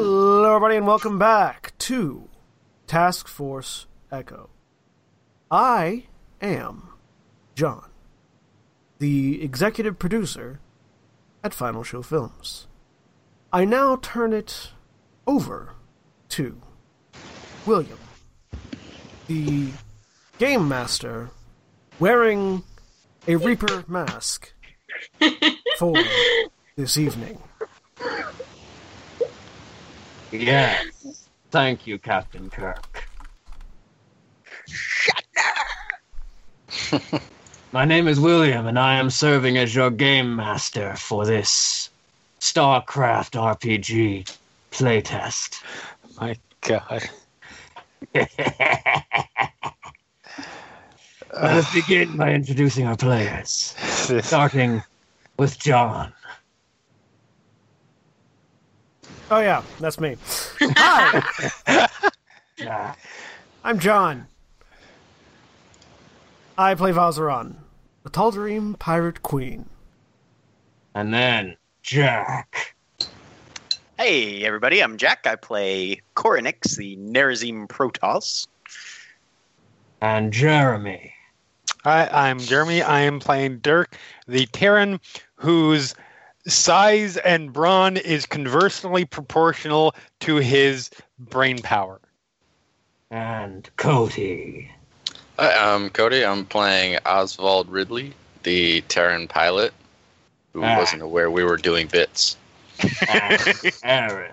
everybody, and welcome back to Task Force Echo. I am John, the executive producer at Final Show Films. I now turn it over to William, the game master wearing a Reaper mask for this evening. Yes. Thank you, Captain Kirk. My name is William, and I am serving as your game master for this StarCraft RPG playtest. My God. Let us begin by introducing our players, This- starting with John. Oh, yeah, that's me. Hi, Yeah. I'm John. I play Valzeron, the Tal'Darim Pirate Queen. And then Jack. Hey, everybody, I'm Jack. I play Koronix, the Nerazim Protoss. And Jeremy. Hi, I'm Jeremy. I am playing Dirk, the Terran whose size and brawn is conversely proportional to his brain power. And Cody. Hi, I'm Cody. I'm playing Oswald Ridley, the Terran pilot, who Ah. wasn't aware we were doing bits. And Aaron.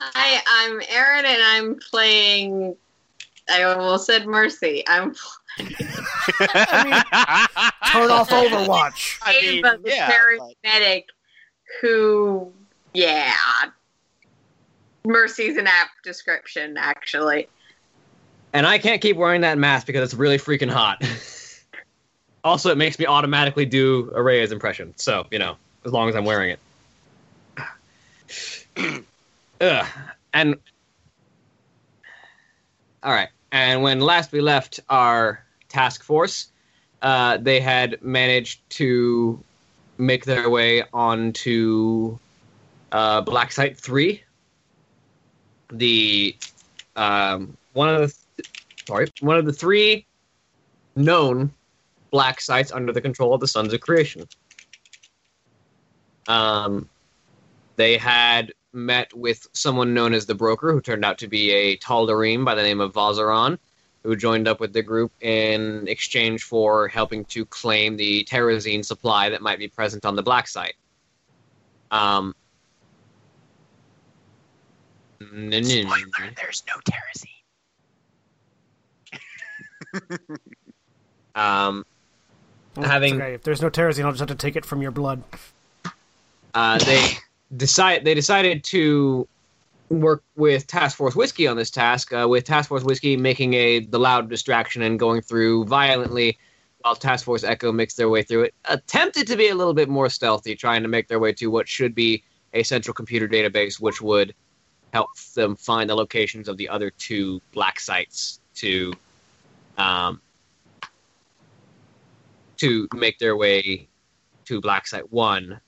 Hi, I'm Erin, and I'm playing. I almost said Mercy. I'm I mean, turn off Overwatch. I mean, playing the yeah, paramedic who, yeah. Mercy's an apt description, actually. And I can't keep wearing that mask because it's really freaking hot. also, it makes me automatically do a Reyes impression. So, you know, as long as I'm wearing it. Ugh. And. All right. And when last we left our task force, uh, they had managed to make their way onto uh, Black Site 3. The. Um, one of the sorry, one of the three known black sites under the control of the Sons of Creation. Um, they had met with someone known as the Broker, who turned out to be a Tal'Darim by the name of Vazaran, who joined up with the group in exchange for helping to claim the Terrazine supply that might be present on the black site. Um, Spoiler, there's no Terrazine. um, It's Having- okay. if there's no Terrazine, I'll just have to take it from your blood. uh, they decide they decided to work with Task Force Whiskey on this task. Uh, with Task Force Whiskey making a the loud distraction and going through violently, while Task Force Echo makes their way through it, attempted to be a little bit more stealthy, trying to make their way to what should be a central computer database, which would help them find the locations of the other two black sites to um, to make their way to black site one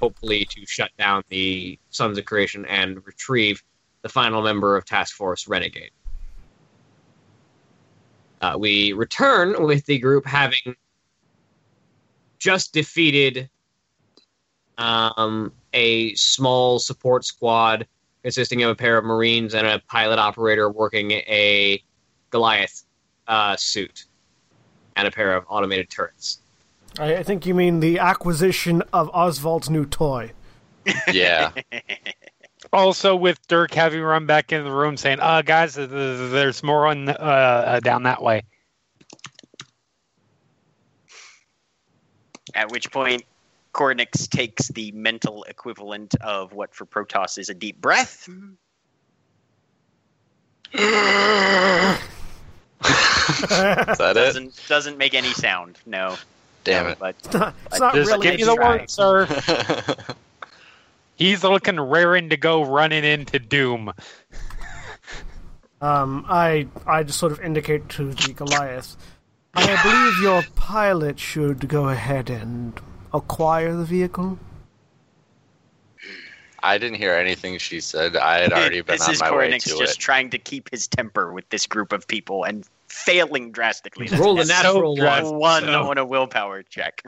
hopefully to shut down the Sons of Creation and retrieve the final member of Task Force Renegade. Uh, we return with the group having just defeated um, a small support squad consisting of a pair of Marines and a pilot operator working a Goliath uh, suit and a pair of automated turrets. I, I think you mean the acquisition of Oswald's new toy. Yeah, Also, with Dirk having run back in the room saying, uh, guys, th- th- there's more on uh, uh, down that way. At which point, Koronix takes the mental equivalent of what for Protoss is a deep breath. is that it? Doesn't doesn't make any sound. No, Damn But It's not, it's I not Just really give a me the distraction. word, sir. it. He's looking raring to go running into Doom. Um, I I just sort of indicate to the Goliath. I believe your pilot should go ahead and acquire the vehicle. I didn't hear anything she said. I had already been this on is my way Cornix to just it. trying to keep his temper with this group of people and failing drastically. That's Roll a necessary. natural So one. drastic. one So- on a willpower check.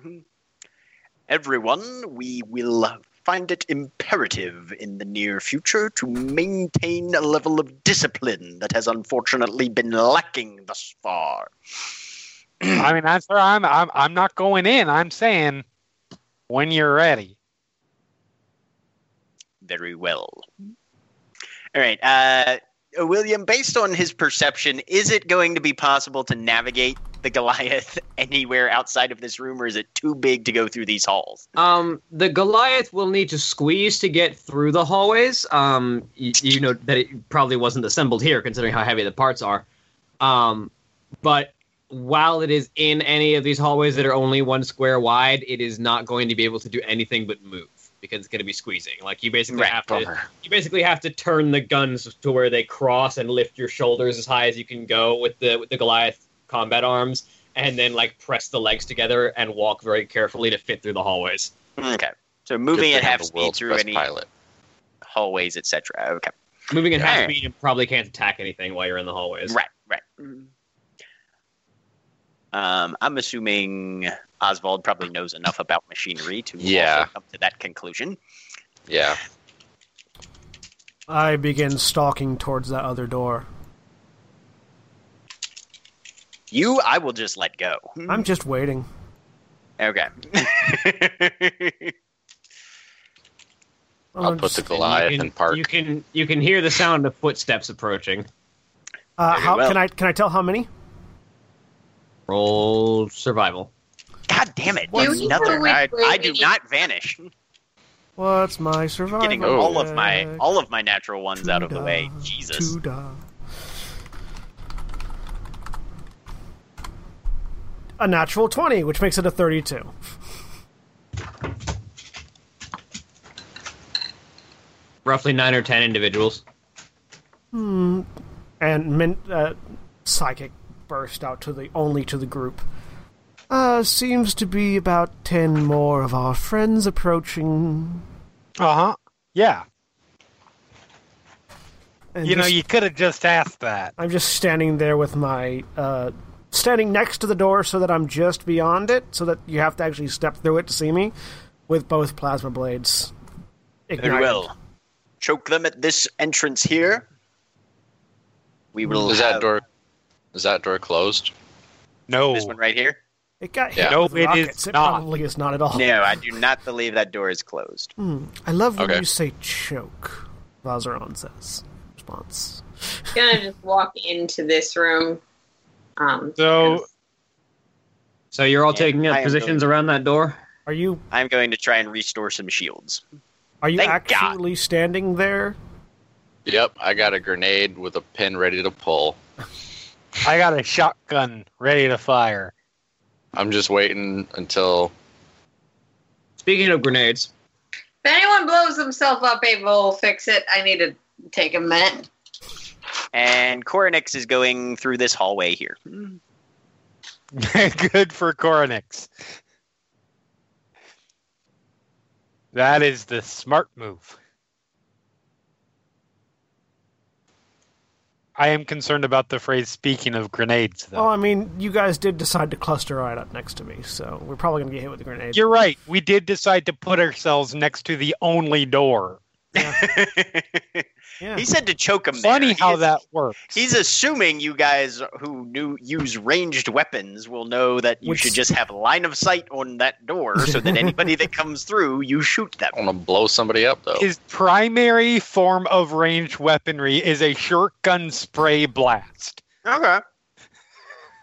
Everyone, we will find it imperative in the near future to maintain a level of discipline that has unfortunately been lacking thus far. I mean, that's where I'm. I'm. I'm not going in. I'm saying when you're ready. Very well. All right, uh, William. Based on his perception, is it going to be possible to navigate the Goliath anywhere outside of this room, or is it too big to go through these halls? Um, the Goliath will need to squeeze to get through the hallways. Um, you, you know that it probably wasn't assembled here, considering how heavy the parts are. Um, but while it is in any of these hallways that are only one square wide, it is not going to be able to do anything but move because it's going to be squeezing. Like you basically have to, you basically have to turn the guns to where they cross and lift your shoulders as high as you can go with the with the Goliath combat arms, and then like press the legs together and walk very carefully to fit through the hallways. Okay, so Good moving thing at I'm half the speed world's through best any pilot. hallways, etc. Okay. Moving at half Yeah. speed, you probably can't attack anything while you're in the hallways. Right, right. Um, I'm assuming Oswald probably knows enough about machinery to Yeah. also come to that conclusion. Yeah. I begin stalking towards that other door. You, I will just let go. I'm just waiting. okay. I'm I'll put just- the Oh, And you Goliath can- in park. You can you can hear the sound of footsteps approaching. uh, Very how, well. Can I can I tell how many? Roll survival. God damn it! You need another. to I, wait- I do not vanish. What's my survival? Uh, Getting all of my check? all of my natural ones out of the way. Two-da, Jesus. two-da. A natural twenty, which makes it a thirty-two. Roughly nine or ten individuals. and min- uh, psychic burst out to the only to the group. Uh, seems to be about ten more of our friends approaching. Uh huh. Yeah. And You know, just- you could have just asked that. I'm just standing there with my uh, standing next to the door so that I'm just beyond it, so that you have to actually step through it to see me, with both plasma blades. Very ignited. well. Choke them at this entrance here. We will. Is have that door? Is that door closed? No. This one right here. It got hit Yeah. No, with it is rockets. it not. probably is not at all. No, I do not believe that door is closed. Hmm. I love when Okay. you say choke. Vazaron says. Response. gonna just walk into this room. Um, So So you're all Yeah, taking up I am positions around that door. Are you I'm going to try and restore some shields. Are you Thank God. actually standing there? Yep. I got a grenade with a pin ready to pull. I got a shotgun ready to fire. I'm just waiting until. Speaking of grenades, if anyone blows himself up, Ava will fix it. I need to take a minute. And Koronix is going through this hallway here. Good for Coronix. That is the smart move. I am concerned about the phrase "speaking of grenades." Though Well, Oh, I mean, you guys did decide to cluster right up next to me, so we're probably gonna get hit with a grenade. you're right, we did decide to put ourselves next to the only door. yeah. he said to choke him. there. Funny He how is- that works. He's assuming you guys who knew use ranged weapons will know that you Which- should just have line of sight on that door, so that anybody that comes through, you shoot them. I want to blow somebody up though. His primary form of ranged weaponry is a shotgun spray blast. Okay.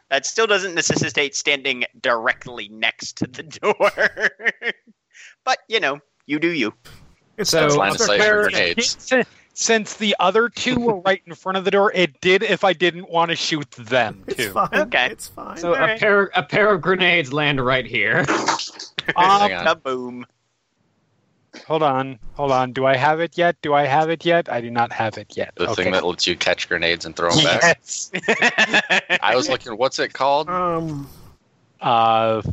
That still doesn't necessitate standing directly next to the door, but you know, you do you. It's So- it's Line of cluster- sight Claire- for grenades. Since- Since the other two were right in front of the door, it did if I didn't want to shoot them It's too. fine. Okay. It's fine. so uh, a Alright. pair a pair of grenades land right here. Hang on. boom. Hold on, hold on. Do I have it yet? Do I have it yet? I do not have it yet. The Okay. thing that lets you catch grenades and throw them back. yes. I was looking. What's it called? Um, Uh,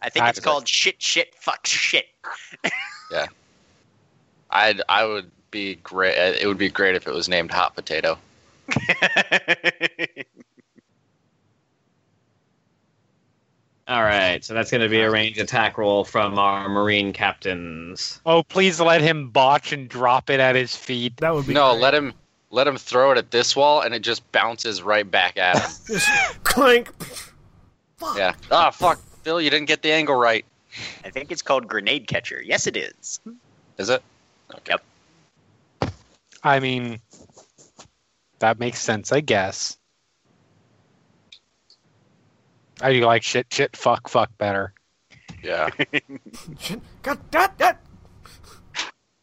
I think it's Actually. called shit, shit, fuck, shit. I'd I would be great. uh, It would be great if it was named Hot Potato. All right, so that's going to be a range attack roll from our Marine captains. Oh, please let him botch and drop it at his feet. That would be No, great. let him let him throw it at this wall, and it just bounces right back at him. Just clank. yeah. Ah, fuck, Phil, you didn't get the angle right. I think it's called grenade catcher. Yes, it is. Is it? I mean, that makes sense, I guess. I do like shit, shit, fuck, fuck better. Yeah. God, that, that.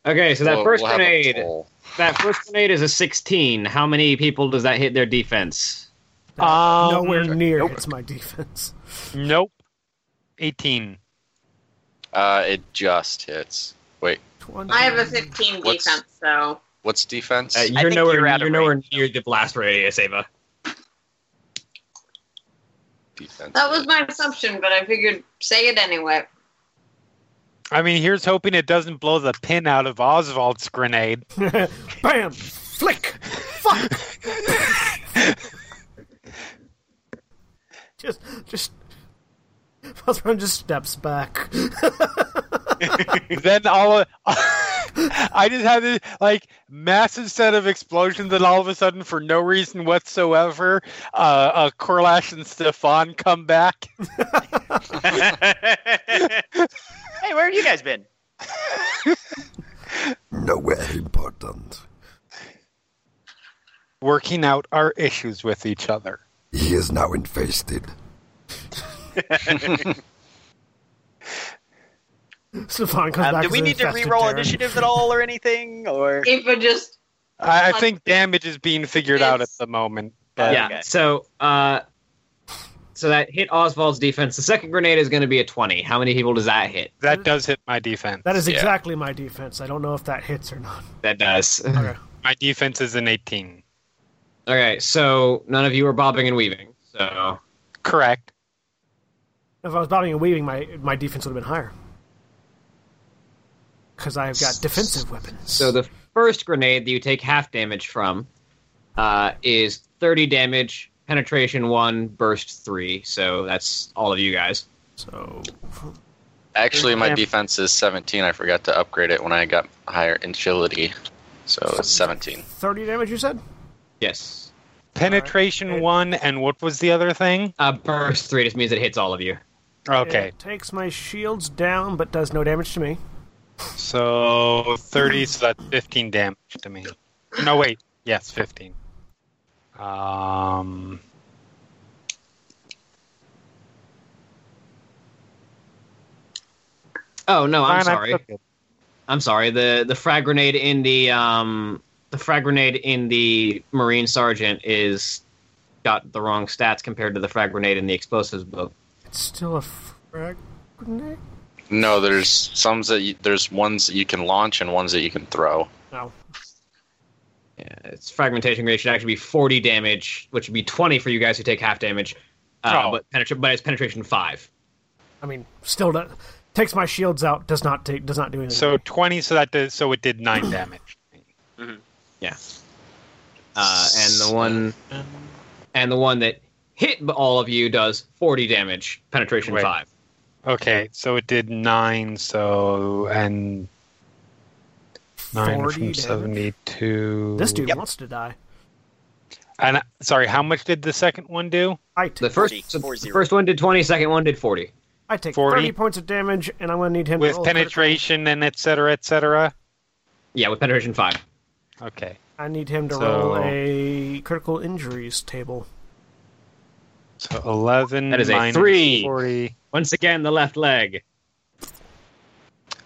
Okay, so that We'll- 1st we'll have a grenade, poll. that first grenade is a 16. How many people does that hit their defense? Um, nowhere near nope. hits my defense. Nope. 18. Uh, it just hits. I have a Mm-hmm. 15 What's- defense, so What's defense? Uh, I you're think nowhere, you're you're out of nowhere near the blast radius, Ava. defense. that was my assumption, but I figured say it anyway. I mean, here's hoping it doesn't blow the pin out of Oswald's grenade. Bam! Flick! Fuck! just, just. Valtron just steps back. then all of- I just had this like massive set of explosions, and all of a sudden, for no reason whatsoever, uh, uh Corlash and Stefan come back. hey, where have you guys been? Nowhere important. Working out our issues with each other. He is now infested. Stefan comes Um, back. do as we an need to infested re-roll Terran. initiative at all or anything? Or Eva just I, I think damage is being figured out at Yes. the moment. Okay. But Yeah. So, uh, so that hit Oswald's defense. The second grenade is going to be a 20. How many people does that hit? that does hit my defense. That is Yeah. exactly my defense. I don't know if that hits or not. That does. Okay. My defense is an 18. okay. So none of you are bobbing and weaving. So Correct. If I was bobbing and weaving, my my defense would have been higher. Because I've got defensive weapons. So the first grenade that you take half damage from uh, is 30 damage, penetration 1, burst 3. So that's all of you guys. So Oh, Actually, my Yeah. defense is 17. I forgot to upgrade it when I got higher agility. So it's 17. 30 damage, you said? Yes. Penetration one, and what was the other thing? Uh, burst 3 just means it hits all of you. Okay, It takes my shields down, but does no damage to me. so 30, so that's 15 damage to me. No, wait. Yes, 15. Um, Oh, no, I'm fine, sorry. good. I'm sorry. The the frag grenade in the um the frag grenade in the Marine Sergeant is got the wrong stats compared to the frag grenade in the explosives book. It's still a frag grenade? No, there's some that you, there's ones that you can launch and ones that you can throw. No. Yeah, its fragmentation rate should actually be 40 damage, which would be 20 for you guys who take half damage. Uh, Oh. But penetra- but it's penetration five. I mean, still do- takes my shields out, does not take, does not do anything. So 20, so that did, so it did 9 damage. Uh, and the one and the one that hit all of you does 40 damage, penetration Right. five. Okay, so it did 9, so, and 9 40 from damage. 72. This dude wants to die. And, uh, sorry, how much did the second one do? I take, The first 40, so the 40. first one did 20, second one did 40. I take 40. 30 points of damage, and I'm going to need him to With roll a critical- penetration and et cetera, et cetera? Yeah, with penetration five. Okay. I need him to So- roll a critical injuries table. So 11 That is a minus three. 40. Once again, the left leg.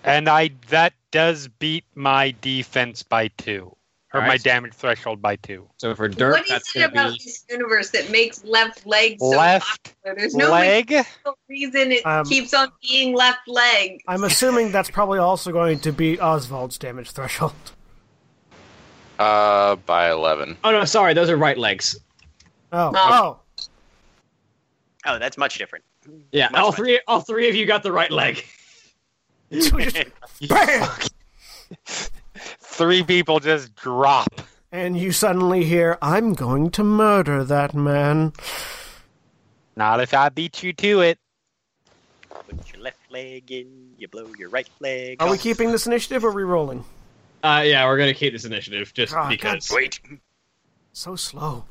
And I that does beat my defense by 2 or All my right. damage threshold by 2. So for Dirk, what is that's it going to about be this universe that makes left leg so Left popular? There's no leg? logical reason it Um, keeps on being left leg. I'm assuming that's probably also going to beat Oswald's damage threshold. Uh, by 11. Oh no, sorry, those are right legs. Oh, oh, Oh. oh, that's much different. Yeah, Much all better. three, all three of you got the right leg. So we just- bam! three people just drop. And you suddenly hear, I'm going to murder that man. Not if I beat you to it. Put your left leg in, you blow your right leg. Are we off. keeping this initiative or re-rolling? Uh, yeah, we're gonna keep this initiative just Ah, because God. Wait. So slow.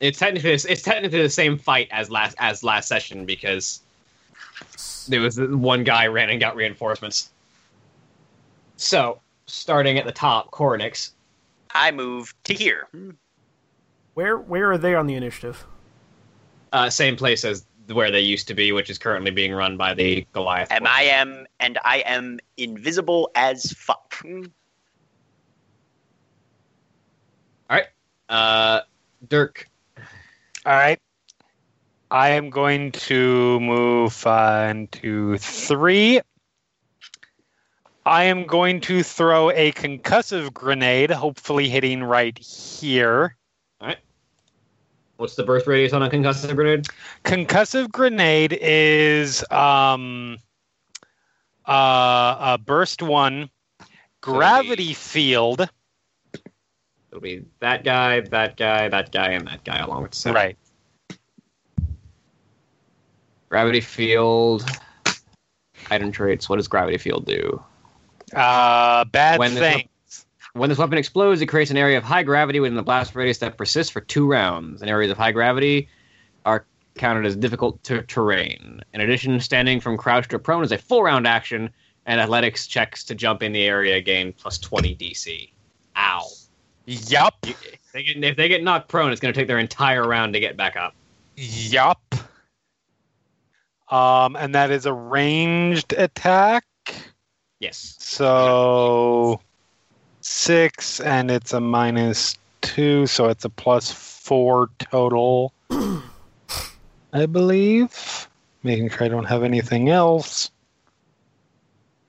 it's technically it's technically the same fight as last as last session because there was one guy ran and got reinforcements. So starting at the top, Cornix. I move to here. Where where are they on the initiative? uh, same place as where they used to be, which is currently being run by the Goliath. And I am, and I am invisible as fuck. Uh, Dirk. All right. I am going to move one, two, three. I am going to throw a concussive grenade, hopefully hitting right here. What's the burst radius on a concussive grenade? Concussive grenade is um, uh, a burst one gravity field. It'll be that guy, that guy, that guy, and that guy along with seven. Right. Gravity field. Item traits. What does gravity field do? Uh, bad When the- thing. When this weapon explodes, it creates an area of high gravity within the blast radius that persists for two rounds. And areas of high gravity are counted as difficult to terrain. In addition, standing from crouched or prone is a full round action, and athletics checks to jump in the area gain plus 20 DC. Ow. Yup. You- if they get, if they get knocked prone, it's going to take their entire round to get back up. Yup. Um, and that is a ranged attack. Yes. So six, and it's a minus two, so it's a plus four total, I believe. Making sure I don't have anything else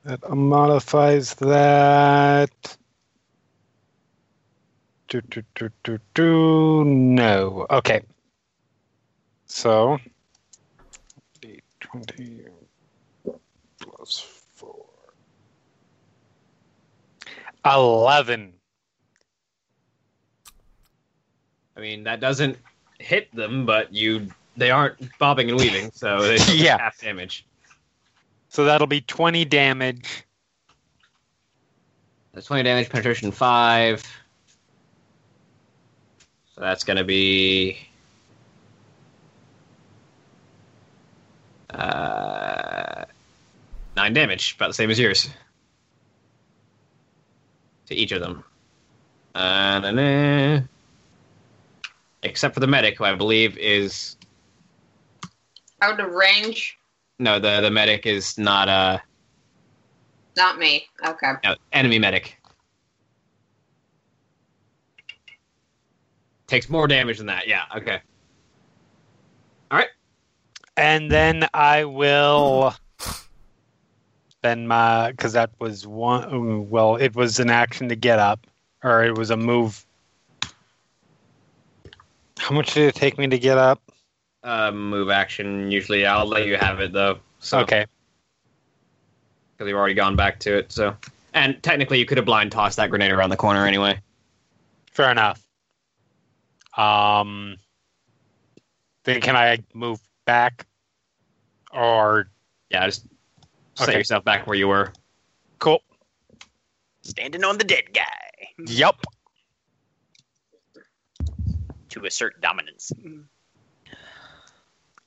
that modifies that. Do, do, do, do, do. No. Okay. So, 20 plus 4. 11. I mean, that doesn't hit them, but you they aren't bobbing and weaving, so they still take Yeah. half damage. So that'll be 20 damage. That's 20 damage, penetration 5. So that's going to be. Uh, 9 damage, about the same as yours. To each of them. Uh, na- na. Except for the medic, who I believe is. Out of range? No, the, the medic is not uh, a. Not me. Okay. No, enemy medic. Takes more damage than that. Yeah. Okay. And then I will spend my. Because that was one. ooh, Well, it was an action to get up, or it was a move. How much did it take me to get up? Uh, move action. Usually, I'll let you have it though. So, Okay. Because you've already gone back to it. So, and technically, you could have blind tossed that grenade around the corner anyway. Fair enough. Um, then can I move back? Or Yeah. Just set Okay. yourself back where you were. cool. Standing on the dead guy Yep. to assert dominance.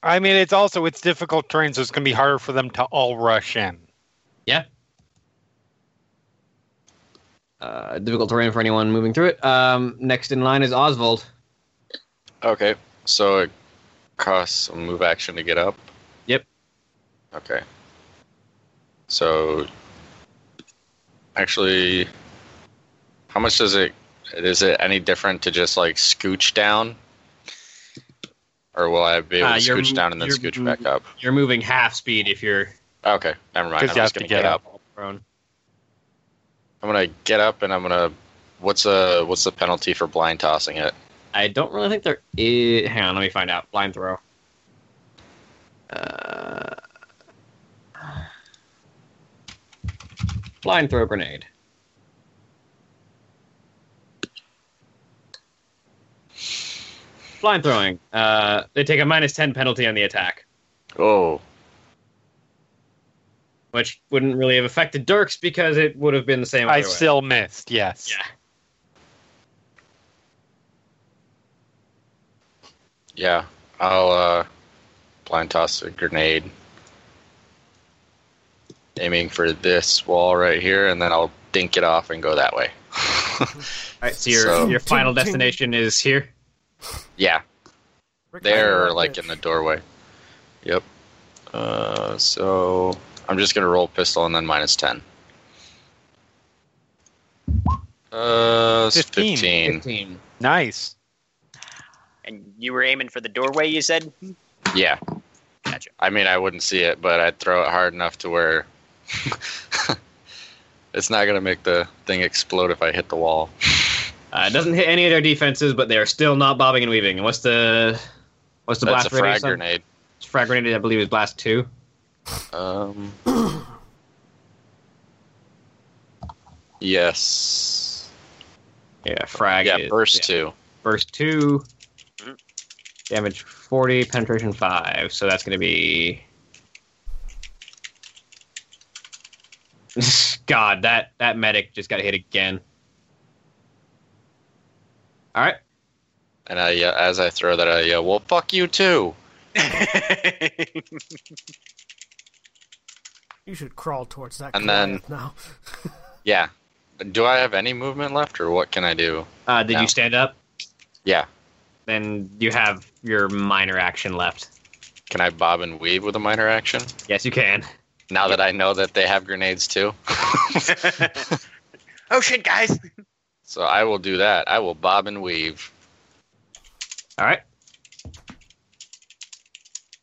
I mean, it's also it's difficult terrain, so it's going to be harder for them to all rush in. Uh, difficult terrain for anyone moving through it. Um, next in line is Oswald. Okay, so it costs a move action to get up. Yep. Okay. So, actually, how much does it? Is it any different to just like scooch down, or will I be able Uh, to you're- scooch down and then you're- scooch back up? You're moving half speed if you're Okay, never mind. 'Cause you I'm just have to gonna get get up. prone. I'm gonna get up and I'm gonna. What's a what's the penalty for blind tossing it? I don't really think there is. Hang on, let me find out. Blind throw. Uh, blind throw grenade. Blind throwing. Uh, they take a minus ten penalty on the attack, Oh, which wouldn't really have affected Dirks because it would have been the same. I other way. still missed. Yes. Yeah. yeah. I'll uh, blind toss a grenade, aiming for this wall right here, and then I'll dink it off and go that way. All right, so your So- your final destination is here. yeah, Rick, there I or like in the doorway. Yep. Uh, so I'm just gonna roll pistol and then minus ten. Uh, it's Fifteen. 15. Fifteen. Nice. And you were aiming for the doorway, you said? Yeah. Gotcha. I mean, I wouldn't see it, but I'd throw it hard enough to where it's not going to make the thing explode if I hit the wall. Uh, it doesn't hit any of their defenses, but they are still not bobbing and weaving. And what's the what's the That's a blast radius? frag on- grenade. Frag grenade, I believe, is blast two. Um, yes. Yeah, frag. yeah, is- burst yeah. two. Mm-hmm. Burst two. Mhm. Damage forty, penetration five. So that's going to be. God, that that medic just got hit again. All right. And I, uh, as I throw that, I yell, well, fuck you too. You should crawl towards that. And then- Goliath now. Yeah. Do I have any movement left, or what can I do? Uh, did Yeah. you stand up? Yeah. Then you have your minor action left. Can I bob and weave with a minor action? Yes, you can. Now that I know that they have grenades too. oh shit, guys! so I will do that. I will bob and weave. All right.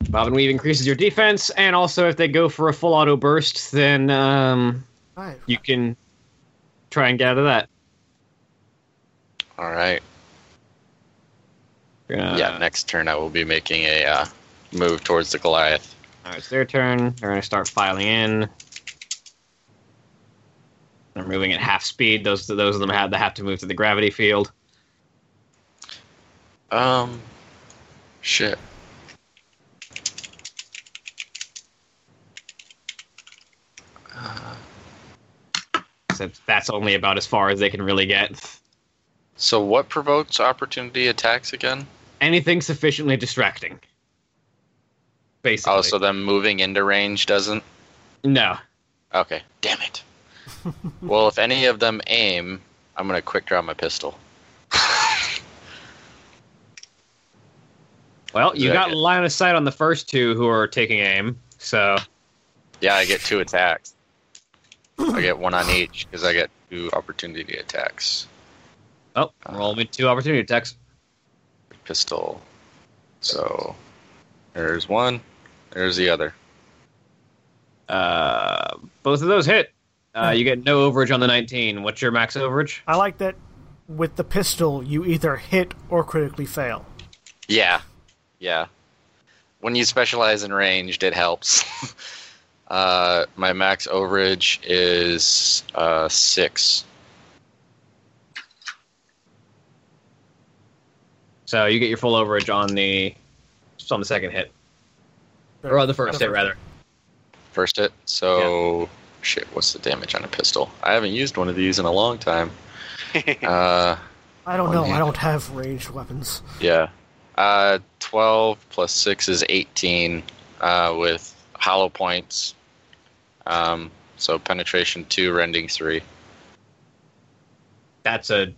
Bob and Weave increases your defense, and also if they go for a full auto burst, then um, Alright. you can try and gather that. All right. You're gonna- yeah, next turn I will be making a uh, move towards the Goliath. All right, it's their turn. They're going to start filing in. They're moving at half speed. Those those of them have, that have to move to the gravity field. Um, shit. So that's only about as far as they can really get. So what provokes opportunity attacks again? Anything sufficiently distracting. Basically. Oh, so them moving into range doesn't. no. Okay, damn it. well, if any of them aim, I'm gonna quick draw my pistol. Well, you Yeah, got yeah. line of sight on the first two who are taking aim, so Yeah, I get two attacks. I get one on each because I get two opportunity attacks. oh, roll me two opportunity attacks. Pistol. So there's one. There's the other. Uh, both of those hit. Uh, you get no overage on the 19. What's your max overage? I like that. With the pistol, you either hit or critically fail. Yeah, yeah. When you specialize in ranged, it helps. uh, my max overage is uh, six. So you get your full overage on the just on the second hit, or on the first hit rather. First hit. So shit. What's the damage on a pistol? I haven't used one of these in a long time. uh, I don't One know. hit. I don't have ranged weapons. yeah. Uh, Twelve plus six is eighteen. Uh, with hollow points. Um, so penetration two, rending three. That's a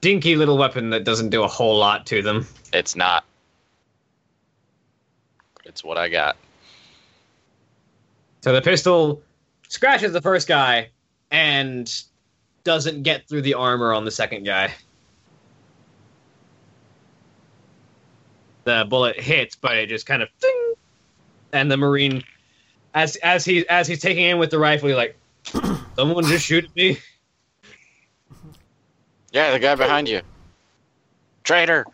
dinky little weapon that doesn't do a whole lot to them. It's not. It's what I got. So the pistol scratches the first guy and doesn't get through the armor on the second guy. The bullet hits, but it just kind of ding. And the marine, as as he as he's taking aim with the rifle, he's like, "Someone just shoot at me." Yeah, the guy behind you. Traitor.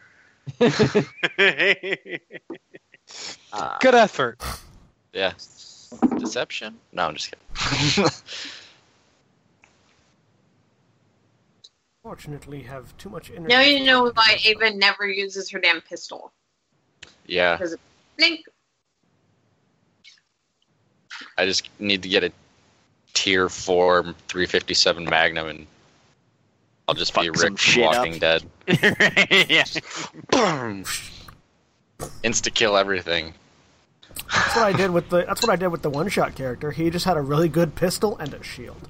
Good effort. Yeah. Deception? No, I'm just kidding. Fortunately, have too much energy. Now you know why Ava never uses her damn pistol. Yeah, Because blink. I just need to get a tier four 357 Magnum, and I'll just be Fuck some Rick from shit up. Walking Dead. yeah. Boom. Insta kill everything. That's what I did with the. That's what I did with the one shot character. He just had a really good pistol and a shield.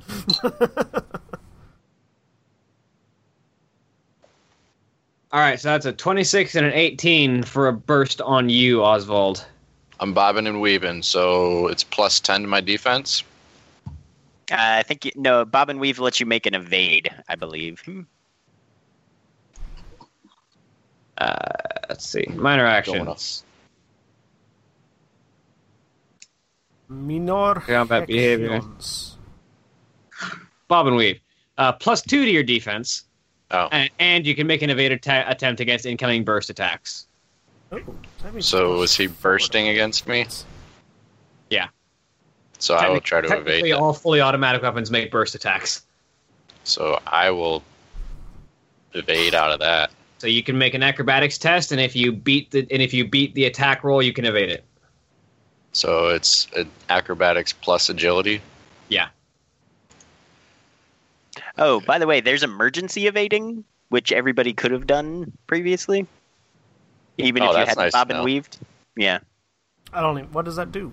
All right, so that's a 26 and an 18 for a burst on you, Oswald. I'm bobbing and weaving, so it's plus 10 to my defense. Uh, I think you, no. Bob and Weave lets you make an evade, I believe. Let's see. Minor Going action. up. Minor Combat behavior. actions. Bob and Weave. Uh, plus two to your defense, Oh, and, and you can make an evade atta- attempt against incoming burst attacks. Oh, that means so plus was he four. bursting against me? Yeah. So I will Technic- try to evade Technically, that. all fully automatic weapons make burst attacks. So I will evade out of that. So you can make an acrobatics test, and if you beat the and if you beat the attack roll, you can evade it. So it's an acrobatics plus agility. Oh, by the way, there's emergency evading, which everybody could have done previously, even Oh, if you that's had nice to Bob and know. Weaved. Yeah. I don't even. What does that do?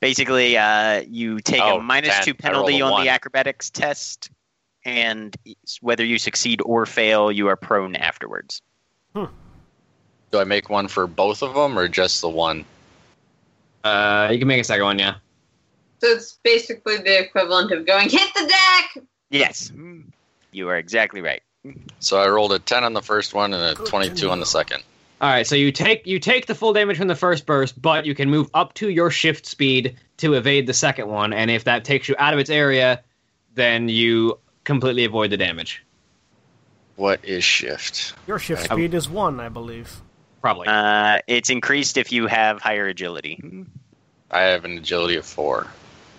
Basically, uh, you take Oh, a minus ten. two I rolled a penalty on one. the acrobatics test, and whether you succeed or fail, you are prone afterwards. Do I make one for both of them or just the one? Uh, you can make a second one, yeah. So it's basically the equivalent of going, hit the deck! Yes, you are exactly right. So I rolled a 10 on the first one and a Good 22 on the second. All right, so you take you take the full damage from the first burst, but you can move up to your shift speed to evade the second one, and if that takes you out of its area, then you completely avoid the damage. What is shift? Your shift I- speed is one, I believe. Probably. Uh, it's increased if you have higher agility. I have an agility of 4.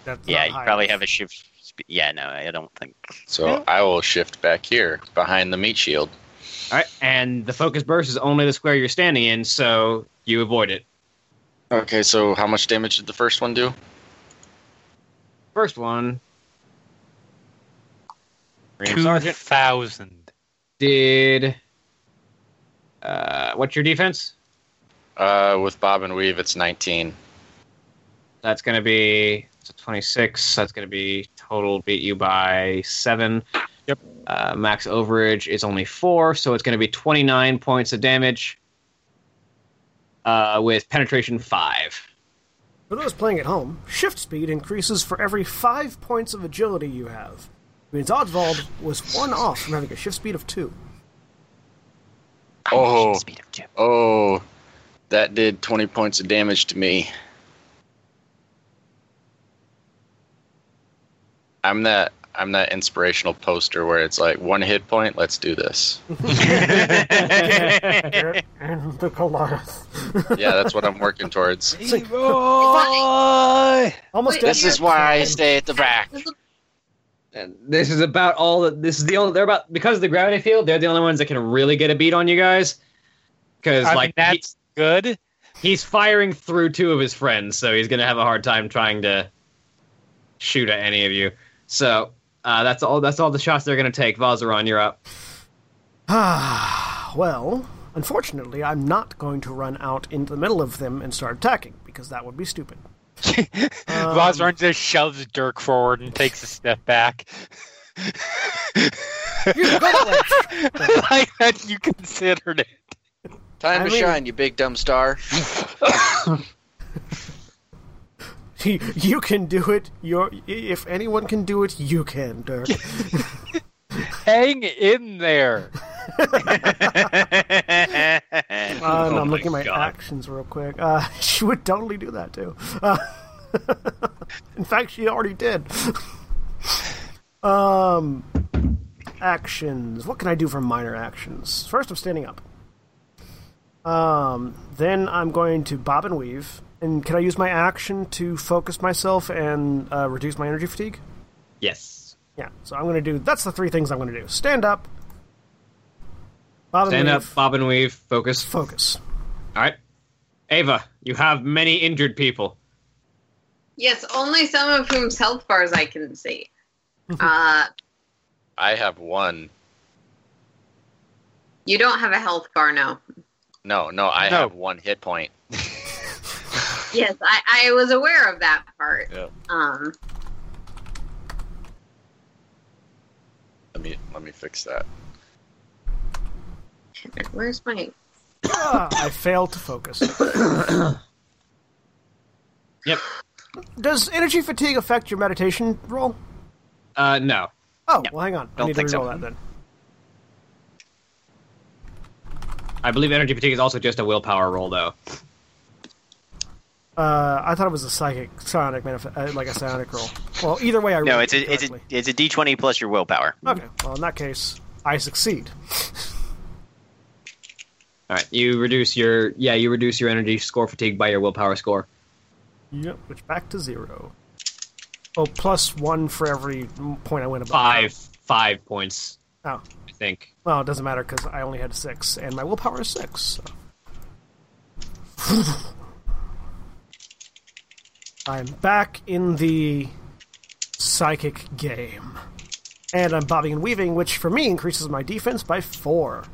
That's Yeah, not you high probably enough. have a shift. spe- Yeah, no, I don't think. So I will shift back here behind the meat shield. All right, and the focus burst is only the square you're standing in, so you avoid it. Okay, so how much damage did the first one do? First one Sergeant thousand. did. Uh, what's your defense? Uh, with Bob and Weave, it's 19. That's going to be so 26. That's going to be total beat you by 7. Yep. Uh, max overage is only 4, so it's going to be 29 points of damage uh, with penetration 5. For those playing at home, shift speed increases for every five points of agility you have. It means Oswald was one off from having a shift speed of two. Oh. Speed of two. Oh, that did 20 points of damage to me. I'm that I'm that inspirational poster where it's like one hit point, let's do this. Oh. and the Goliath. Yeah, that's what I'm working towards. Almost Wait, dead. this is why I stay at the back. And this is about all that. This is the only. They're about. Because of the gravity field, they're the only ones that can really get a beat on you guys. Because, I mean, like, he- that's good. he's firing through two of his friends, so he's going to have a hard time trying to shoot at any of you. So uh, that's all. That's all the shots they're going to take. Vazaron, you're up. Ah, well, unfortunately, I'm not going to run out into the middle of them and start attacking, because that would be stupid. Um, Vazron just shoves Dirk forward and takes a step back. You're going like that you considered it. Time I to mean- shine, you big dumb star. He- you can do it. You're, if anyone can do it, you can, Dirk. Hang in there. Uh, no, Oh I'm my looking at my God. actions real quick. Uh, she would totally do that too. Uh, in fact, she already did. um, actions. What can I do for minor actions? First, I'm standing up. Um, then I'm going to bob and weave. And can I use my action to focus myself and uh, reduce my energy fatigue? Yes. Yeah, so I'm going to do. That's the three things I'm going to do: stand up, Bob and Stand up, Weave, bob and weave, focus. Focus. All right. Ava, you have many injured people. Yes, only some of whom's health bars I can see. uh, I have one. you don't have a health bar, no. No, no, I No. have one hit point. Yes, I, I was aware of that part. Yeah. Um, Let me let me fix that. where's my? Ah, I failed to focus. Yep. Does energy fatigue affect your meditation roll? Uh, no. Oh, No. well, hang on. I Don't need to think so. re-roll that then. I believe energy fatigue is also just a willpower roll, though. Uh, I thought it was a psychic sonic manif- uh, like a sonic roll. Well, either way, I No, rolled it's a it's a correctly. it's a D twenty plus your willpower. okay. Well, in that case, I succeed. All right. You reduce your yeah. You reduce your energy score fatigue by your willpower score. Yep, which back to zero. Oh, plus one for every point I went above. Five five points. Oh. I think. Well, it doesn't matter because I only had six, and my willpower is six. so. I'm back in the psychic game. And I'm bobbing and weaving, which for me increases my defense by four.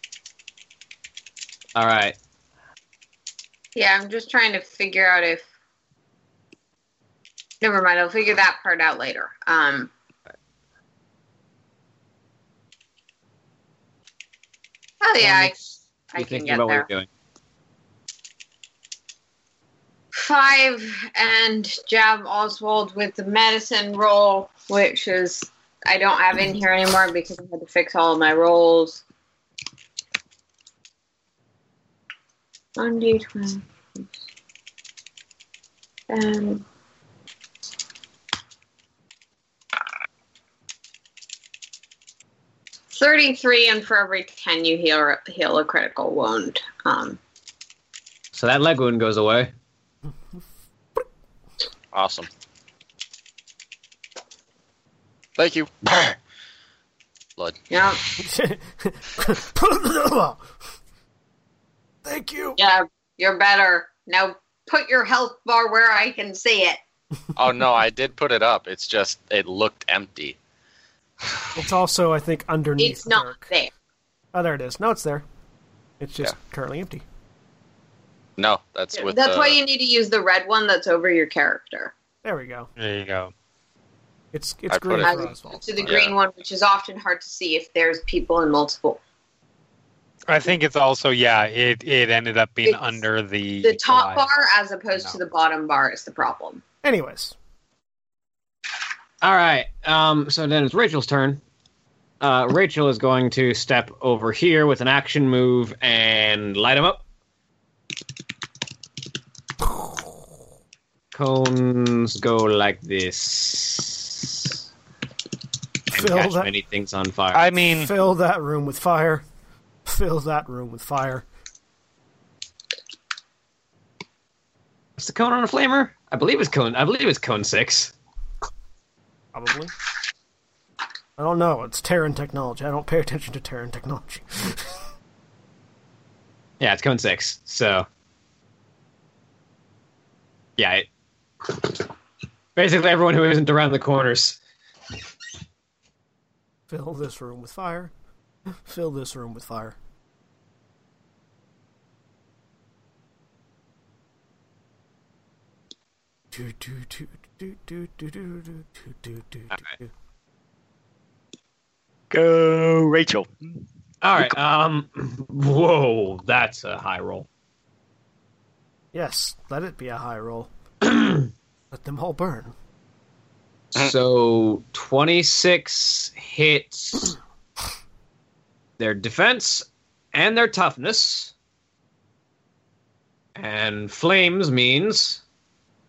All right. Yeah, I'm just trying to figure out if. Never mind. I'll figure that part out later. Um. Oh yeah, I, I You're can thinking get about there. what you're doing. five and jab Oswald with the medicine roll, which is I don't have in here anymore because I had to fix all of my rolls. One d twenty. Um. Thirty-three, and for every ten you heal, heal a critical wound. Um, So that leg wound goes away. Awesome. Thank you. Blood. yeah, Thank you. Yeah, you're better. Now put your health bar where I can see it. Oh no, I did put it up. It's just it looked empty. It's also, I think, underneath. It's not Dirk. there. Oh, there it is. No, it's there. It's just currently empty. No, that's with that's the- why you need to use the red one that's over your character. There we go. There you go. It's it's I put green it- I for would Oswald. Um, to the Yeah. green one, which is often hard to see if there's people in multiple. I think it's also yeah. It it ended up being It's under the The top Goliath. bar as opposed to No. the bottom bar is the problem. Anyways, All right. Um. So then it's Rachel's turn. Uh, Rachel is going to step over here with an action move and light him up. Cones go like this. And Fill catch that- many things on fire. I mean, fill that room with fire. Fill that room with fire. What's the cone on a flamer? I believe it's cone. I believe it's cone six. Probably. I don't know. It's Terran technology. I don't pay attention to Terran technology. Yeah, it's cone six. So, yeah, it, basically everyone who isn't around the corners. Fill this room with fire. Fill this room with fire. Do, do, do, do, do, do, do, do, do, do, do, do. Go Rachel. All right. Um. Whoa, that's a high roll. Yes, let it be a high roll. let them all burn. So twenty six hits their defense and their toughness. And flames means.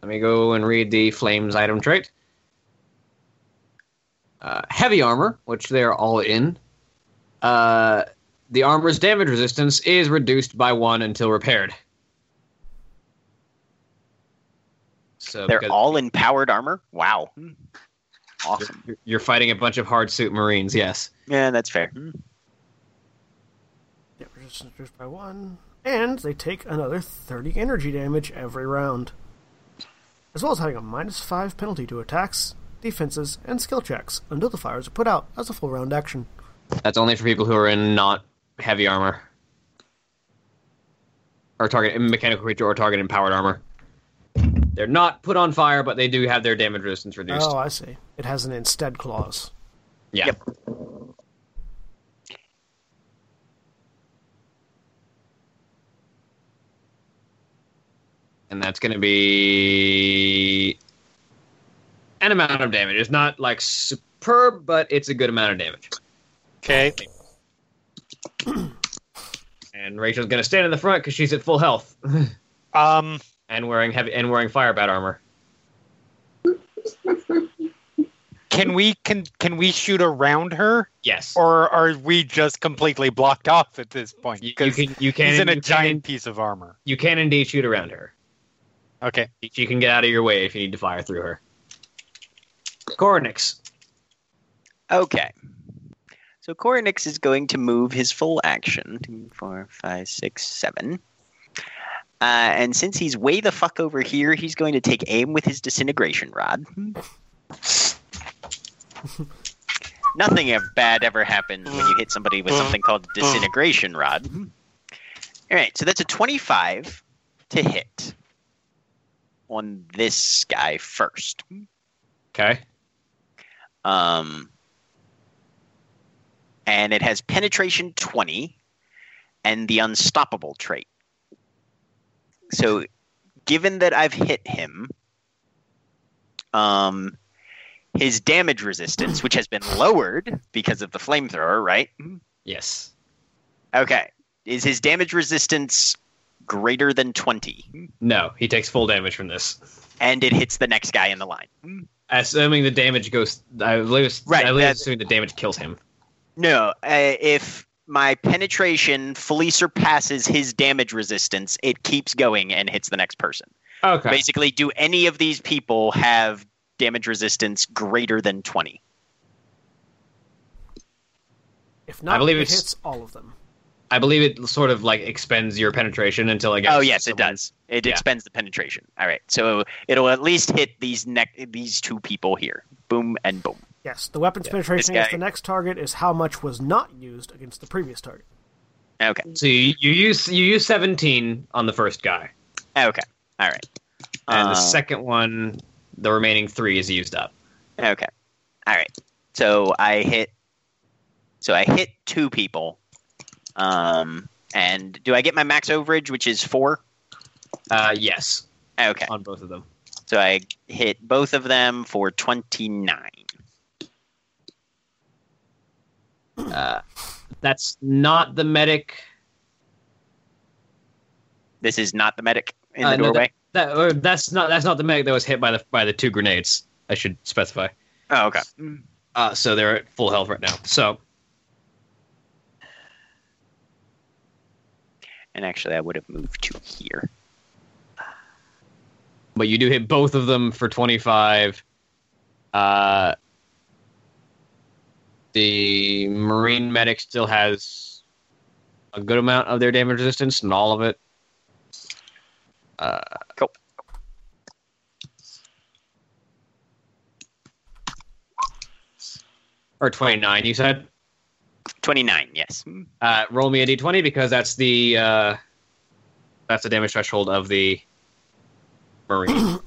Let me go and read the flames item trait. Uh, heavy armor, which they're all in. Uh, the armor's damage resistance is reduced by one until repaired. So They're because- all in powered armor. Wow. Awesome. You're fighting a bunch of hard suit marines, yes. Yeah, that's fair. resistors by one, and they take another 30 energy damage every round, as well as having a minus 5 penalty to attacks, defenses, and skill checks until the fires are put out as a full round action. That's only for people who are in not heavy armor. Or target mechanical creature or target empowered armor. They're not put on fire, but they do have their damage resistance reduced. Oh, I see. It has an instead clause. yeah. Yep. And that's going to be an amount of damage. It's not like superb, but it's a good amount of damage. Okay. And Rachel's going to stand in the front because she's at full health Um, and wearing heavy and wearing fire bat armor. can we can can we shoot around her, Yes. or are we just completely blocked off at this point? You- you, Because can. You can. he's in a you can- giant piece of armor. you can indeed shoot around her. Okay. She can get out of your way if you need to fire through her. Cornix. Okay. So Coronix is going to move his full action. Two, four, five, six, seven. Uh, and since he's way the fuck over here, he's going to take aim with his disintegration rod. Nothing ev- bad ever happens when you hit somebody with something called disintegration rod. All right, so that's a 25 to hit on this guy first. Okay. Um, and it has penetration 20 and the unstoppable trait. So, given that I've hit him, um, his damage resistance, which has been lowered because of the flamethrower, right? Yes. Okay. Is his damage resistance greater than 20? No. He takes full damage from this, And it hits the next guy in the line. assuming the damage goes. I believe. it's- Right, I believe that- it's assuming the damage kills him. No, uh, if my penetration fully surpasses his damage resistance, it keeps going and hits the next person. Okay. Basically, do any of these people have damage resistance greater than 20? If not, believe it it's- hits all of them. I believe it sort of like expends your penetration until I guess. Oh yes, it does. It Yeah. expends the penetration. All right, so it'll at least hit these neck these two people here. Boom and boom. Yes, the weapon's this penetration against guy- the next target is how much was not used against the previous target. Okay. So you, you use you use seventeen on the first guy, Okay. All right. and Uh, the second one, the remaining three is used up. Okay. All right. So I hit. So I hit two people. Um, and do I get my max overage, which is four? Uh, yes, Okay. on both of them. So I hit both of them for twenty nine. Uh, that's not the medic. This is not the medic in Uh, the no, doorway. That or that's not that's not the medic that was hit by the by the two grenades. I should specify. Oh, okay. Uh, so they're at full health right now. So And actually, I would have moved to here. but you do hit both of them for 25 uh the marine medic still has a good amount of their damage resistance and all of it uh Cool. or 29 you said Twenty nine. Yes. uh roll me a d20 because that's the uh that's the damage threshold of the marine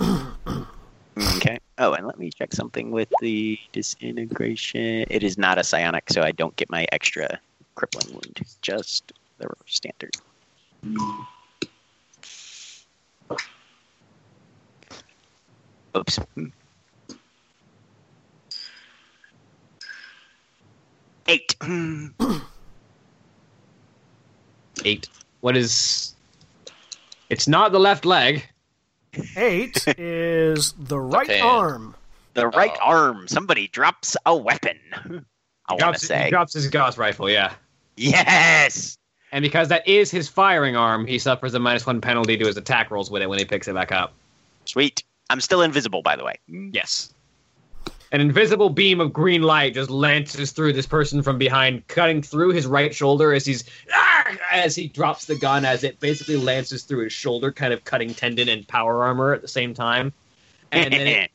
Okay. Oh, and let me check something with the disintegration. It is not a psionic, so I don't get my extra crippling wound. Just the standard. Oops. Eight. eight what is it's not the left leg Eight is the right hand. arm. The right Oh. arm. Somebody drops a weapon. I want to drops, say. he drops his Gauss rifle, yeah. Yes. And because that is his firing arm, he suffers a minus one penalty to his attack rolls with it when he picks it back up. Sweet. I'm still invisible, by the way. Yes. An invisible beam of green light just lances through this person from behind, cutting through his right shoulder as he's "Ah!" as he drops the gun as it basically lances through his shoulder, kind of cutting tendon and power armor at the same time. And then it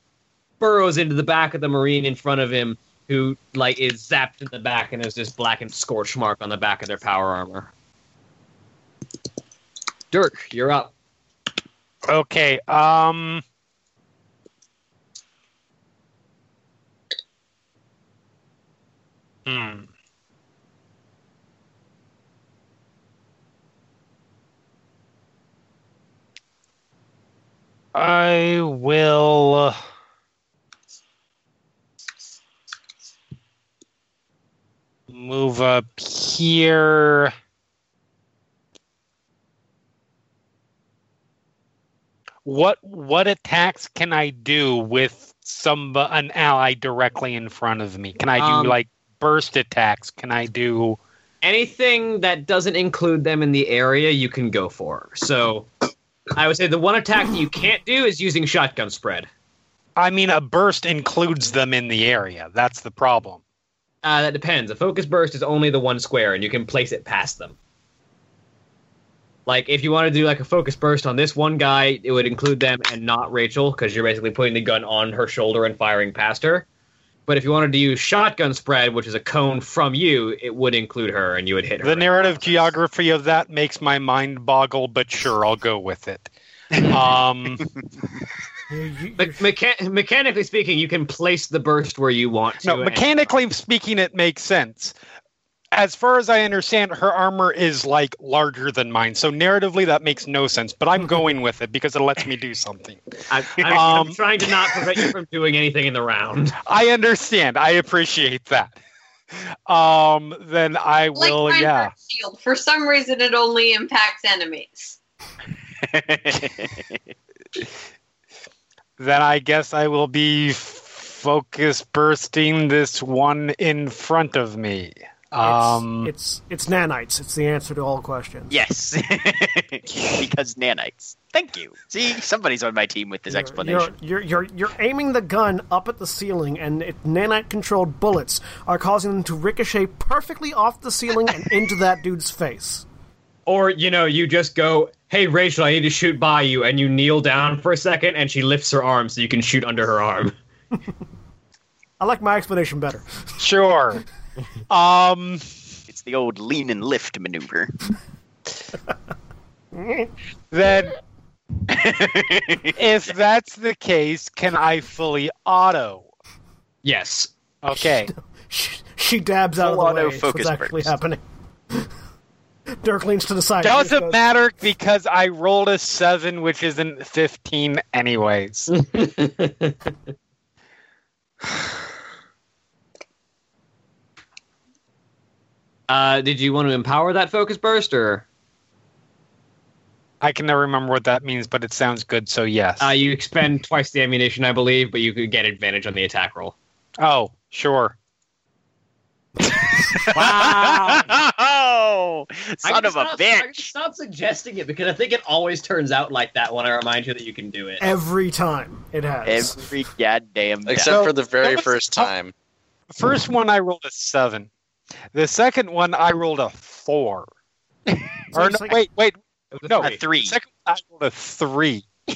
burrows into the back of the marine in front of him, who like is zapped in the back and there's this blackened scorch mark on the back of their power armor. Dirk, you're up. Okay. Um. Hmm. I will. uh, Move up here. What what attacks can I do with some an ally directly in front of me? Can I do Um, like burst attacks? Can I do? Anything that doesn't include them in the area, you can go for. So, I would say the one attack that you can't do is using shotgun spread. I mean, a burst includes them in the area. That's the problem. Uh, that depends. A focus burst is only the one square, and you can place it past them. Like if you want to do like a focus burst on this one guy, it would include them and not Rachel, because you're basically putting the gun on her shoulder and firing past her. But if you wanted to use shotgun spread, which is a cone from you, it would include her, and you would hit her. The narrative geography of that makes my mind boggle, but sure, I'll go with it. Um, You- you- Me- mecha- mechanically speaking, you can place the burst where you want to. no, and- mechanically speaking, it makes sense. As far as I understand, her armor is like larger than mine, so narratively that makes no sense. But I'm going with it because it lets me do something. I, I'm, I'm Um, trying to not prevent you from doing anything in the round. I understand. I appreciate that. Um, then I Like will. my yeah. burst shield. For some reason, it only impacts enemies. Then I guess I will be f- focus bursting this one in front of me. Um, it's, it's it's nanites. It's the answer to all questions. yes, because nanites. Thank you. See, somebody's on my team with this You're- explanation. You're, you're, you're, you're aiming the gun up at the ceiling, and it, nanite-controlled bullets are causing them to ricochet perfectly off the ceiling and into that dude's face. Or, you know, you just go, hey, Rachel, I need to shoot by you. And you kneel down for a second, and she lifts her arm so you can shoot under her arm. I like my explanation better. sure. um, It's the old lean and lift maneuver. then, if that's the case, can I fully auto? Yes. Okay. She, she dabs out Full of the auto way. It's focus what's actually burst. happening. Dirk leans to the side. He just Doesn't goes, matter because I rolled a seven, which isn't fifteen, anyways. Uh, did you want to empower that focus burst, or I can never remember what that means, but it sounds good, so yes. uh, you expend twice the ammunition, I believe, but you could get advantage on the attack roll. oh, sure. Wow! oh, son of a bitch! Stop suggesting it because I think it always turns out like that when I remind you that you can do it. Every time it has. Every goddamn time. So- Except for the very was- first time. First one I rolled a seven. The second one I rolled a four. So or no, it's like- wait, wait, no, a the three. second one I rolled a three. So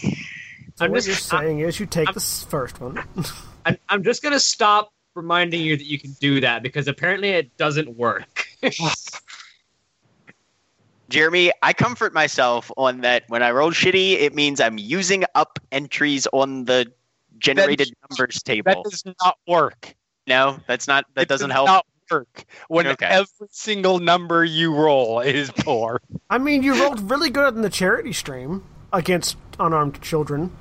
I'm what just- you're saying is you take I'm- the s- first one. I'm, I'm just gonna stop reminding you that you can do that because apparently it doesn't work. Jeremy, I comfort myself on that. When I roll shitty, it means I'm using up entries on the generated numbers That table. does not work. no, that's not. That It doesn't does help. Not work when Okay. every single number you roll is poor. I mean, you rolled really good in the charity stream against unarmed children.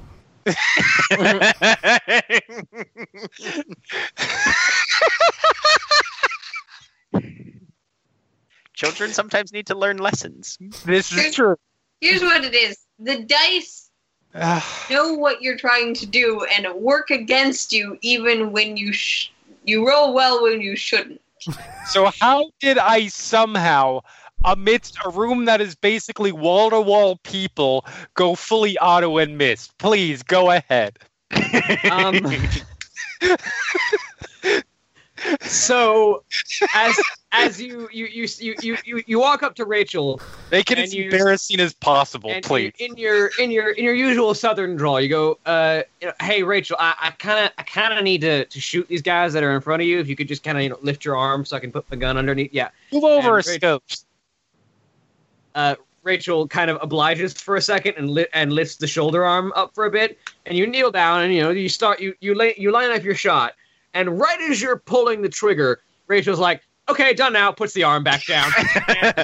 Children sometimes need to learn lessons. This is true. Here's what it is the dice Ah, know what you're trying to do and work against you even when you sh- you roll well when you shouldn't. so how did I somehow, amidst a room that is basically wall to wall people, go fully auto and miss? Please go ahead. Um, so, as as you you you you you, you, you walk up to Rachel Make it And as you- embarrassing as possible, and please. you- in your in your in your usual southern drawl, you go, uh, you know, "Hey Rachel, I, I kind of I kind of need to, to shoot these guys that are in front of you. If you could just kind of you know, lift your arm so I can put my gun underneath." Yeah, Move over, and Rachel- Scopes. uh, Rachel kind of obliges for a second and li- and lifts the shoulder arm up for a bit, and you kneel down and you know you start you you lay, you line up your shot, and right as you're pulling the trigger, Rachel's like, "Okay, done now." Puts the arm back down, yeah,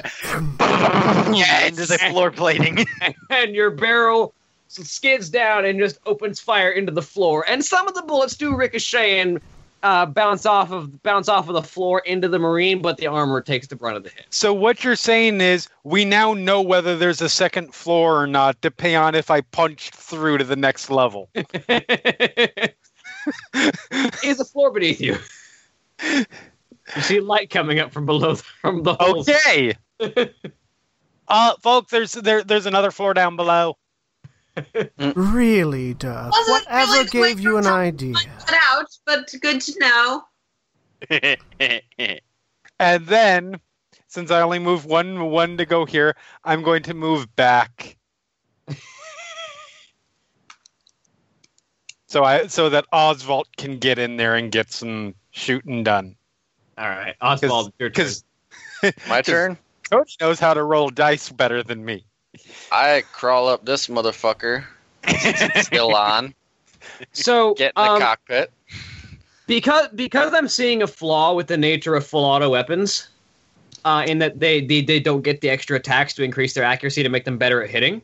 and there's a floor plating. and your barrel skids down and just opens fire into the floor. And some of the bullets do ricochet and uh, bounce off of bounce off of the floor into the marine, but the armor takes the brunt of the hit. So what you're saying is we now know whether there's a second floor or not, depending on if I punched through to the next level. is the floor beneath you. You see light coming up from below from the holes. Okay. uh folks, there's there there's another floor down below. Really, Duff? Wasn't really Whatever the way gave you an to- idea? Cut out, but good to know. And then since I only move one one to go here, I'm going to move back. so I so that Oswald can get in there and get some shooting done. All right, Oswald, your turn. Because My turn. Coach knows how to roll dice better than me. I crawl up this motherfucker. Still on. So Get in the um, cockpit. because because I'm seeing a flaw with the nature of full auto weapons, uh, in that they, they they don't get the extra attacks to increase their accuracy to make them better at hitting.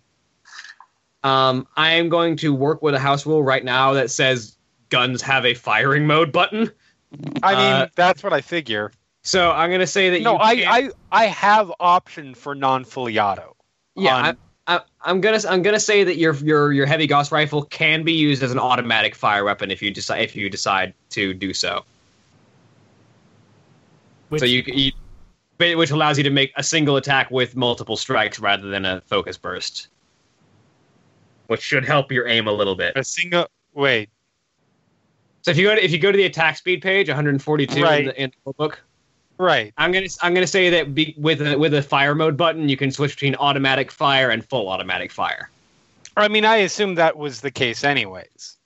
Um, I am going to work with a house rule right now that says guns have a firing mode button. I mean, Uh, that's what I figure. So I'm going to say that No, you can't- I, I I have option for non filiato. Yeah, on- I, I, I'm gonna I'm gonna say that your your your heavy Gauss rifle can be used as an automatic fire weapon if you decide if you decide to do so. Which- so you, you ba- which allows you to make a single attack with multiple strikes rather than a focus burst, which should help your aim a little bit. A single wait. So if you go to if you go to the attack speed page 142 Right. in the, in the book, Right. I'm gonna I'm gonna say that be, with a, with a fire mode button you can switch between automatic fire and full automatic fire. I mean I assume that was the case anyways.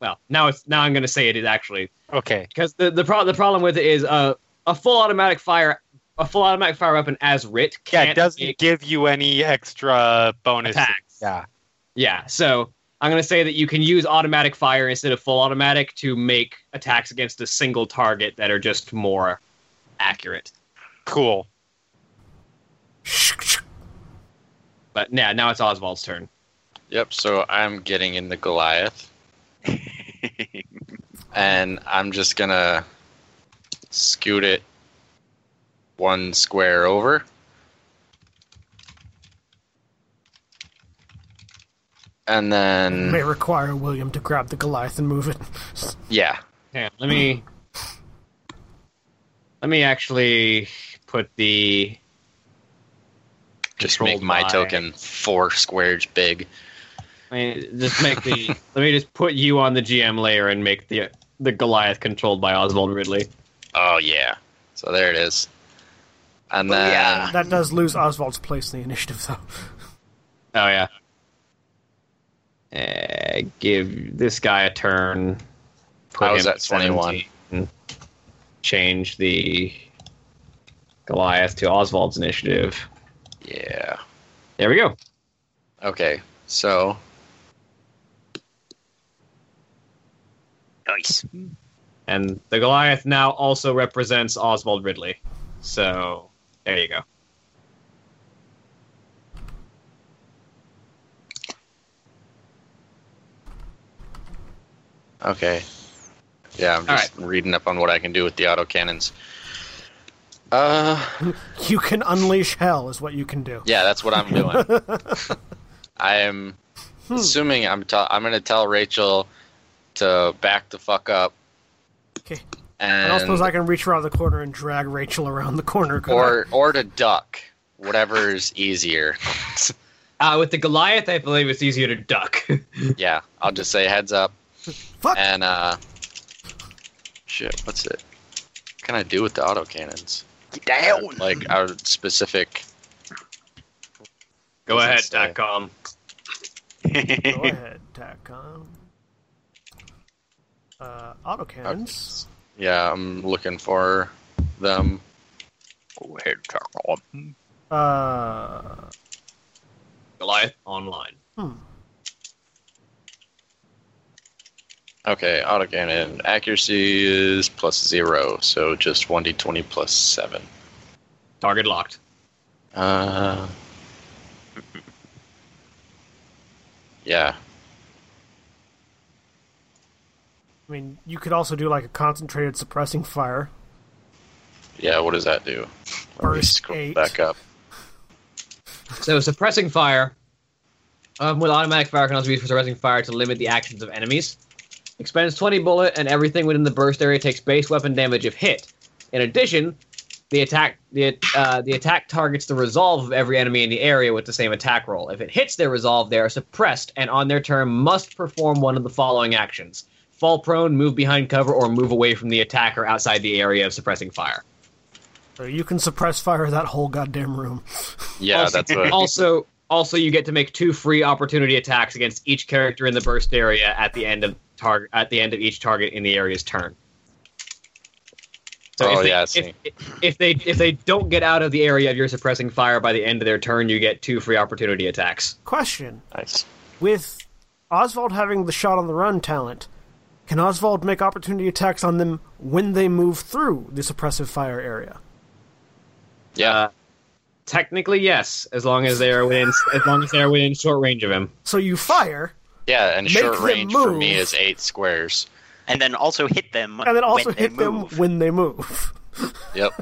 Well, now it's now I'm going to say it is actually Okay. because the the, pro- the problem with it is uh, a full automatic fire a full automatic fire weapon as writ Yeah, can't it doesn't make give you any extra bonus. attacks. Yeah. Yeah, so I'm going to say that you can use automatic fire instead of full automatic to make attacks against a single target that are just more accurate. Cool. But yeah, now it's Oswald's turn. Yep, so I'm getting in the Goliath. and I'm just gonna scoot it one square over. And May then, require William to grab the Goliath and move it. yeah, Yeah, let me let me actually put the just Controlled make my by- token four squares big. I mean, just make the. let me just put you on the GM layer and make the the Goliath controlled by Oswald Ridley. Oh, yeah. So there it is. And then, yeah. That does lose Oswald's place in the initiative, though. Oh yeah. Uh, give this guy a turn. I was him at 21. 17. Change the Goliath to Oswald's initiative. yeah. There we go. Okay, so Nice. And the Goliath now also represents Oswald Ridley. So there you go. Okay. Yeah, I'm All just reading up on what I can do with the auto cannons. Uh, You can unleash hell, is what you can do. yeah, that's what I'm doing. I am Hmm. assuming I'm i I'm gonna tell Rachel to back the fuck up. Okay. I And don't suppose I can reach around the corner and drag Rachel around the corner. could I? or or to duck, whatever's easier. Uh, with the Goliath, I believe it's easier to duck. yeah, I'll just say heads up fuck. and uh, shit. What's it? What can I do with the auto cannons? Get down. like our specific. Go Doesn't ahead, say. dot com. Go ahead, TACCOM. Uh, autocannons. Yeah, I'm looking for them. Go ahead, Tarkov. Uh, Goliath online. Okay, autocannon. Accuracy is plus zero, so just 1d20 plus seven. Target locked. Uh, yeah. I mean, you could also do like a concentrated suppressing fire. Yeah, what does that do? Let me Burst scroll eight. back up. So suppressing fire. Um, with automatic fire can also be used for suppressing fire to limit the actions of enemies. Expends 20 bullet and everything within the burst area takes base weapon damage if hit. In addition, the attack the uh, the attack targets the resolve of every enemy in the area with the same attack roll. If it hits their resolve, they are suppressed and on their turn must perform one of the following actions: fall prone, move behind cover, or move away from the attacker outside the area of suppressing fire. So you can suppress fire that whole goddamn room. Yeah, also, that's what. also also you get to make two free opportunity attacks against each character in the burst area at the end of target at the end of each target in the area's turn. Oh, if they, yeah, I if, see. if they if they don't get out of the area of your suppressing fire by the end of their turn, you get two free opportunity attacks. Question: Nice. With Oswald having the shot on the run talent, can Oswald make opportunity attacks on them when they move through the suppressive fire area? Yeah. Technically, yes, as long as they are within as long as they are within short range of him. So you fire Yeah, and Make short them range for me move. is eight squares. and then also hit them. and then also when hit they move. them when they move. Yep.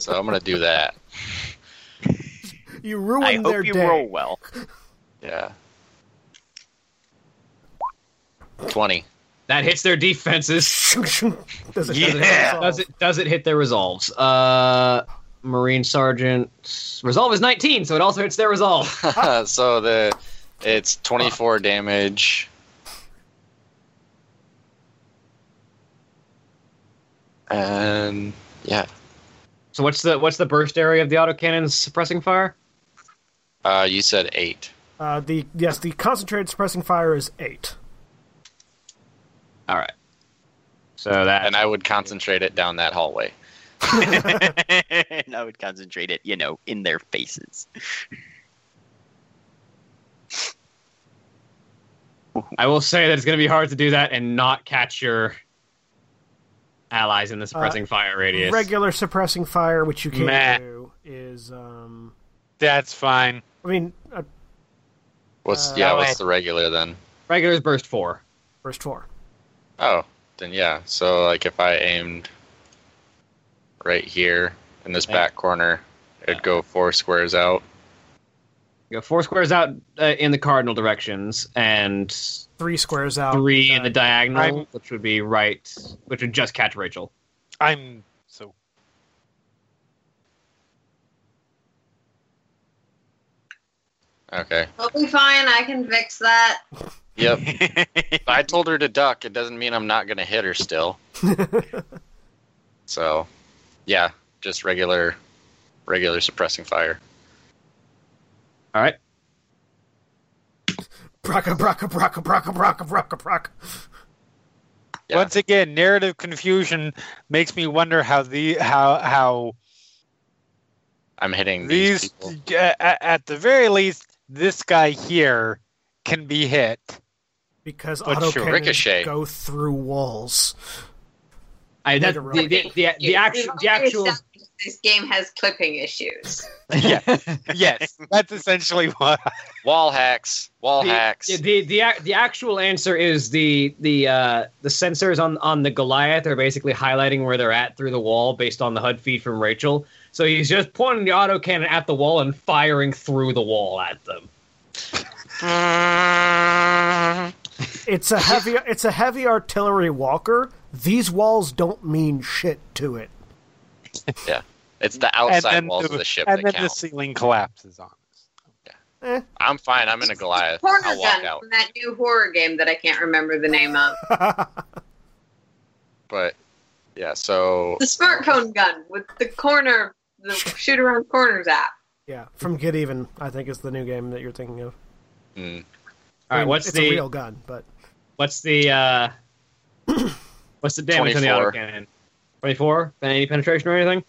so I'm gonna do that. You I ruin their hope you day. roll well. Yeah. Twenty. That hits their defenses. Does it- Yeah. Does it does it hit their resolves? Uh, Marine Sergeant resolve is 19, so it also hits their resolve. so the it's twenty four damage. And yeah. So what's the what's the burst area of the autocannon's suppressing fire? Uh you said eight. Uh, the yes, the concentrated suppressing fire is eight. All right. So that And I would concentrate it down that hallway. and I would concentrate it, you know, in their faces. I will say that it's going to be hard to do that and not catch your allies in the suppressing fire radius. Regular suppressing fire, which you can't Meh. do, is um. That's fine. I mean, uh, What's Uh, yeah, that what's way. the regular then? Regular is burst four. first four. Oh, then yeah. So like if I aimed right here in this back corner, it'd go four squares out. You go four squares out uh, in the cardinal directions and three squares out. three in the diagonal, I'm- which would be right, which would just catch Rachel. I'm so Okay. I'll be fine. I can fix that. Yep. I told her to duck. It doesn't mean I'm not gonna hit her still. so, yeah, just regular, regular suppressing fire. All right. Braka, braka, braka, braka, braka, braka, braka. Yeah. Once again, narrative confusion makes me wonder how the how how I'm hitting these. these people. a- a- at the very least this guy here can be hit. Because But auto sure, ricochet. go through walls. I, that, Later on. the, the, the, the, We've actual, the already actual established This game has clipping issues. Yeah. yes, that's essentially what. wall hacks. Wall the, hacks. The, the the ac- the actual answer is the the uh, the sensors on on the Goliath are basically highlighting where they're at through the wall based on the HUD feed from Rachel. So he's just pointing the autocannon at the wall and firing through the wall at them. It's a heavy, it's a heavy artillery walker. These walls don't mean shit to it. it's the And outside then walls the, of the ship and that then the count. ceiling collapses on us. Eh. I'm fine. I'm in a Goliath. I'll Corner walk Gun out. from that new horror game that I can't remember the name of. But Yeah, so The smartphone gun with the corner, the shoot around corners app. Yeah, from Get Even, I think is the new game that you're thinking of. mm, I All right, mean, what's it's a the real gun, but what's the uh, what's the damage on 24. the autocannon? Twenty four? Any penetration or anything?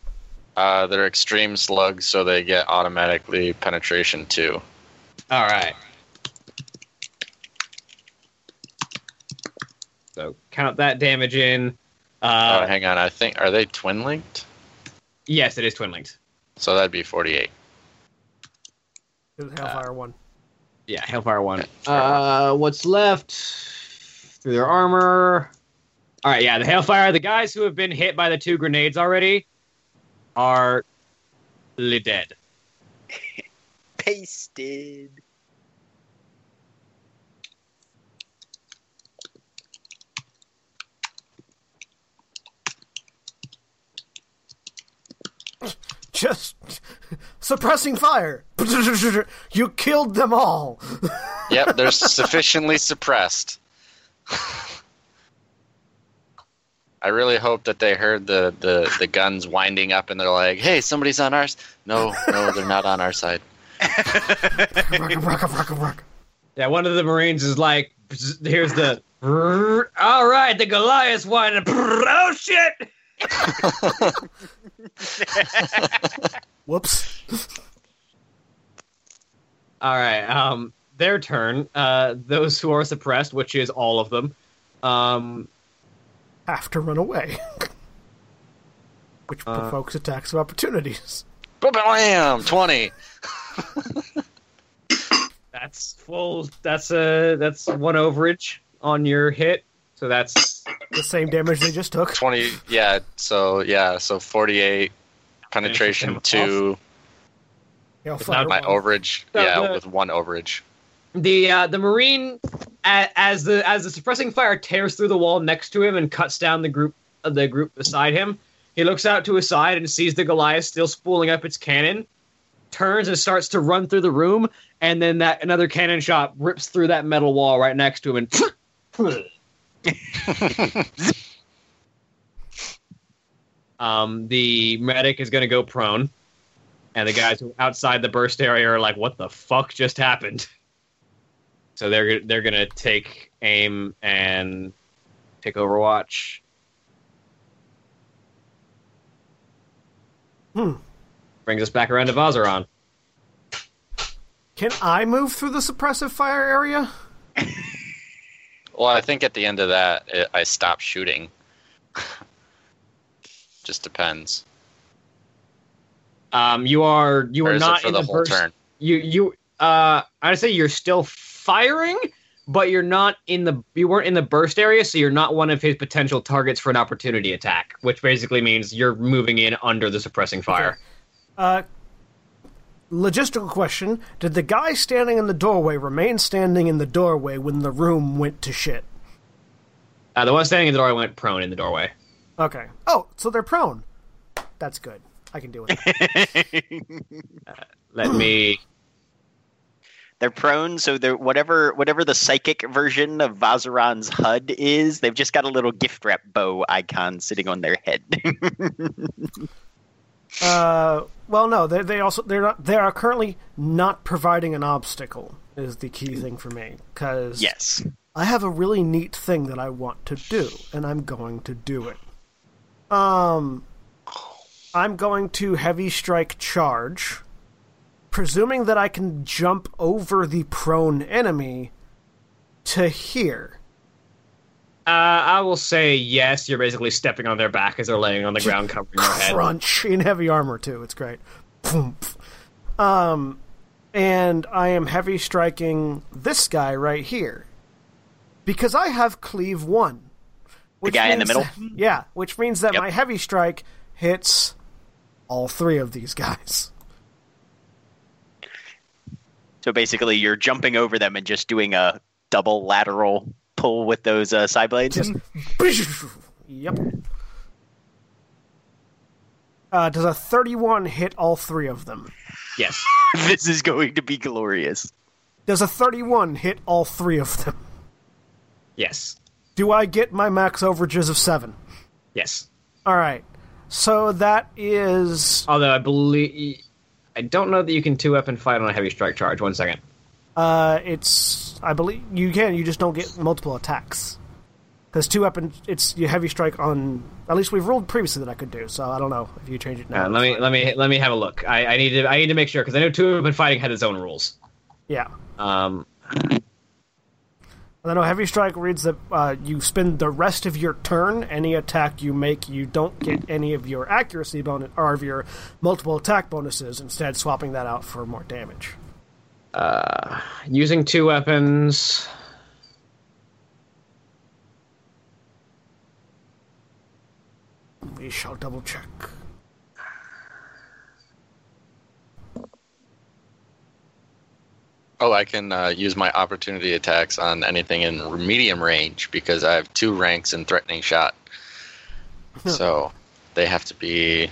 uh, they're extreme slugs, so they get automatically penetration too. All right. So count that damage in. Uh, Uh, hang on, I think are they twin linked? Yes, it is twin linked. So that'd be forty-eight. it was Hellfire One. Yeah, Hellfire one. Uh, what's left through their armor? All right, yeah, the Hellfire. The guys who have been hit by the two grenades already are li dead. Pasted. Just suppressing fire. you killed them all. Yep, they're sufficiently suppressed. I really hope that they heard the, the, the guns winding up and they're like, "Hey, somebody's on ours." No, no, they're not on our side. Rucka, rucka, rucka, rucka. Yeah, one of the Marines is like, "Bzz," here's the. "Brrr." All right, the Goliath's winding. Brrr. Oh shit! Whoops. All right. Um, their turn. Uh, those who are suppressed, which is all of them. Um, Have to run away. Which Uh. provokes attacks of opportunities. Bam, twenty. that's full. That's a that's one overage on your hit. So that's The same damage they just took. 20 yeah so yeah so 48 penetration Penetration to Hellfire my One. overage No, yeah the- with one overage the uh, the Marine a- as the as the suppressing fire tears through the wall next to him and cuts down the group uh, the group beside him. He looks out to his side and sees the Goliath still spooling up its cannon. Turns and starts to run through the room, and then that another cannon shot rips through that metal wall right next to him and Um, the medic is going to go prone, and the guys who are outside the burst area are like, "What the fuck just happened?" So they're they're going to take aim and take Overwatch. Hmm. Brings us back around to Vazaron. Can I move through the suppressive fire area? well i think at the end of that it, i stop shooting just depends Um, you are you or are is not it for in the, the, whole burst. turn You you uh, I'd say you're still firing, but you're not in the you weren't in the burst area, so you're not one of his potential targets for an opportunity attack, which basically means you're moving in under the suppressing fire. Uh, logistical question Did the guy standing in the doorway remain standing in the doorway when the room went to shit? Uh, the one standing in the doorway went prone in the doorway. Okay. Oh, so they're prone. That's good. I can deal with that. Let me. They're prone, so they're whatever whatever the psychic version of Vazaran's HUD is. They've just got a little gift wrap bow icon sitting on their head. uh, well, no, they, they also they're not they are currently not providing an obstacle is the key thing for me because yes. I have a really neat thing that I want to do, and I'm going to do it. Um, I'm going to heavy strike charge, presuming that I can jump over the prone enemy to here. Uh, I will say yes. You're basically stepping on their back as they're laying on the ground, covering their head. crunch in heavy armor too. It's great. Boom, pff. Um, and I am heavy striking this guy right here because I have cleave one. which guy in the means middle? that- yeah, which means that Yep. my heavy strike hits all three of these guys. So basically, you're jumping over them and just doing a double lateral pull with those uh, side blades. Just yep. Uh, does a thirty-one hit all three of them? Yes. this is going to be glorious. Does a thirty-one hit all three of them? Yes. Do I get my max overages of seven? Yes. All right. So that is Although I believe I don't know that you can two weapon fight on a heavy strike charge. One second. uh it's I believe you can, you just don't get multiple attacks. Cuz two weapon it's your heavy strike on at least we've rolled previously that I could do. So I don't know if you change it now. Uh, let me let me let me have a look. I, I need to I need to make sure because I know two weapon fighting had its own rules. Yeah. Um, And then a heavy strike reads that uh, you spend the rest of your turn. Any attack you make, you don't get any of your accuracy bonus or of your multiple attack bonuses. Instead, swapping that out for more damage. using two weapons. We shall double check. Oh, I can uh, use my opportunity attacks on anything in medium range because I have two ranks in threatening shot. so they have to be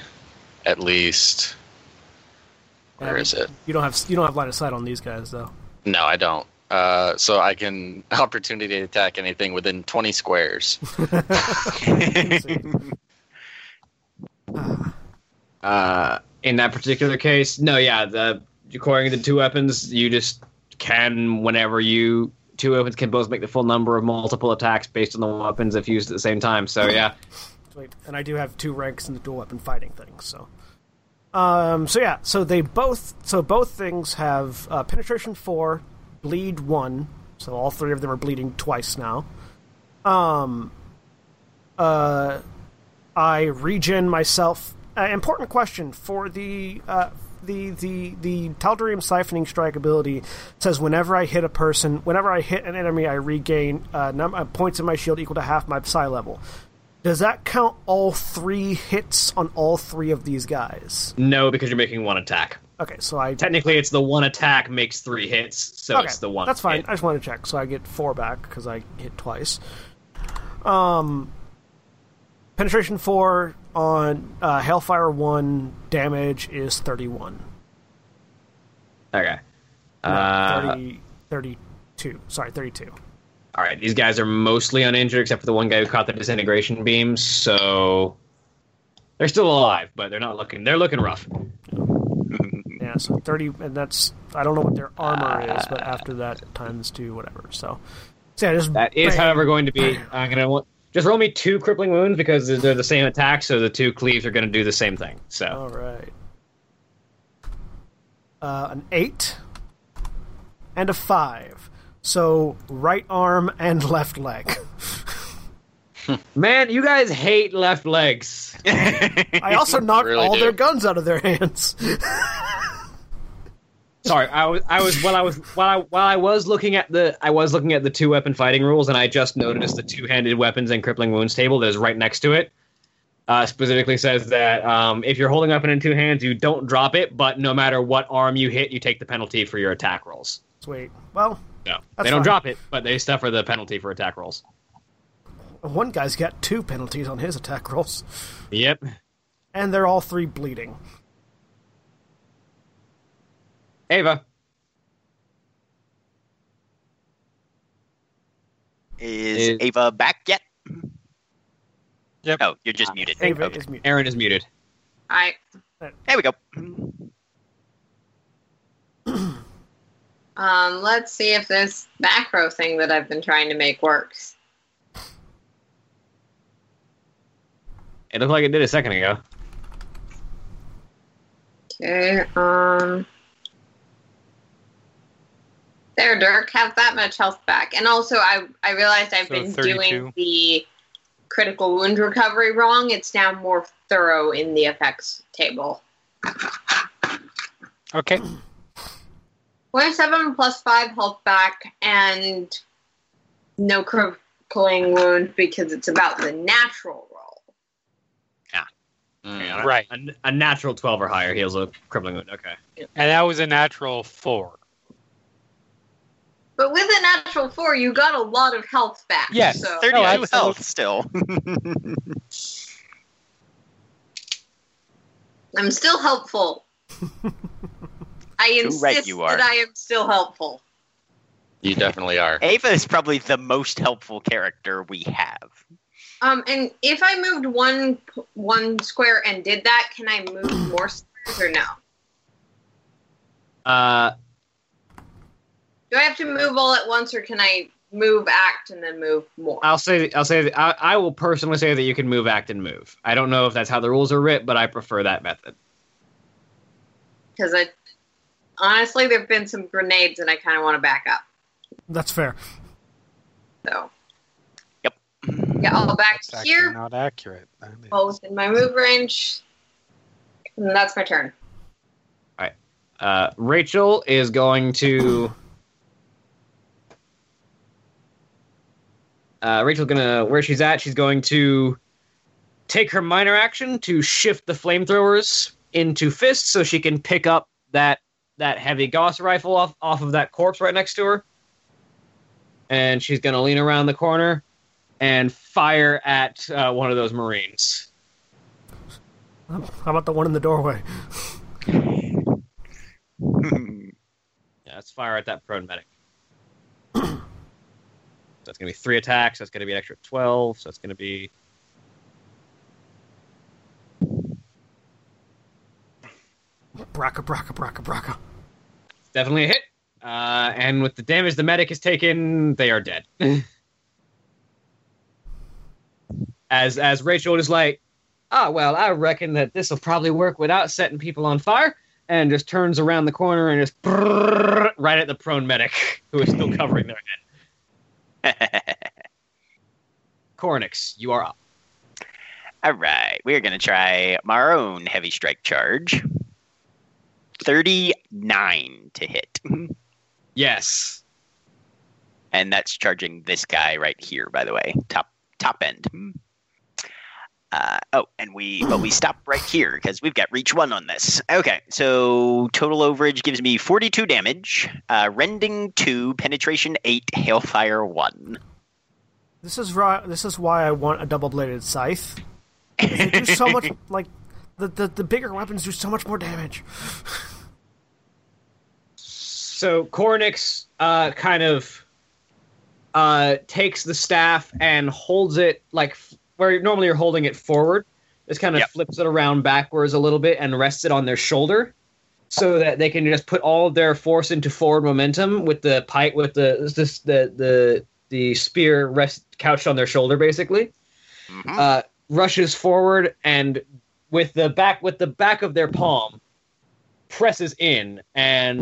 at least. Where is it? You don't have you don't have line of sight on these guys though. No, I don't. Uh, so I can opportunity attack anything within 20 squares. Uh, in that particular case, no, yeah, the according to the two weapons, you just can whenever you two weapons can both make the full number of multiple attacks based on the weapons if used at the same time. So yeah, Wait, and I do have two ranks in the dual weapon fighting thing. So, um, so yeah, so they both so both things have uh, penetration four, bleed one. So all three of them are bleeding twice now. Um, uh, I regen myself. Uh, important question for the uh, the the the Taldurium siphoning strike ability says whenever I hit a person, whenever I hit an enemy, I regain uh, num- uh, points in my shield equal to half my psi level. Does that count all three hits on all three of these guys? no, because you're making one attack. Okay, so I Technically, it's the one attack makes three hits, so okay, it's the one. That's fine. hit. I just want to check, so I get four back because I hit twice. Um, penetration four on uh, Hellfire one damage is thirty one. Okay. Uh, 30, 32. Sorry, thirty two. all right, these guys are mostly uninjured except for the one guy who caught the disintegration beam, so they're still alive, but they're not looking. They're looking rough. Yeah, so thirty, and that's I don't know what their armor is, Uh, but after that times two, whatever. So, so yeah, just That is, bang. however, going to be. I'm gonna want just roll me two crippling wounds because they're- they're the same attack, so the two cleaves are gonna do the same thing. So All right. Uh, an eight and a five. So right arm and left leg. man, you guys hate left legs. I also knocked Really all do. their guns out of their hands. Sorry, I was I was while I was while I while I was looking at the I was looking at the two weapon fighting rules, and I just noticed the two handed weapons and crippling wounds table that is right next to it. Uh, specifically says that um, if you're holding a weapon in two hands, you don't drop it, but no matter what arm you hit, you take the penalty for your attack rolls. Sweet. Well, No, That's they don't fine. drop it, but they suffer the penalty for attack rolls. one guy's got two penalties on his attack rolls, Yep. and they're all three bleeding. Ava. Is Is- Ava back yet? Yep. Oh, you're just muted. Ah. Ava Okay. is muted. Aaron is muted. I There we go. um, let's see if this macro thing that I've been trying to make works. It looked like it did a second ago. Okay. Um. There, Dirk, have that much health back. And also, I I realized I've So been 32. doing the critical wound recovery wrong. It's now more thorough in the effects table. Okay. 27 plus 5 health back and no crippling wound because it's about the natural roll. Mm. Right. A, a natural 12 or higher heals a crippling wound. Okay. And that was a natural four. But with a natural 4, you got a lot of health back. Yes, so. 32 Oh, absolutely. health still. I'm still helpful. I Too insist right you are. that I am still helpful. You definitely are. Ava is probably the most helpful character we have. Um, and if I moved one p- one square and did that, can I move more squares or no? Uh, Do I have to move all at once, or can I move act and then move more? Uh, I'll say I'll say I, I will personally say that you can move, act, and move. I don't know if that's how the rules are writ, but I prefer that method. Because I honestly, there've been some grenades, and I kind of want to back up. That's fair. So. Yep. Yeah, I'll back It's to actually here. not accurate. That is- Both in my move range. And that's my turn. Uh, Rachel is going to. Uh, Rachel gonna where she's at. She's going to take her minor action to shift the flamethrowers into fists, so she can pick up that that heavy Gauss rifle off off of that corpse right next to her. And she's gonna lean around the corner and fire at uh, one of those marines. Um, How about the one in the doorway? Yeah, let's fire at that prone medic. that's going to be three attacks. That's going to be an extra 12. So that's going to be. Braca, braca, braca, braca. It's definitely a hit. Uh, and with the damage the medic has taken, they are dead. as as Rachel is like, ah, well, I reckon that this will probably work without setting people on fire, and just turns around the corner and just right at the prone medic who is still covering their head. Cornix, you are up. All right, we're going to try our own heavy strike charge. 39 to hit. Yes. And that's charging this guy right here, by the way, top top end. Hmm. Uh, oh, and we but we stop right here because we've got reach one on this. Okay, so total overage gives me 42 damage, uh, rending two, penetration eight, hailfire one. This is ri- this is why I want a double-bladed scythe. They do so much like the, the the bigger weapons do so much more damage. So Cornix uh, kind of uh, takes the staff and holds it like f- where normally you're holding it forward. Just kind of Yep. flips it around backwards a little bit and rests it on their shoulder, so that they can just put all of their force into forward momentum with the pike with the this, the the the spear rest couched on their shoulder basically Mhm. uh, rushes forward and with the back with the back of their palm presses in and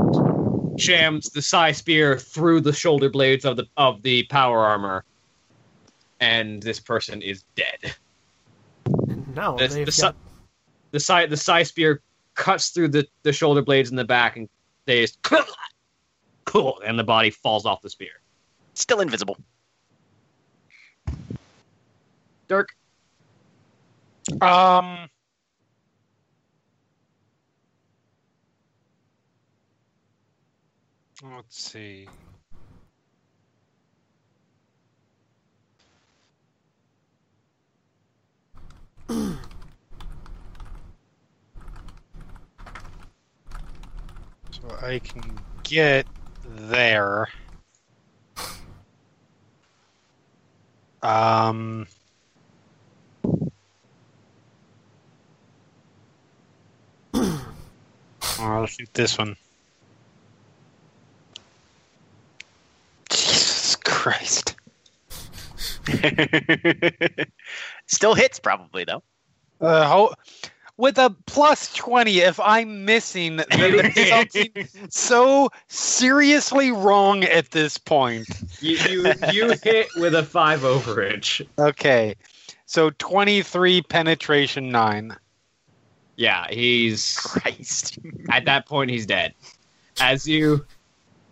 jams the psi spear through the shoulder blades of the of the power armor and this person is dead And now The- they've the got, the psi the psi spear cuts through the the shoulder blades in the back and they just and the body falls off the spear Still invisible. dirk Um. Let's see. so I can get there. Um. I'll shoot this one. Jesus Christ. Still hits probably though. Uh, ho- with a plus 20, if I'm missing, then there's something so seriously wrong at this point. you you, you hit with a five overage Okay. So 23 penetration 9. yeah he's Christ. At that point, he's dead. As you,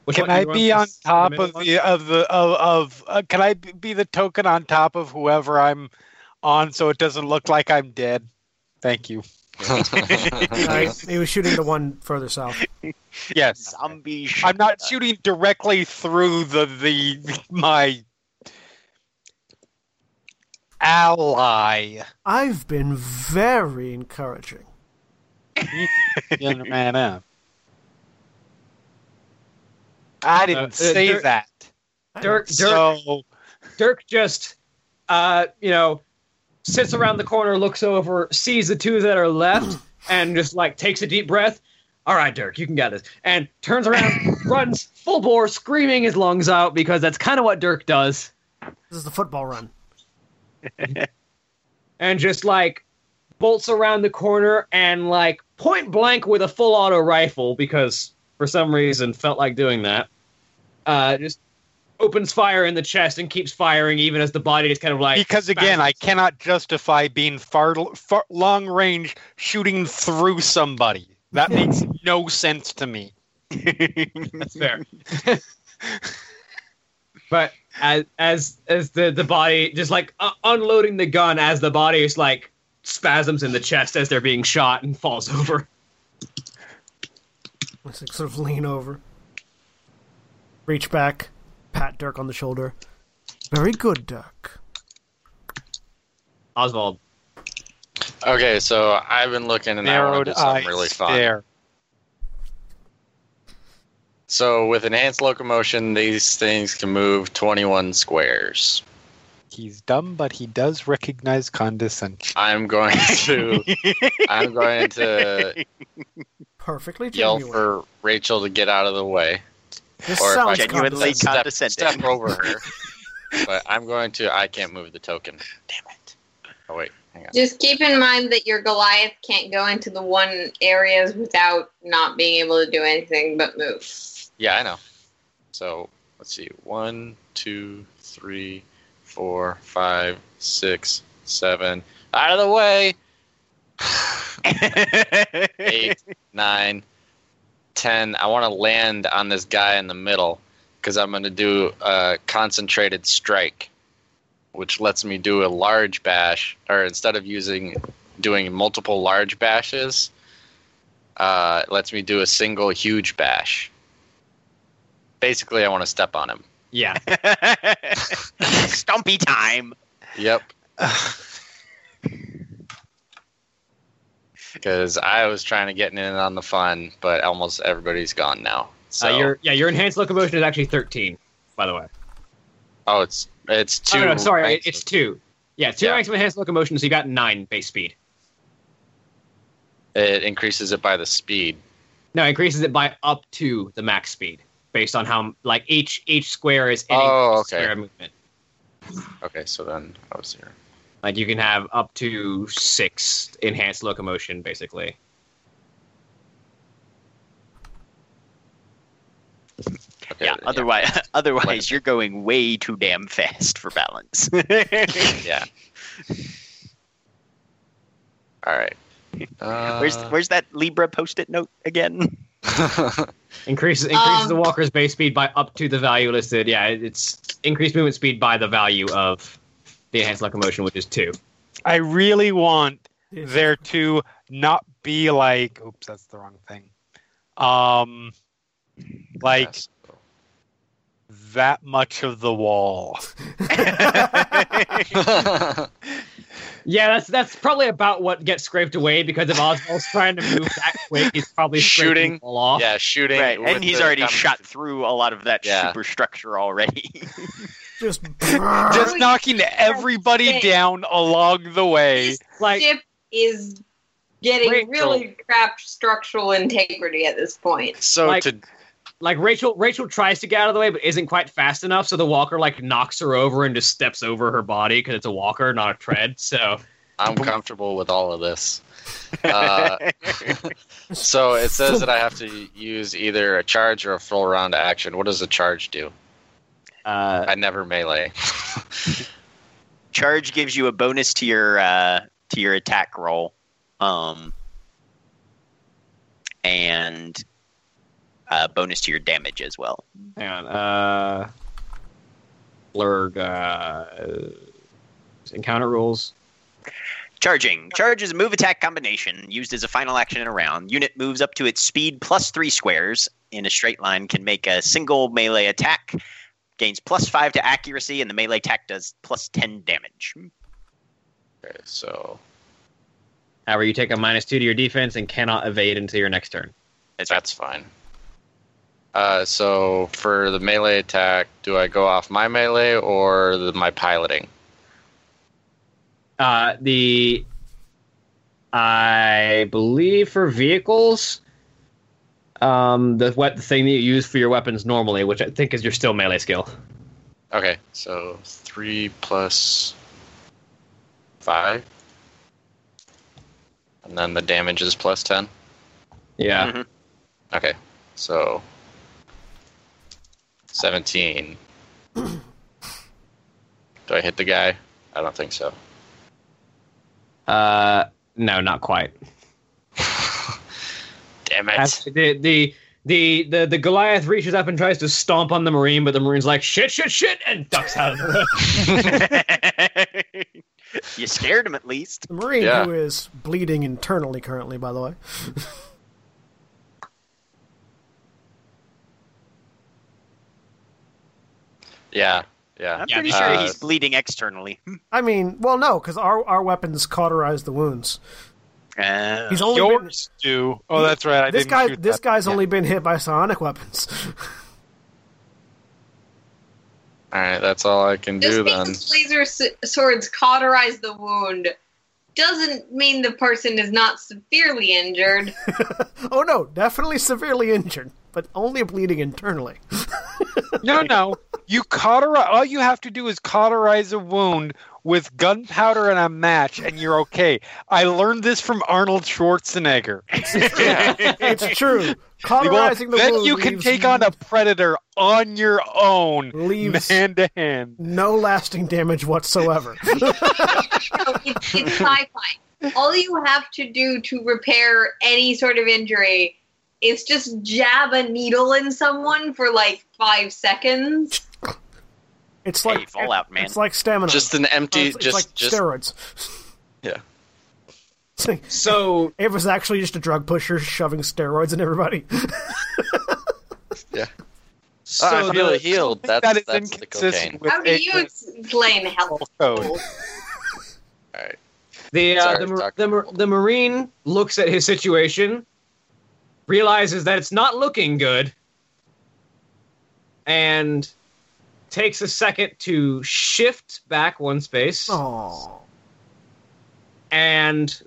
which Can one- I you want be on this- top middle of one? the of the of, of uh, can I be the token on top of whoever I'm on so it doesn't look like I'm dead? Thank you. I, he was shooting the one further south. Yes. Zombie I'm not shooting directly through the the my ally. I've been very encouraging. Young man up. Uh, I uh, didn't say there- that. I- Dirk? Dirk, So Dirk just, uh, you know, sits around the corner, looks over, sees the two that are left, and just like takes a deep breath. All right, Dirk, you can get this. And turns around, runs full bore, screaming his lungs out because that's kind of what Dirk does. This is the football run. And just like bolts around the corner and like point blank with a full auto rifle because for some reason felt like doing that. Uh, just opens fire in the chest and keeps firing even as the body just kind of like because again, I bounces. cannot justify being far, far long range shooting through somebody. That makes no sense to me. That's fair. but as as as the the body just like uh, unloading the gun as the body is like spasms in the chest as they're being shot and falls over. I just, like, sort of lean over, reach back, pat Dirk on the shoulder. Very good, Dirk. Oswald. Okay, so I've been looking and I want Narrowed to eyes do something really fun. stare. So with enhanced locomotion, these things can move 21 squares. He's dumb, but he does recognize condescension. I'm going to I'm going to Perfectly yell genuine. for Rachel to get out of the way. This or if I sounds genuinely condescending. Step- Condescending. Step over her. but I'm going to I can't move the token. Damn it. Oh wait, hang on. Just keep in mind that your Goliath can't go into the one areas without not being able to do anything but move. Yeah, I know. So let's see. One, two, three, four, five, six, seven. Out of the way. Eight, nine, ten. I want to land on this guy in the middle because I'm going to do a concentrated strike, which lets me do a large bash. Or instead of using doing multiple large bashes, uh, it lets me do a single huge bash basically I want to step on him. Yeah. uh, Stumpy time. Yep. Because I was trying to get in on the fun, but almost everybody's gone now. So uh, your yeah, your enhanced locomotion is actually thirteen, by the way. oh, it's it's two. Oh, no, sorry, ranks it, it's two. Yeah, two Yeah. ranks of enhanced locomotion, so you got nine base speed. of- it increases it by the speed. No, it increases it by up to the max speed based on how like each each square is any Oh, okay. square of movement. Okay, so then I was here. Like you can have up to six enhanced locomotion, basically. Okay, Yeah. Otherwise, otherwise you're going way too damn fast for balance. yeah. All right. Uh, where's where's that Libra post-it note again? Uh, Increases increases Um, the walker's base speed by up to the value listed. Yeah, it- it's increased movement speed by the value of the enhanced locomotion, which is two. I really want Yeah. there to not be like, oops, that's the wrong thing. Um, like yes. that much of the wall. Yeah, that's that's probably about what gets scraped away because if Oswald's trying to move that quick, he's probably scraping Shooting. people off. yeah, shooting. Right, with and he's the already com- shot through a lot of that Yeah. superstructure already. Just Just knocking everybody Thanks. down along the way. This Like ship is getting Rachel. really crap structural integrity at this point. So Like- to like Rachel Rachel tries to get out of the way but isn't quite fast enough, so the walker like knocks her over and just steps over her body because it's a walker, not a tread. So I'm comfortable with all of this. Uh, so it says that I have to use either a charge or a full round action. What does a charge do? uh, I never melee. Charge gives you a bonus to your uh, to your attack roll, um, and a bonus to your damage as well. hang on. Uh Blurg uh encounter rules. Charging. Charge is a move attack combination used as a final action in a round. Unit moves up to its speed plus three squares in a straight line, can make a single melee attack, gains plus five to accuracy, and the melee attack does plus 10 damage. Okay, so However, you take a minus two to your defense and cannot evade until your next turn. that's, fine. Uh, so for the melee attack, do I go off my melee or the, my piloting? Uh, the I believe for vehicles, um, the what the thing that you use for your weapons normally, which I think is your still melee skill. Okay, so three plus five, and then the damage is plus ten. Yeah. Mhm. Okay, so seventeen. Do I hit the guy? I don't think so. Uh, no, not quite. Damn it! Actually, the, the the the the Goliath reaches up and tries to stomp on the Marine, but the Marine's like shit, shit, shit, and ducks out of the way. you scared him at least. The Marine, Yeah. who is bleeding internally currently, by the way. yeah, yeah. I'm pretty sure he's bleeding externally. I mean, well, no, because our, our weapons cauterize the wounds. Uh, He's only been, Yours do. Oh, that's right. I this didn't guy shoot this that. guy's only been hit by psionic weapons. All right, that's all I can Just do then. because laser s- swords cauterize the wound doesn't mean the person is not severely injured. oh no, definitely severely injured, but only bleeding internally. No, no. You cauterize. All you have to do is cauterize a wound with gunpowder and a match, and you're okay. I learned this from Arnold Schwarzenegger. It's true. Cauterizing the then wound you can leaves take on a predator on your own, Leaves- hand to hand. no lasting damage whatsoever. it's, it's sci-fi. All you have to do to repair any sort of injury is just jab a needle in someone for like five seconds. It's hey, like Fallout man. it's like stamina. Just an Uh, empty, it's, it's just like just steroids. Yeah. It's like, So It was actually just a drug pusher shoving steroids in everybody. so Ah, I feel the- healed. That's that is that's the cocaine. inconsistent with How do a you explain health? code. All right. The uh, Sorry, the, mar- Doc. the, mar- the marine looks at his situation, realizes that it's not looking good, and takes a second to shift back one space Oh, and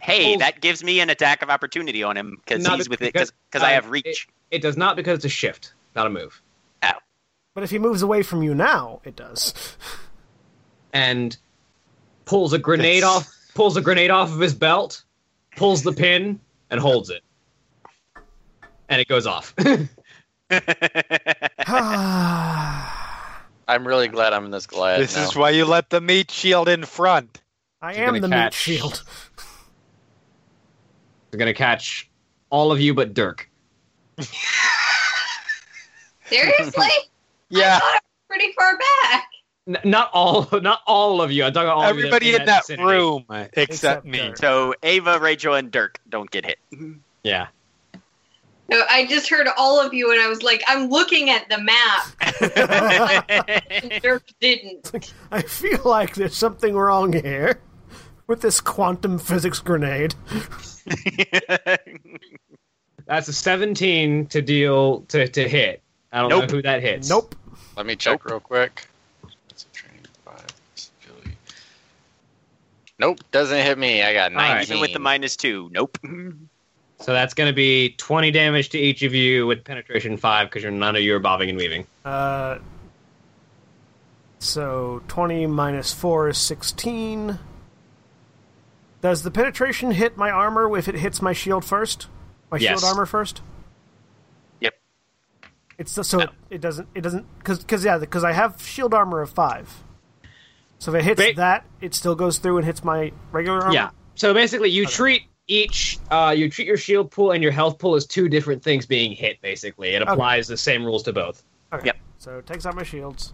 hey, Pulls- that gives me an attack of opportunity on him because Not he's with it because- because I uh, have reach. it does not because it's a shift, not a move. but if he moves away from you now, it does. and pulls a grenade off pulls a grenade off of his belt, pulls the pin, and holds it. And it goes off. I I'm really glad I'm in this Goliath This now. is why you let the meat shield in front. am gonna the meat catch. shield. They're gonna catch all of you but Dirk. Seriously? I Yeah, thought it was pretty far back. N- not all, not all of you. I'm talking all everybody of you in that vicinity. room uh, except, Except me. Dirk. So Ava, Rachel, and Dirk don't get hit. Yeah, No, I just heard all of you, and I was like, I'm looking at the map. And Dirk didn't. I feel like there's something wrong here with this quantum physics grenade. that's a 17 to deal to, to hit. I don't Nope. know who that hits. Nope. Let me check real quick. That's a training five. agility. Nope, doesn't hit me. I got All right. nineteen. Even with the minus two, nope. So that's gonna be 20 damage to each of you with penetration five because you're none of you are bobbing and weaving. Uh, so 20 minus 4 is 16. Does the penetration hit my armor if it hits my shield first? My Yes. shield armor first? Yep. It's so it, it doesn't it doesn't cuz cuz yeah, cuz I have shield armor of 5. So if it hits Ba- that, it still goes through and hits my regular armor. Yeah. So basically, you treat each, uh, you treat your shield pool and your health pool as two different things being hit. Basically, it applies the same rules to both. Okay. Yep. So it takes out my shields.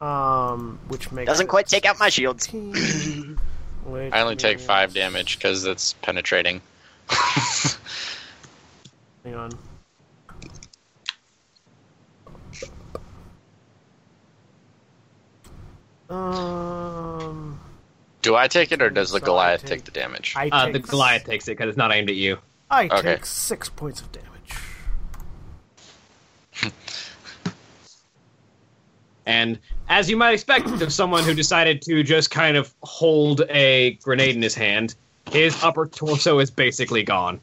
Um which makes Doesn't it quite take out my shields. 16, which I only take means- five damage because it's penetrating. Hang on. Um, Do I take it or does the So I Goliath take- take the damage? I Uh, take the Goliath takes it because it's not aimed at you. I Okay. take six points of damage. And as you might expect of someone who decided to just kind of hold a grenade in his hand, his upper torso is basically gone.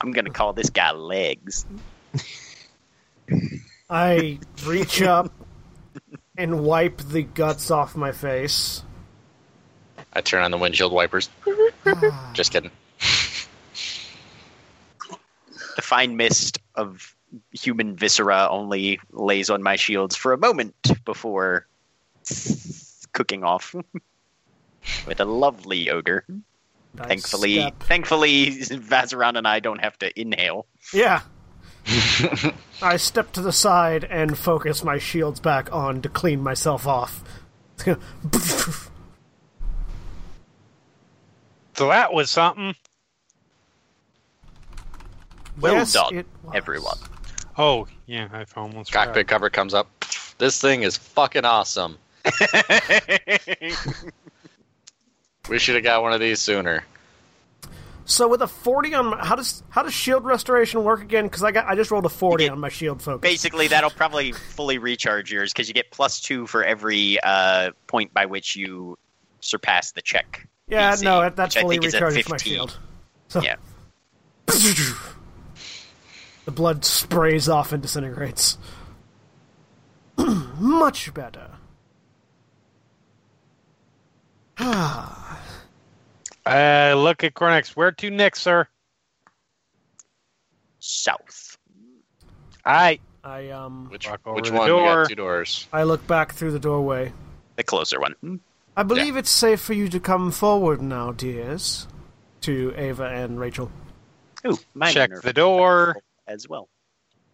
I'm gonna call this guy legs. I reach up and wipe the guts off my face. I turn on the windshield wipers. Just kidding. The fine mist of human viscera only lays on my shields for a moment before cooking off with a lovely odor. I Thankfully, step- thankfully, Vazaran and I don't have to inhale. Yeah. I step to the side and focus my shields back on to clean myself off. So that was something. Well Yes, done, it was. everyone. Oh, yeah, I've almost forgot. Cockpit cover comes up. This thing is fucking awesome. We should have got one of these sooner. So with a forty on my, how does how does shield restoration work again? Because I got I just rolled a forty get- on my shield focus. Basically, that'll probably fully recharge yours because you get plus two for every uh, point by which you surpass the check. yeah, easy, no, that- that's which I fully think is at recharges my 15. shield. So, Yeah. the blood sprays off and disintegrates. Much better. Ah. Uh, look at Cornex. Where to next, sir? South. I I um Which, Walk over which the one? We door. got two doors. I look back through the doorway. The closer one. I believe it's safe for you to come forward now, dears. To Ava and Rachel. Ooh, mine check are the door. as well.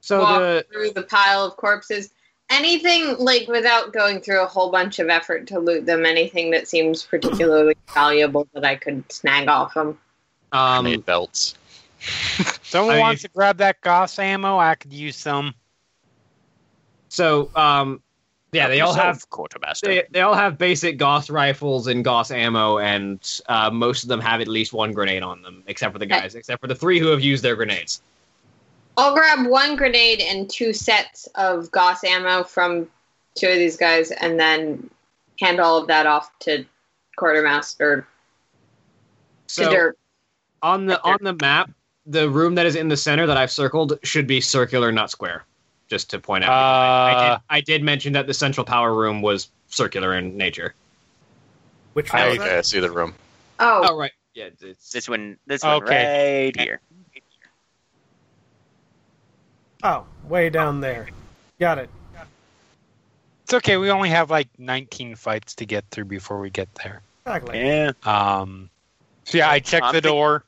So walk the um, through the pile of corpses. Anything like without going through a whole bunch of effort to loot them. Anything that seems particularly valuable that I could snag off them. um, Made belts. Someone I- wants to grab that Goss ammo. I could use some. so um, yeah, uh, they all have quartermaster. they, they all have basic Goss rifles and Goss ammo, and uh, most of them have at least one grenade on them, except for the guys, except for the three who have used their grenades. I'll grab one grenade and two sets of Goss ammo from two of these guys, and then hand all of that off to quartermaster to So Dirk. on the on the map, the room that is in the center that I've circled should be circular, not square. Just to point out, I, Uh, did, I did mention that the central power room was circular in nature. Which I, one is uh, okay, I see the room. Oh, Oh right, yeah, it's, This one, this Okay. one right here. that? Oh, way down there. Got it. it's okay. We only have like 19 fights to get through before we get there. Exactly. Yeah. Um, so yeah, I checked I'm the thinking- door.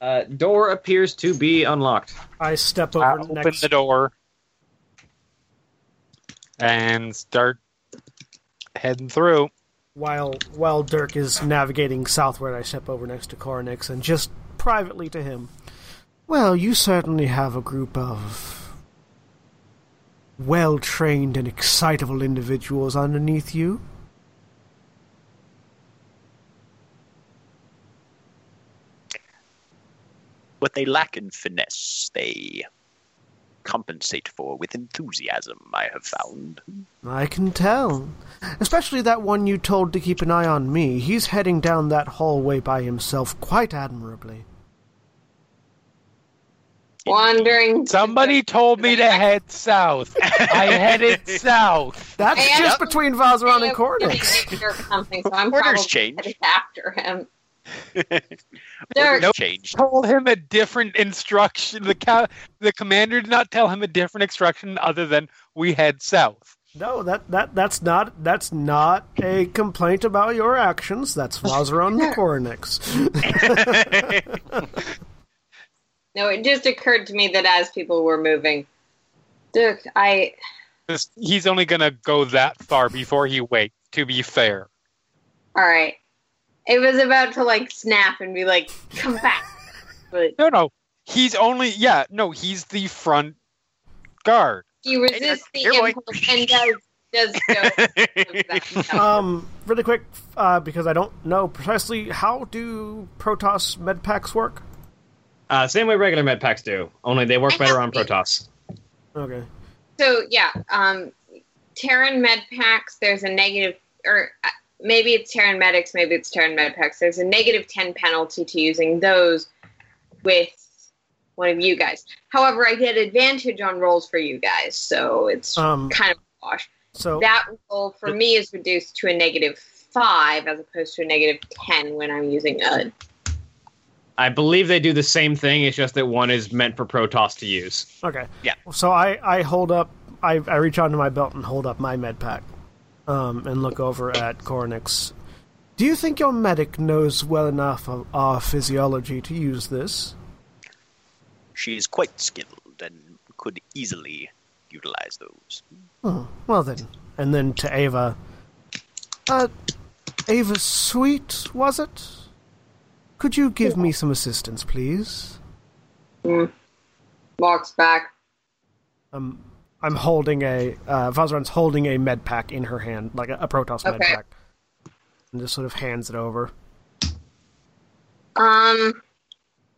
uh, door appears to be unlocked. I step I over open next. the door and start heading through. while while Dirk is navigating southward, I step over next to Koronix and just privately to him. Well, you certainly have a group of well trained and excitable individuals underneath you. What they lack in finesse, they compensate for with enthusiasm. I have found. I can tell. Especially that one you told to keep an eye on me. He's heading down that hallway by himself quite admirably. wandering. Somebody told me to head south. I headed south. That's Hey, I just don't- between Vazaran and Koronix. Dirk something, so I'm Orders probably change. headed after him. Dirk, Nope. Changed. Told him a different instruction. The co- the commander did not tell him a different instruction other than we head south. No, that, that that's not that's not a complaint about your actions. That's Vazaran and Koronix. No, it just occurred to me that as people were moving, Dirk, I This- He's only gonna go that far before he waits. To be fair, all right. It was about to like snap and be like, "Come back," but no, no, he's only yeah, no, he's the front guard. he resists the Here, boy. impulse and does does go. Um, really quick, uh, because I don't know precisely how do Protoss med packs work. Uh, same way regular med packs do, only they work I better know. on Protoss. Okay. So yeah, um, Terran med packs. There's a negative, or uh, maybe it's Terran medics, maybe it's Terran med packs. There's a negative ten penalty to using those with one of you guys. However, I get advantage on rolls for you guys, so it's Um. kind of a wash. So That roll for me is reduced to a negative five as opposed to a negative ten when I'm using a. I believe they do the same thing. It's just that one is meant for Protoss to use. okay. Yeah. So I I hold up. I I reach onto my belt and hold up my med pack, um, and look over at Cornix. Do you think your medic knows well enough of our physiology to use this? She is quite skilled and could easily utilize those. Hmm, well then, and then to Ava. Uh, Ava Sweet, was it? Could you give me some assistance, please? Walks back. Um, I'm holding a uh, Vazran's holding a med pack in her hand, like a, a Protoss med Okay. pack, and just sort of hands it over. Um,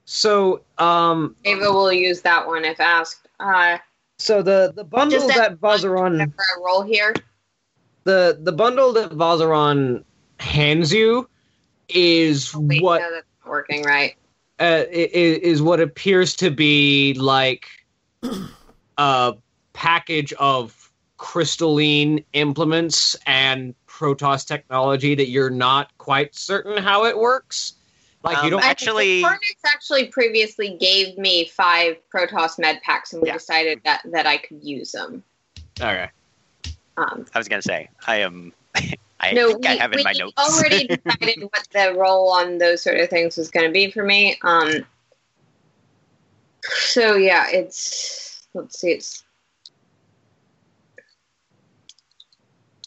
So, um, Ava will use that one if asked. Uh, so the the bundle Just that- that Vazaron for a roll here. the the bundle that Vazaron hands you is Oh, wait, what No, that's not working right. uh, i- i- is what appears to be like a package of crystalline implements and Protoss technology that you're not quite certain how it works. Like you Um, don't. I- Actually- Hornets actually previously gave me five Protoss med packs, and we Yeah. decided that that I could use them. okay. Um, I was gonna say I am. I no, think we, I have in we my notes. already decided what the role on those sort of things was going to be for me. Um, so yeah, it's let's see, it's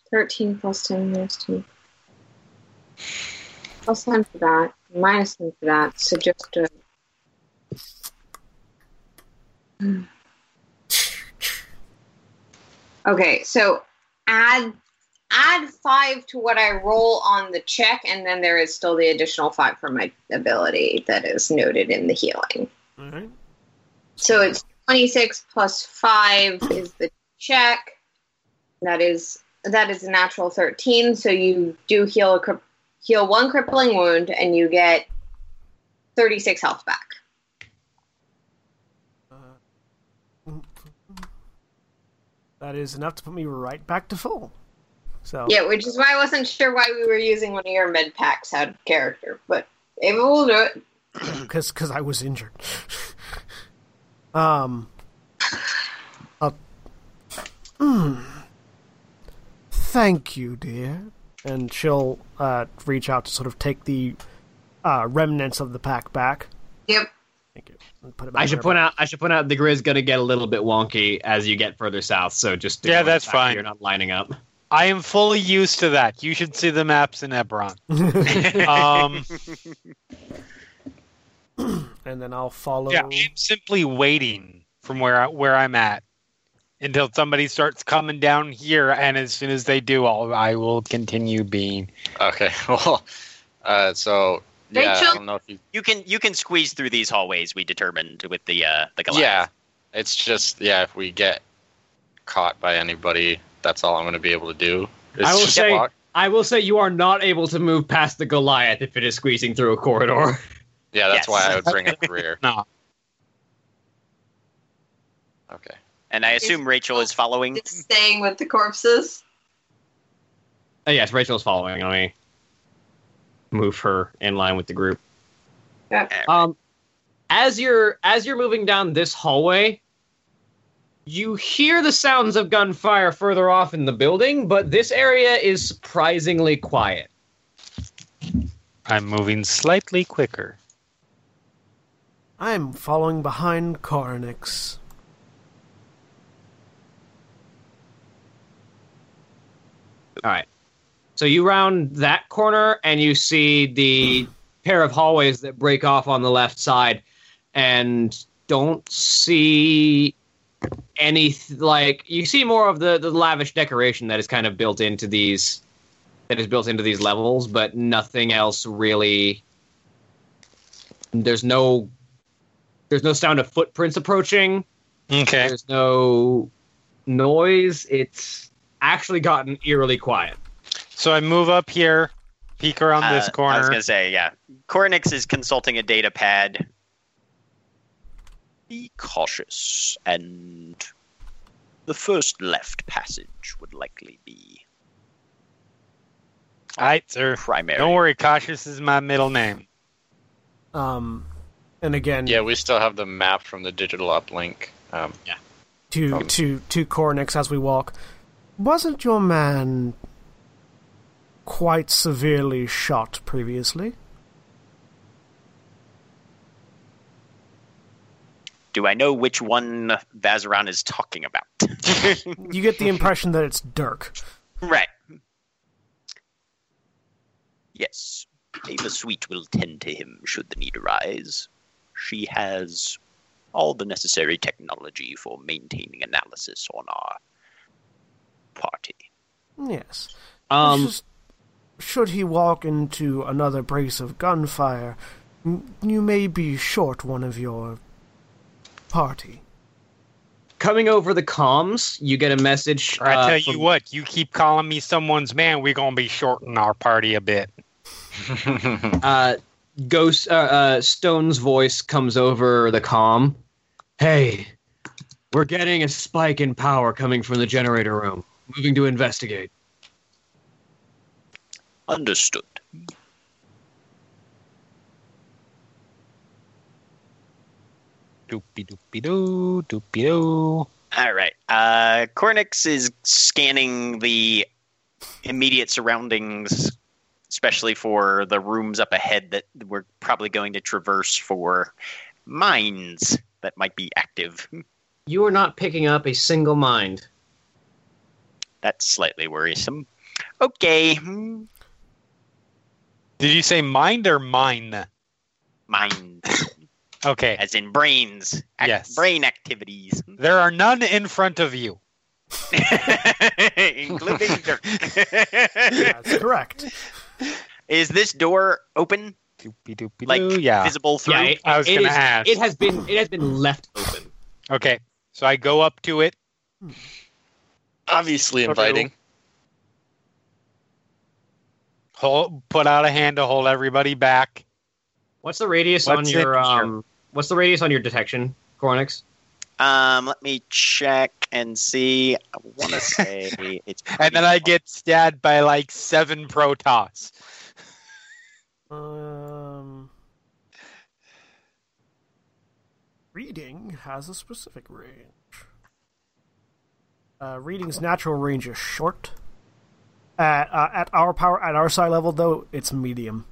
thirteen plus ten minus two. Plus ten for that, minus ten for that. So just uh, a Okay, so add add five to what I roll on the check, and then there is still the additional five for my ability that is noted in the healing. All right. So it's twenty six plus five is the check. That is that is a natural thirteen. So you do heal a cri- heal one crippling wound, and you get thirty six health back. That is enough to put me right back to full. So Yeah, which is why I wasn't sure why we were using one of your med packs out of character, but Ava will do it. because because I was injured. um. uh, mm. thank you, dear. And she'll uh, reach out to sort of take the uh, remnants of the pack back. Yep. Thank you. And put it back I in should her point bag. out. I should point out the grid's gonna get a little bit wonky as you get further south. So just Yeah, ignore the that's fact that fine. You're not lining up. I am fully used to that. You should see the maps in Ebron. um, and then I'll follow. yeah, I'm simply waiting from where I, where I'm at until somebody starts coming down here, and as soon as they do, I'll, I will continue being. Okay. Well, uh, so yeah, I Rachel? don't know if you. you can you can squeeze through these hallways we determined with the uh, the Goliath. Yeah, it's just yeah. If we get caught by anybody, that's all I'm going to be able to do. It's I will just say- walk. I will say you are not able to move past the Goliath if it is squeezing through a corridor. Yeah, Yes. that's why I would bring up rear. No. Okay. and I assume Rachel is following. Just staying with the corpses. Uh, yes, Rachel's following. Let me move her in line with the group. Yeah. Um, As you're as you're moving down this hallway, you hear the sounds of gunfire further off in the building, but this area is surprisingly quiet. I'm moving slightly quicker. I'm following behind Coronix. So you round that corner and you see the pair of hallways that break off on the left side and don't see any like you see more of the the lavish decoration that is kind of built into these that is built into these levels but nothing else really there's no There's no sound of footprints approaching. Okay. There's no noise. It's actually gotten eerily quiet. So I move up here, peek around this Uh, I was corner. gonna say, yeah. Cornix is consulting a data pad. Be cautious, and the first left passage would likely be All right, sir. primary. Don't worry, cautious is my middle name. Um, and again, Yeah, we still have the map from the digital uplink. Um, to Um, to to Cornix as we walk. Wasn't your man quite severely shot previously? Do I know which one Vazaran is talking about? You get the impression that it's Dirk. right. Yes. Ava Sweet will tend to him should the need arise. She has all the necessary technology for maintaining analysis on our party. Yes. It's Um, just, should he walk into another brace of gunfire, m- you may be short one of your party. coming over the comms, you get a message. Or I uh, tell from- you what, you keep calling me someone's man, we're gonna be shorting our party a bit. uh, Ghost uh, uh, Stone's voice comes over the comm. Hey, we're getting a spike in power coming from the generator room. Moving to investigate. Understood. Doopy doopy doo, doopy doo. All right. Uh, Cornix is scanning the immediate surroundings, especially for the rooms up ahead that we're probably going to traverse for mines that might be active. You are not picking up a single mind. That's slightly worrisome. Okay. Did you say mind or mine? Mines, Okay. as in brains. Ac- Yes. Brain activities, There are none in front of you. including Dirk. That's correct. is this door open? Doopy doopy Like, doo, yeah. visible through? Yeah, it, I was it gonna is- ask. It has been it has been left open. Okay. So I go up to it. obviously inviting. Hold, put out a hand to hold everybody back. What's the radius What's on it? your um? What's the radius on your detection, Cornix? Um, let me check and see. I want to say it's. And then I get stabbed by like seven Protoss. Um, reading has a specific range. Uh, reading's natural range is short. At uh, at our power at our psi level though, it's medium.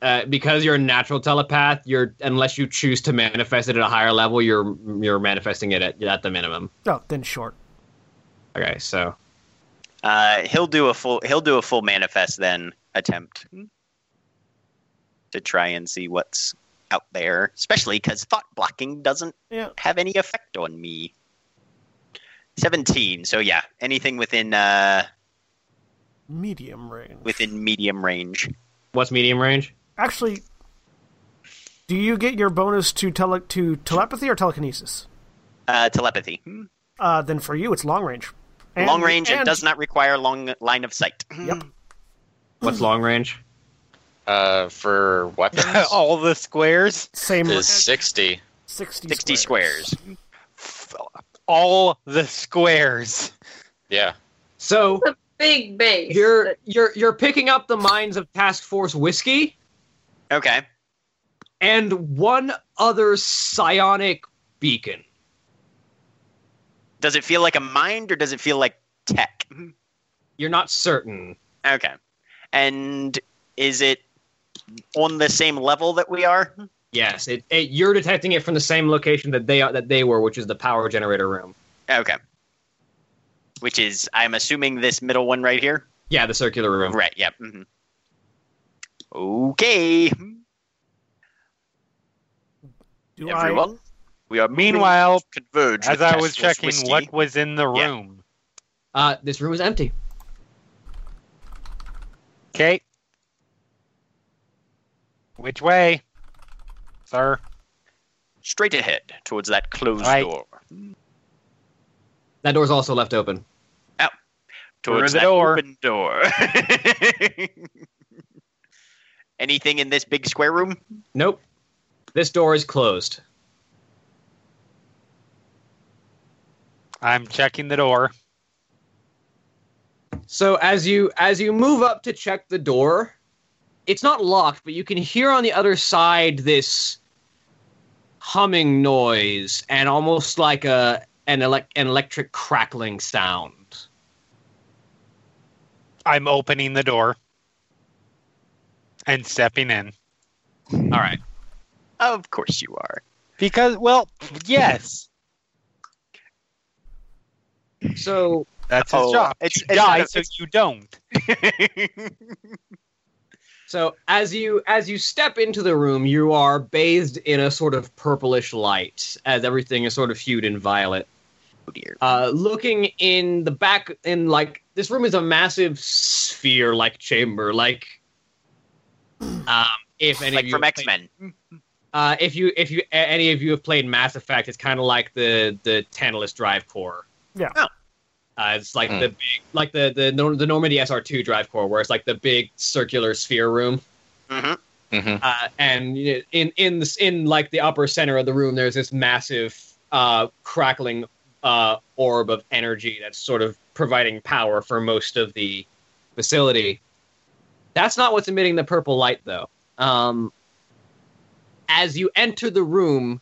Uh, because you're a natural telepath, you're unless you choose to manifest it at a higher level, you're you're manifesting it at, at the minimum. Oh, then short. Okay, so Uh, he'll do a full. He'll do a full manifest then attempt to try and see what's out there, especially because thought blocking doesn't Yeah. have any effect on me. Seventeen. So yeah, anything within uh Medium range. within medium range. what's medium range? Actually, do you get your bonus to tele to telepathy or telekinesis? Uh, telepathy. Uh, then for you, it's long range. And- long range. it and- does not require long line of sight. Hmm. Yep. What's long range? Uh, for weapons Oh, All the squares. Same is sixty. 60, 60 squares. All the squares. Yeah, So Big base. you're you're you're picking up the minds of Task Force Whiskey Okay. and one other psionic beacon. Does it feel like a mind or does it feel like tech? Hmm. You're not certain. Okay. And is it on the same level that we are? Hmm. Yes, it, it you're detecting it from the same location that they are that they were, which is the power generator room. Okay. Which is, I'm assuming, this middle one right here? Yeah, the circular room. Right, yep. hmm Okay. Hmm. Do I, Everyone, we are moving Meanwhile, to converge. as with I Task was Force checking Whiskey. what was in the Yeah. room. Uh, this room is empty. Okay. Which way, sir? straight ahead towards that closed Right. door. That door's also left open. Towards the that door. open door. Anything in this big square room? Nope. This door is closed. I'm checking the door. So as you as you move up to check the door, it's not locked, but you can hear on the other side this humming noise and almost like a an, elec an electric crackling sound. I'm opening the door and stepping in. All right. Of course you are. Because, well, yes, So that's his Oh, job. it's- you it's die, not a- so you don't. So as you as you step into the room, you are bathed in a sort of purplish light, as everything is sort of hued in violet. Oh dear. Uh, looking in the back, in like this room is a massive sphere-like chamber, like um, if any like of you from have X Men. played- uh, if you if you a- any of you have played Mass Effect, it's kind of like the the Tantalus drive core. Yeah. Oh. Uh, it's like Hmm. the big, like the the Nor- the Normandy SR2 drive core, where it's like the big circular sphere room hmm hmm uh, and you know, in in this in like the upper center of the room, there's this massive uh, crackling uh, orb of energy that's sort of providing power for most of the facility. That's not what's emitting the purple light, though. Um, as you enter the room,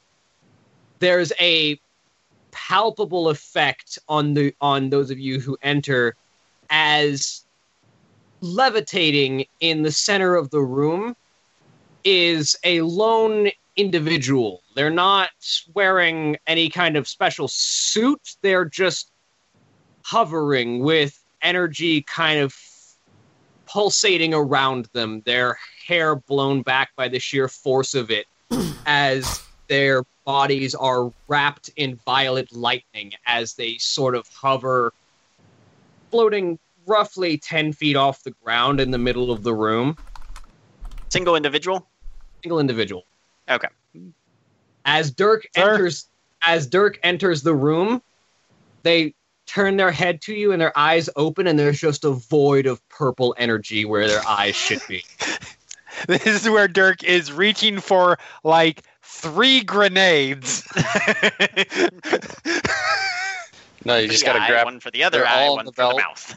there's a palpable effect on the on those of you who enter as levitating in the center of the room is a lone individual. They're not wearing any kind of special suit. They're just hovering with energy kind of pulsating around them, their hair blown back by the sheer force of it as their bodies are wrapped in violet lightning as they sort of hover, floating roughly 10 feet off the ground in the middle of the room Single individual. single individual. Okay. As Dirk Sir? enters, as Dirk enters the room, they turn their head to you and their eyes open, and there's just a void of purple energy where their eyes should be. This is where Dirk is reaching for like three grenades. No, you For just the got to eye, grab. one for the other they're eye, all in one the for the belt. mouth.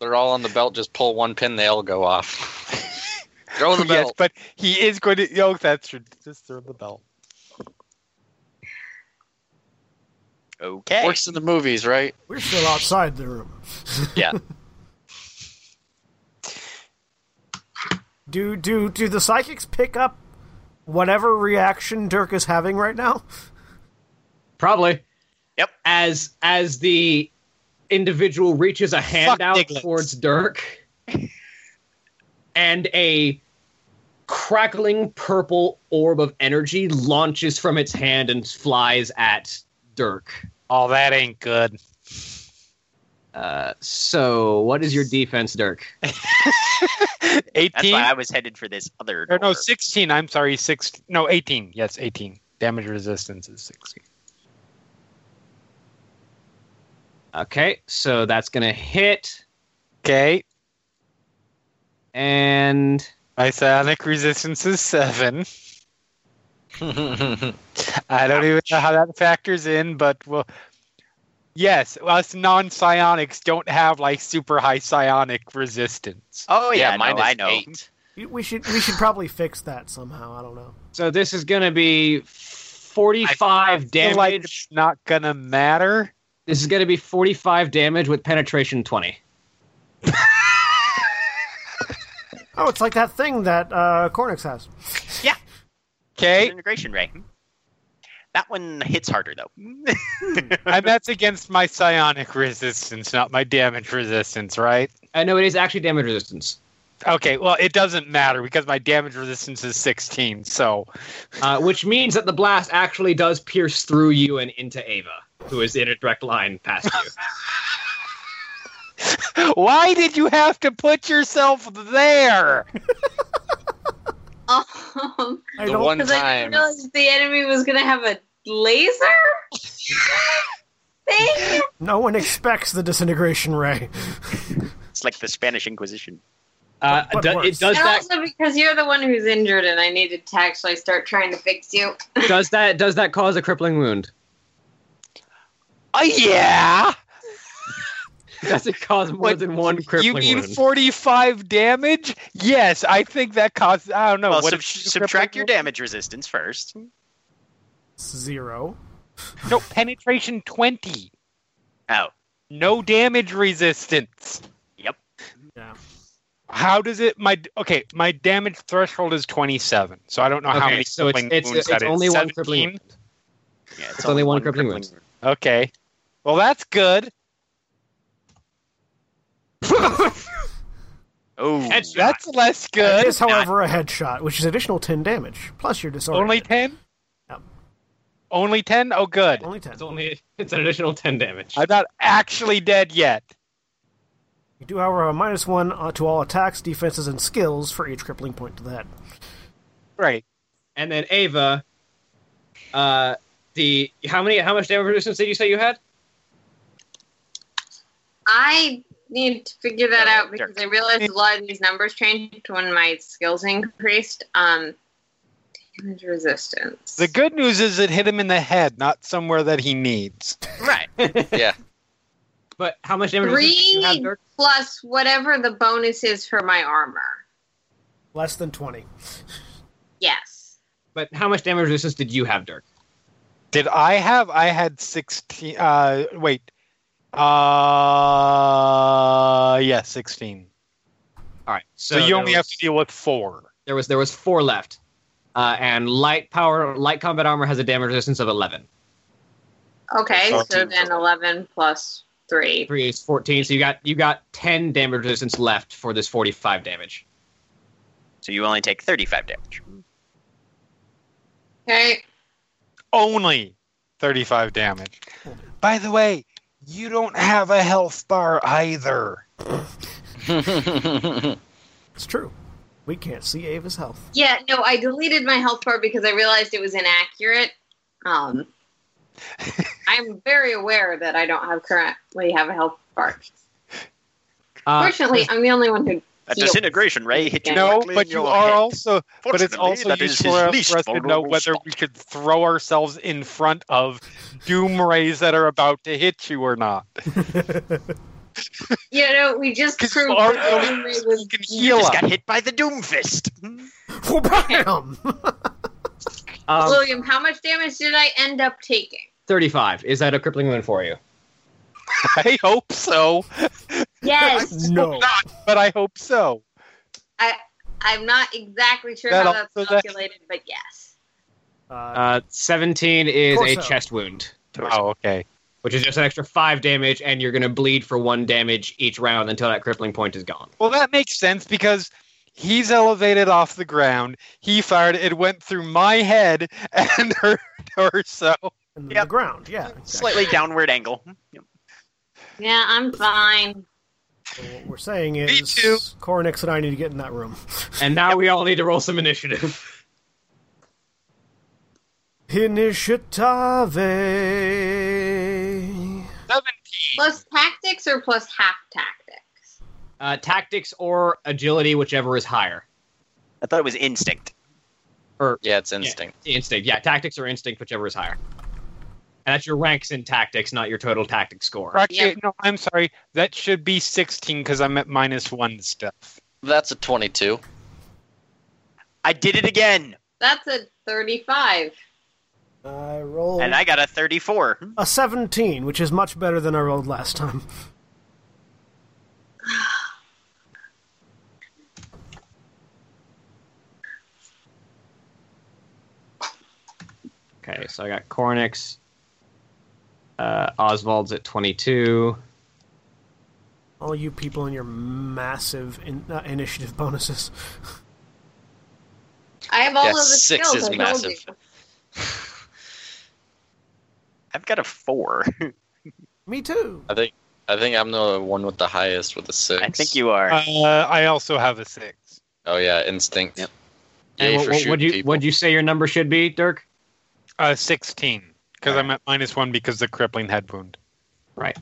They're all on the belt. Just pull one pin, they all go off. Throw the yes, belt. but he is going to. Oh, that's true. Just throw the belt. Okay. Works in the movies, right? We're still outside the room. Yeah. do do do the psychics pick up whatever reaction Dirk is having right now? Probably. Yep. As as the individual reaches a hand out Diglets. towards Dirk, and a crackling purple orb of energy launches from its hand and flies at Dirk. Oh, that ain't good. Uh, so what is your defense, Dirk? 18? That's why I was headed for this other. or no, door. 16. I'm sorry. Six. No, 18. Yes, 18. Damage resistance is 16. Okay, so that's gonna hit, Okay. and My psionic resistance is 7. I don't even know how that factors in, but well, yes, us non psionics don't have like super high psionic resistance. Oh yeah, mine no, is I know. eight. You- We should we should probably fix that somehow. I don't know. so this is gonna be forty-five Feel damage. like it's not gonna matter. This is gonna be forty-five damage with penetration twenty. Oh, it's like that thing that uh, Cornix has. Okay, Disintegration ray. Hmm? That one hits harder though. and that's against my psionic resistance, not my damage resistance, right? Uh, no, it is actually damage resistance, Okay, well, it doesn't matter because my damage resistance is 16, so uh, which means that the blast actually does pierce through you and into Ava, who is in a direct line past you. Why did you have to put yourself there? Oh. Um, I The don't. one because I time didn't realize the enemy was gonna have a laser thing. No one expects the disintegration ray. It's like the Spanish Inquisition. Uh, But do- worse. it does And that also because you're the one who's injured, and I need to tag, so I start trying to fix you. does that does that cause a crippling wound? Oh yeah. Does it cause more What, than one You crippling need wound? 45 damage? Yes, I think that costs. I don't know. well, Oh, what sub- if you Hmm. subtract your cripple- damage resistance first. Zero. No, penetration 20. Oh, No damage resistance. Yep. Yeah. How does it? My okay. My damage threshold is 27, so I don't know how Okay, many so it's crippling it's, wounds it's, that is. only one crippling. 17? Wound. yeah, it's, only one crippling wound. wound. Okay. Well, that's good. Oh, That's less It good. is, however, a headshot, which is additional ten damage plus your disorder. Only 10. Yep. Only 10. Oh, good. Only ten. It's only it's an additional ten damage. I'm not actually dead yet. You do, however, have a minus one uh, to all attacks, defenses, and skills for each crippling point to the head. Right. and then Ava, uh, the how many how much damage resistance did you say you had? I need to figure that Oh, out because I realized a lot of these numbers changed when my skills increased. Um, damage resistance. The good news is it hit him in the head, not somewhere that he needs. right. But how much damage resistance did you have, Three. Dirk? plus whatever the bonus is for my armor. Less than twenty. Yes. But how much damage resistance did you have, Dirk? Did I have? I had 16. Uh, wait. Uh, yeah, 16. All right, so, So, you there only was, have to deal with four. there was there was four left, uh, and light power light combat armor has a damage resistance of eleven. Okay, Oh, so two. then 11 plus 3. Three is fourteen, so you got you got ten damage resistance left for this forty five damage. So you only take 35 damage. Okay. Only 35 damage. By the way, you don't have a health bar either. It's true. We can't see Ava's health. Yeah, no, I deleted my health bar because I realized it was inaccurate. Um, I'm very aware that I don't have currently have a health bar. Uh, Fortunately, I'm the only one who. That heals. disintegration ray hit you. No, directly but in you your are head. also. But it's Fortunately, also that is useful his for least us to know vulnerable whether spot. we could throw ourselves in front of doom rays that are about to hit you or not. You know, we just 'Cause you proved are that the Doom Ray You was. can You heal just us. got hit by the doom fist. Bam! um, William, how much damage did I end up taking? thirty five is that a crippling wound for you? I hope so. Yes. no. But I hope so. I'm not exactly sure That how also- that's that- calculated, but yes. Uh, Uh, seventeen is a Torso. chest wound. Oh, okay. which is just an extra five damage, and you're going to bleed for one damage each round until that crippling point is gone. Well, that makes sense because he's elevated off the ground. He fired. It went through my head and her torso. and yep. the ground, yeah. exactly. Slightly downward angle. Yep. Yeah, I'm fine. So what we're saying Me too. is, Coronix and I need to get in that room. And now we all need to roll some initiative. Initiative. Seventeen. Plus tactics or plus half tactics? Uh, tactics or agility, whichever is higher. I thought it was instinct. yeah, it's instinct. Instinct, yeah, tactics or instinct, whichever is higher. And that's your ranks in tactics, not your total tactic score. Actually, no. I'm sorry. That should be sixteen because I'm at minus one stuff. That's a 22. I did it again, That's a 35. I rolled Oh. and I got a 34. a 17, which is much better than I rolled last time. Okay, so I got Cornix. Uh, Oswald's at 22. All you people and your massive in, uh, initiative bonuses. I have all Yeah, of the six skills. is I told massive. you. I've got a four. Me too. I think I think I'm the one with the highest with a 6. I think you are. Uh, I also have a six. Oh yeah, instinct. Yep. Yay And for what, shooting would you people. would you say your number should be, Dirk? Uh, 16. Because I'm at minus one because the crippling head wound. Right.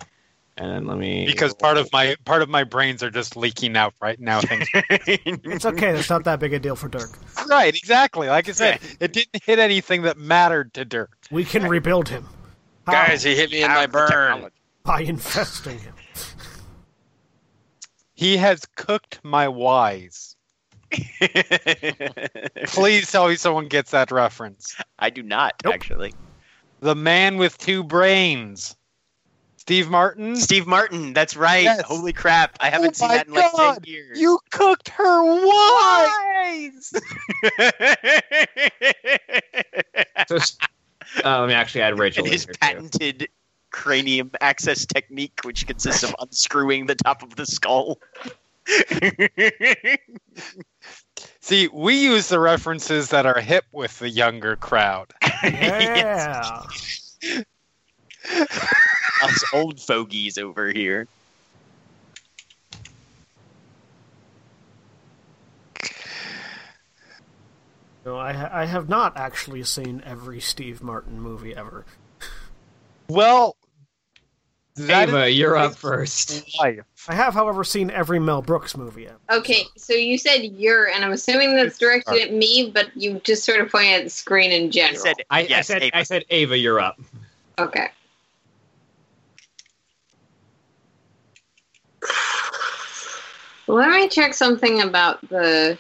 And then let me Because part of my part of my brains are just leaking out right now. Thanks. It's okay. That's not that big a deal for Dirk. right, exactly. Like I said, it didn't hit anything that mattered to Dirk. We can rebuild him. How? Guys, he hit me in my burn. by infesting him. He has cooked my wise. Please tell me someone gets that reference. I do not Nope. actually. The man with two brains. Steve Martin, Steve Martin, that's right. Yes. Oh Holy crap! I haven't seen my that in like ten God. years. you cooked her wise. so, s- uh, let me actually add Rachel. and in his here, too. patented cranium access technique, which consists of unscrewing the top of the skull. See, we use the references that are hip with the younger crowd. Yeah. Us old fogies over here. No, I, ha- I have not actually seen every Steve Martin movie ever. Well, that Ava, you're up is- first. life. I have, however, seen every Mel Brooks movie ever. Okay, so you said you're, and I'm assuming that's directed at me, but you just sort of pointed at the screen in I general. said I, I yes. said Ava. I said Ava, you're up. okay. Let me check something about the.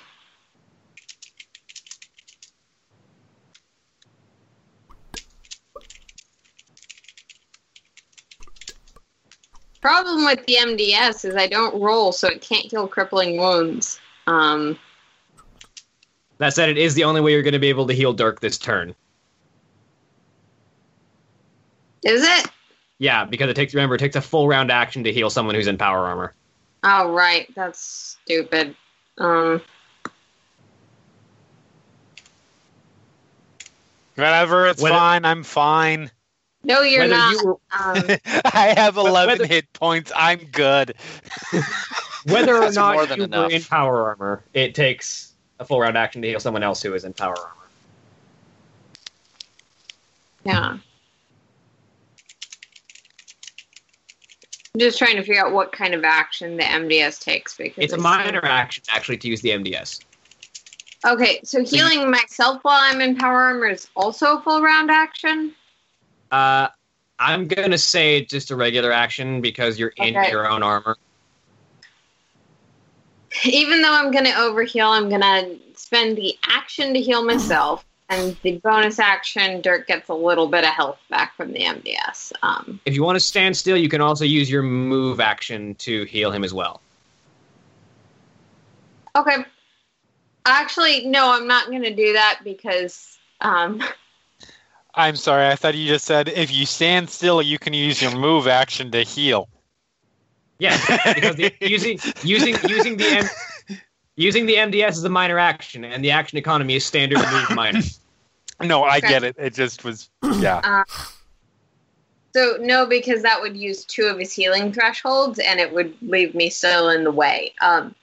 Problem with the MDS is I don't roll, so it can't heal crippling wounds. Um, That said, it is the only way you're going to be able to heal Dirk this turn. Is it? Yeah, because it takes remember it takes a full round action to heal someone who's in power armor. Oh right, that's stupid. Um, Whatever, it's Whether- fine. I'm fine. no, you're Whether not. you were- um, I have 11 whether- hit points. I'm good. whether or That's not more than you enough. were in power armor, it takes a full round action to heal someone else who is in power armor. yeah. I'm just trying to figure out what kind of action the MDS takes because It's a I- minor action actually to use the MDS. Okay, so healing myself while I'm in power armor is also a full round action. Uh, I'm gonna say it's just a regular action because you're in Okay. your own armor. Even though I'm gonna overheal, I'm gonna spend the action to heal myself, and the bonus action, Dirk gets a little bit of health back from the MDS. Um, If you want to stand still, you can also use your move action to heal him as well. Okay. Actually, no, I'm not going to do that because um, I'm sorry. I thought you just said if you stand still, you can use your move action to heal. Yeah, because the, using using using the M, using the MDS is a minor action, and the action economy is standard move minor. No, I Okay. get it. It just was, yeah. so no, because that would use two of his healing thresholds and it would leave me still in the way. Um,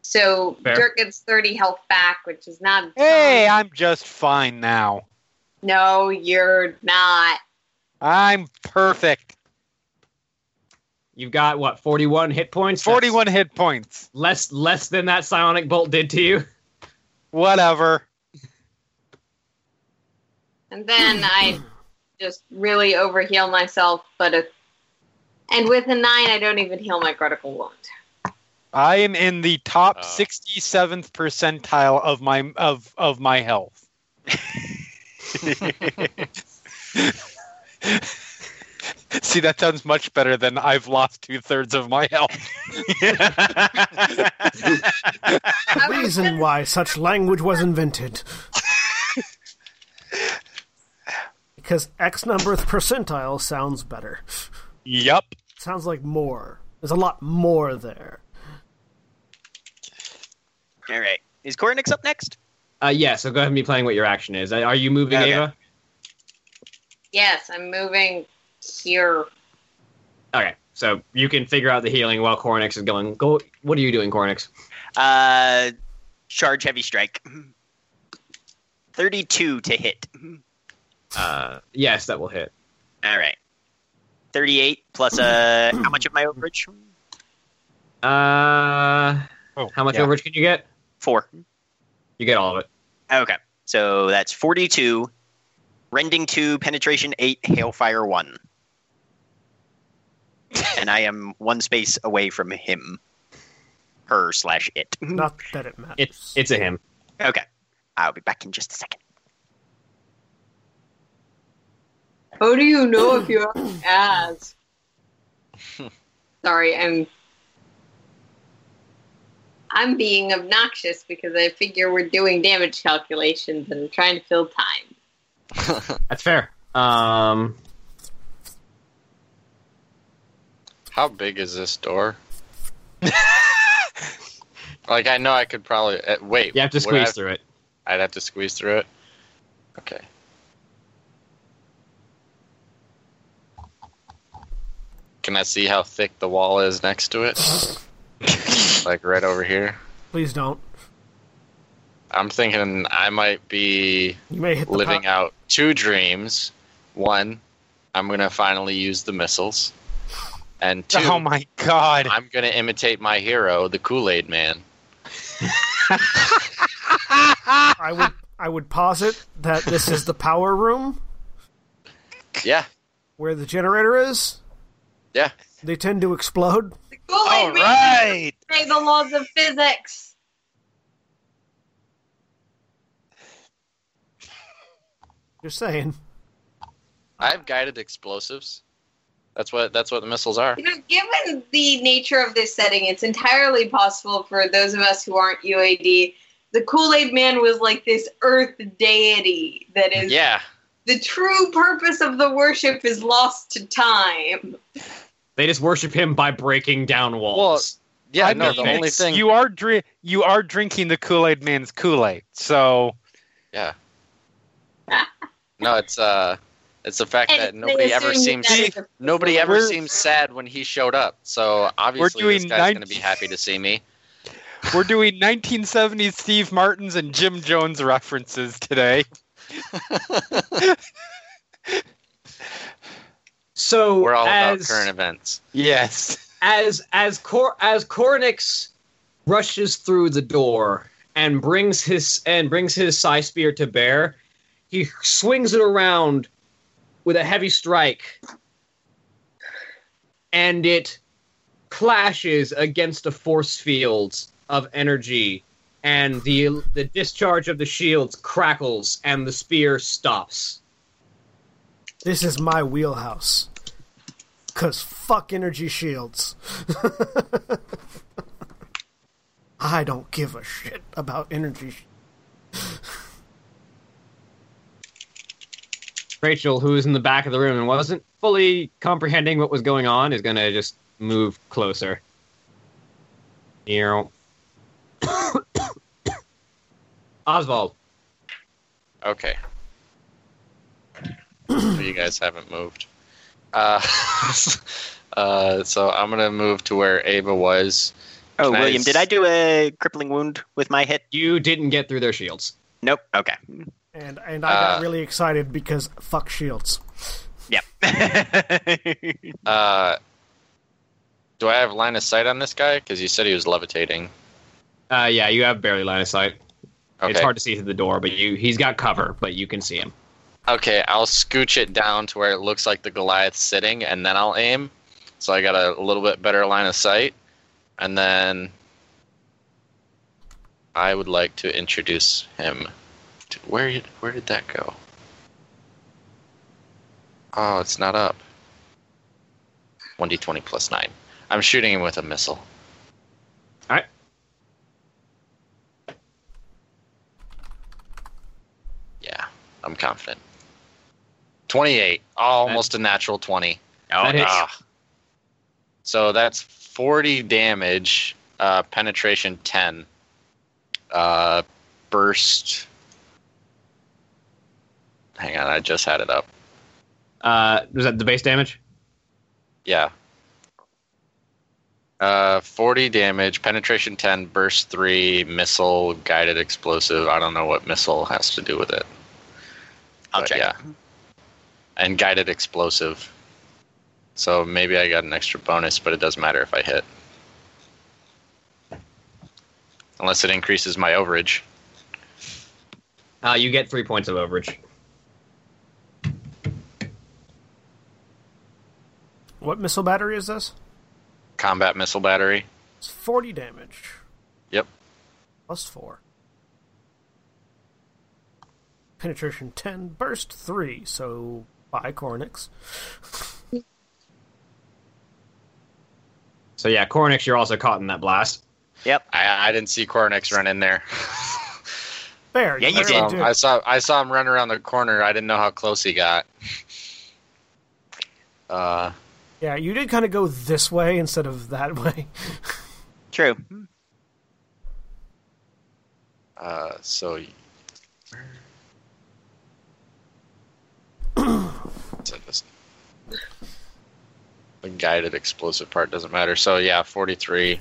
so Fair. Dirk gets 30 health back, which is not. a ton. Hey, I'm just fine now. No, you're not. I'm perfect. You've got what forty one hit points. That's 41 hit points. less less than that psionic bolt did to you. Whatever. And then I just really overheal myself, but a, and with a nine, I don't even heal my critical wound. I am in the top Oh. 67th percentile of my of of my health. See, that sounds much better than I've lost two thirds of my health. The I was reason gonna- why such language was invented. because X number of percentile sounds better. Yup. Sounds like more. There's a lot more there. All right. Is Cornix up next? Uh, yeah, so go ahead and be playing what your action is. Are you moving, Okay. Ava? Yes, I'm moving here. Okay, so you can figure out the healing while Cornix is going. Go. What are you doing, Cornix? Uh, charge heavy strike. 32 to hit. Uh, yes, that will hit. All right. 38 plus uh how much of my overage? Uh, Oh, how much yeah. overage can you get? 4. You get all of it. Okay. So that's 42 rending 2 penetration 8 hailfire 1. And I am one space away from him. Her slash it. Not that it matters. It's it's a him. Okay. I'll be back in just a second. How do you know if you have ass? Sorry, I'm. I'm being obnoxious because I figure we're doing damage calculations and trying to fill time. That's fair. Um, How big is this door? like I know I could probably uh, wait. you have to would I- squeeze through it. I'd have to squeeze through it. Okay. Can I see how thick the wall is next to it? like right over here. Please don't. I'm thinking I might be You may hit the living po- out two dreams. One, I'm gonna finally use the missiles, and two, Oh my god. I'm gonna imitate my hero, the Kool Aid Man. I would I would posit that this is the power room Yeah, where the generator is. yeah. They tend to explode. The Kool-Aid All Man right. say the laws of physics. Just saying. I have guided explosives. That's what that's what the missiles are. You know, given the nature of this setting, it's entirely possible for those of us who aren't UAD. The Kool Aid Man was like this Earth deity that is Yeah, the true purpose of the worship is lost to time. They just worship him by breaking down walls. yeah. I no, mean, the only it's- thing. you are dri- you are drinking the Kool Aid Man's Kool Aid. So yeah. No, it's uh, it's the fact And that they nobody ever assume seems that is a- nobody ever We're- seems sad when he showed up. So obviously, this doing guy's nine- gonna be happy to see me. we're doing 1970s Steve Martin's and Jim Jones references today. So We're all about as, current events. Yes. as as Cor- as Cornix rushes through the door and brings his and brings his side spear to bear, he swings it around with a heavy strike, and it clashes against a force field of energy, and the the discharge of the shields crackles, and the spear stops. This is my wheelhouse. Cause fuck energy shields. I don't give a shit about energy. sh- Rachel, who is in the back of the room and wasn't fully comprehending what was going on, is going to just move closer. You know. Oswald, Okay. So you guys haven't moved. Uh, uh, so I'm gonna move to where Ava was. Oh, Nice. William, did I do a crippling wound with my hit? you didn't get through their shields. Nope. Okay. And and I got Uh. really excited because fuck shields. Yep. Uh, do I have line of sight on this guy? Because you said he was levitating. Uh, yeah, you have barely line of sight. Okay. It's hard to see through the door, but you he's got cover, but you can see him. Okay, I'll scooch it down to where it looks like the Goliath's sitting, and then I'll aim. So I got a little bit better line of sight, and then I would like to introduce him. To, where did- where did that go? Oh, it's not up. One d twenty plus nine. I'm shooting him with a missile. Alright. Yeah, I'm confident. Twenty-eight, almost a natural twenty. That hits. Ah. So that's 40 damage, uh, penetration 10, uh, burst. Hang on, I just had it up. Uh, was that the base damage? Yeah. Uh, 40 damage, penetration 10, burst 3, missile, guided explosive. I don't know what missile has to do with it. I'll But check. yeah. And guided explosive. So maybe I got an extra bonus, but it doesn't matter if I hit. Unless it increases my overage. Uh, you get three points of overage. What missile battery is this? Combat missile battery. It's 40 damage. Yep. Plus 4. Penetration 10, burst 3, so by Cornix. So yeah, Cornix, you're also caught in that blast. Yep. I, I didn't see Cornex run in there. There, Yeah, you barely did. Um, I saw I saw him run around the corner. I didn't know how close he got. Uh, Yeah, you did kind of go this way instead of that way. True. uh, so. So just- the guided explosive part doesn't matter. So yeah, forty-three.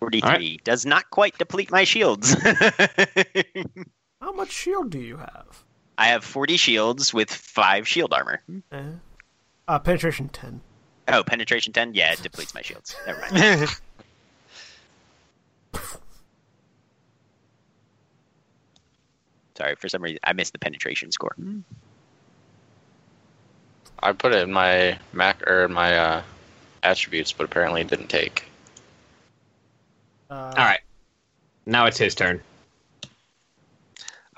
43 All does not quite deplete my shields. How much shield do you have? I have 40 shields with 5 shield armor. Eh? Uh, penetration 10. Oh, penetration 10? Yeah, it depletes my shields. Never mind. Sorry, for some reason, I missed the penetration score. I put it in my Mac or in my uh, attributes, but apparently it didn't take. Uh, All right, now it's his turn.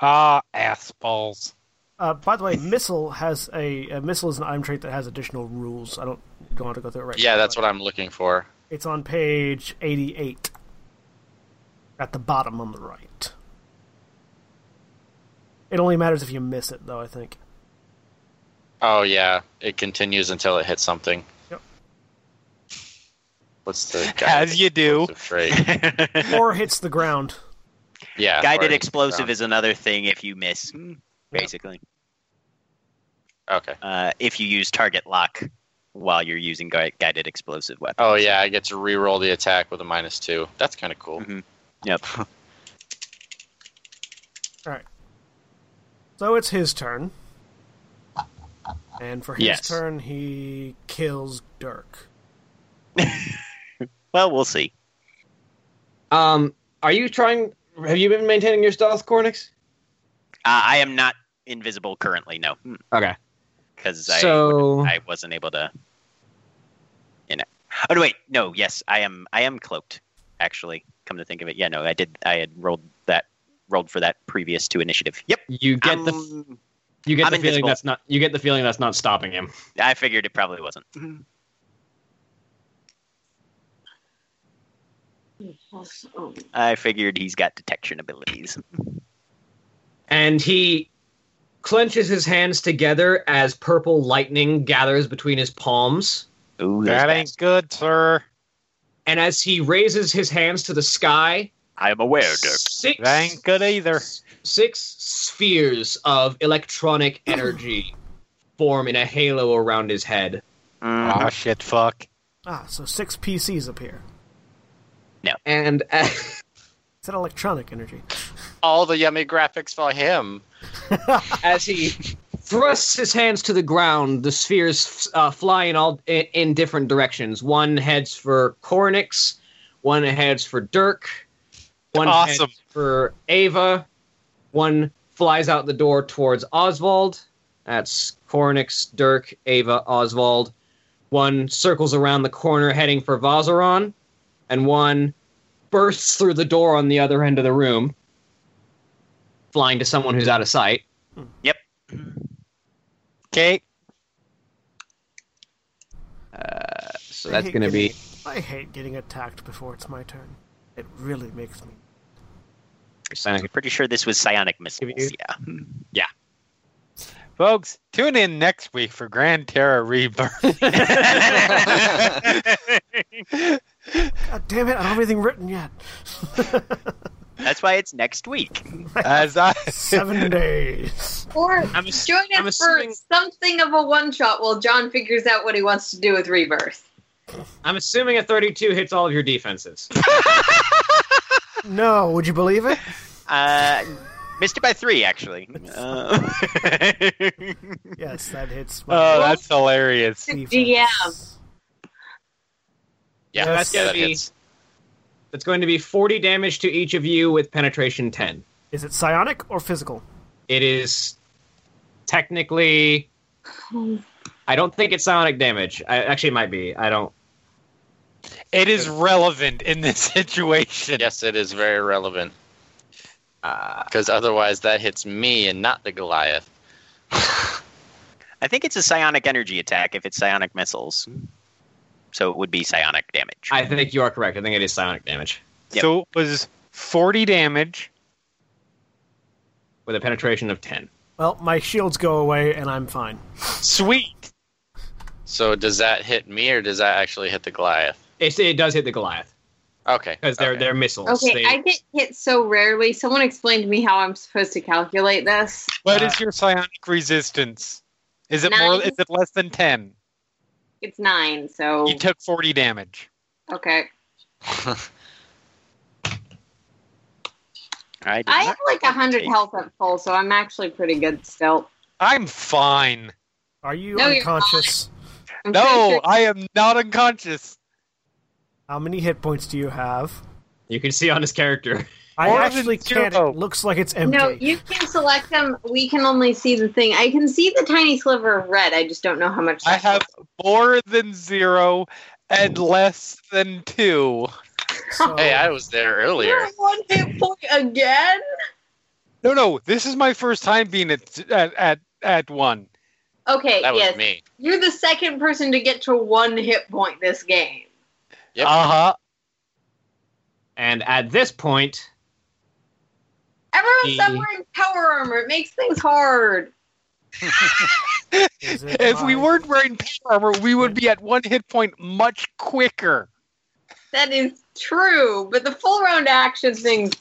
Ah, ass balls. Uh, by the way, missile has a, a missile is an item trait that has additional rules. I don't don't want to go through it right. Yeah, now, that's but what I'm looking for. It's on page eighty-eight, at the bottom on the right. It only matters if you miss it, though. I think. Oh yeah, it continues until it hits something. Yep. What's the guided As you do. explosive trait? or hits the ground. Yeah. Guided or- explosive is another thing if you miss, Hmm. basically. Okay. Uh, if you use target lock while you're using gui- guided explosive weapon. Oh yeah, I get to re-roll the attack with a minus two. That's kind of cool. Mhm. Yep. So it's his turn. And for his Yes. turn, he kills Dirk. Well, we'll see. Um, are you trying? Have you been maintaining your stealth, Cornix? Uh, I am not invisible currently, no. Hmm. Okay. Because I So I wasn't able to. You know. Oh no, wait, no. Yes, I am. I am cloaked. Actually, come to think of it, yeah. No, I did. I had rolled that rolled for that previous to initiative. Yep. um, you get the I'm- you get I'm the feeling invisible. that's not you get the feeling that's not stopping him. I figured it probably wasn't. Mm-hmm. I figured he's got detection abilities. And he clenches his hands together as purple lightning gathers between his palms. Ooh, those That bats. ain't good, sir. And as he raises his hands to the sky, I am aware, Dirk. six That ain't good either. six spheres of electronic energy form in a halo around his head. Mm, Ah, shit, fuck. Ah, so six PCs appear. And It's an electronic energy. All the yummy graphics for him. as he thrusts his hands to the ground, the spheres uh, fly in all in, in different directions. One heads for Cornix, one heads for Dirk, one Awesome. heads for Ava, one flies out the door towards Oswald. That's Cornix, Dirk, Ava, Oswald. One circles around the corner heading for Vazaron, and one bursts through the door on the other end of the room, flying to someone who's out of sight. Okay. So I that's hate going to be getting- I hate getting attacked before it's my turn. It really makes me. Sonic. pretty sure this was psionic missiles. Yeah. Folks, tune in next week for Grand Terra Rebirth. God damn it! I don't have anything written yet. That's why it's next week. As I Seven days. Or I'm ass- join I'm us for assuming- something of a one shot while John figures out what he wants to do with Rebirth. I'm assuming a 32 hits all of your defenses. No, would you believe it? Uh, missed it by three, actually. Uh, Yes, that hits. my oh, that's hilarious. defense. DM. Yeah, That's gotta that be- hits. That's going to be 40 damage to each of you with penetration 10. Is it psionic or physical? It is technically. I don't think it's sonic damage. I, actually, it might be. I don't. It is relevant in this situation. Yes, it is very relevant Uh, because otherwise that hits me and not the Goliath. I think it's a psionic energy attack if it's psionic missiles. So it would be psionic damage. I think you are correct. I think it is psionic damage Yep. So it was 40 damage. with a penetration of 10. Well, my shields go away and I'm fine. Sweet. So does that hit me or does that actually hit the Goliath? It, it does hit the Goliath Okay. because they're okay. they're missiles. Okay, They- I get hit so rarely. Someone explained to me how I'm supposed to calculate this. What Uh, is your psionic resistance? Is it more? Nine. Is it less than 10? It's nine, so You took 40 damage. okay. I, did I not have like a hundred take- health at full, so I'm actually pretty good still. I'm fine. Are you No, you're unconscious? I'm pretty No, sure- I am not unconscious. How many hit points do you have? you can see on his character. I More than actually can't. zero. It looks like it's empty. no, you can select them. We can only see the thing. I can see the tiny sliver of red. I just don't know how much. I that have more than zero and less than two. So- Hey, I was there earlier. one hit point again. No, no, this is my first time being at at at, at one. Okay, That was yes, me. you're the second person to get to one hit point this game. Yep. Uh Uh-huh. huh. And at this point, Everyone's Mm. Yeah. not wearing power armor. It makes things hard. Is it If we my- weren't wearing power armor, we would be at one hit point much quicker. That is true, but the full round action thing,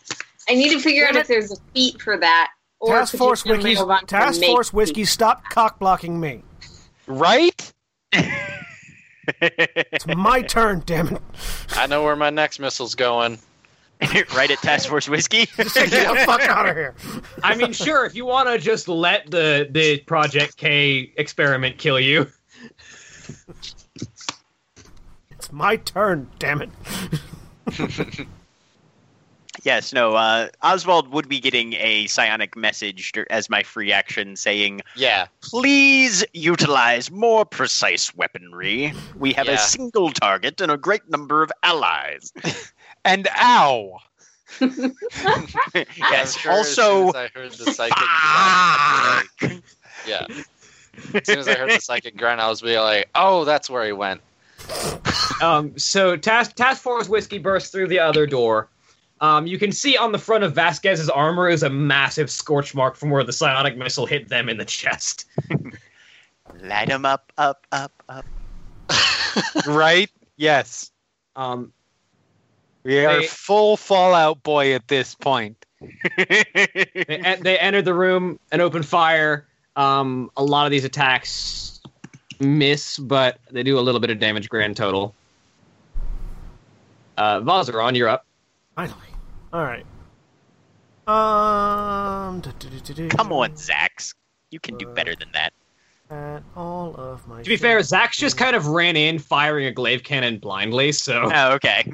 I need to figure out if there's a feat for that. Or Task Force particular Wiki, move on to Task make Force Whiskey, feat. stop cock blocking me. Right? It's my turn, damn it. I know where my next missile's going. right at Task Force Whiskey. Get the fuck out of here. I mean, sure, if you want to just let the the Project K experiment kill you, It's my turn, damn it. yes, no. Uh, Oswald would be getting a psionic message dur- as my free action saying, Yeah. Please utilize more precise weaponry. We have Yeah. a single target and a great number of allies. And ow. yes, I'm sure as also. ah, soon as I heard the psychic. Fuck! yeah. As soon as I heard the psychic grunt, I was be like, "Oh, that's where he went." Um, so task task force whiskey bursts through the other door. Um, you can see on the front of Vasquez's armor is a massive scorch mark from where the psionic missile hit them in the chest. Light 'em up, up, up, up. right? Yes. Um, We are They- full Fallout Boy at this point. they, en- they entered the room and opened fire. Um, a lot of these attacks miss, but they do a little bit of damage grand total. Uh, Vazaron, you're up. Finally. All right. Um. du-du-du-du-du. Come on, Zax. You can do better than that. At all of my. To be fair, Zach's just kind of ran in firing a glaive cannon blindly, so Oh, okay.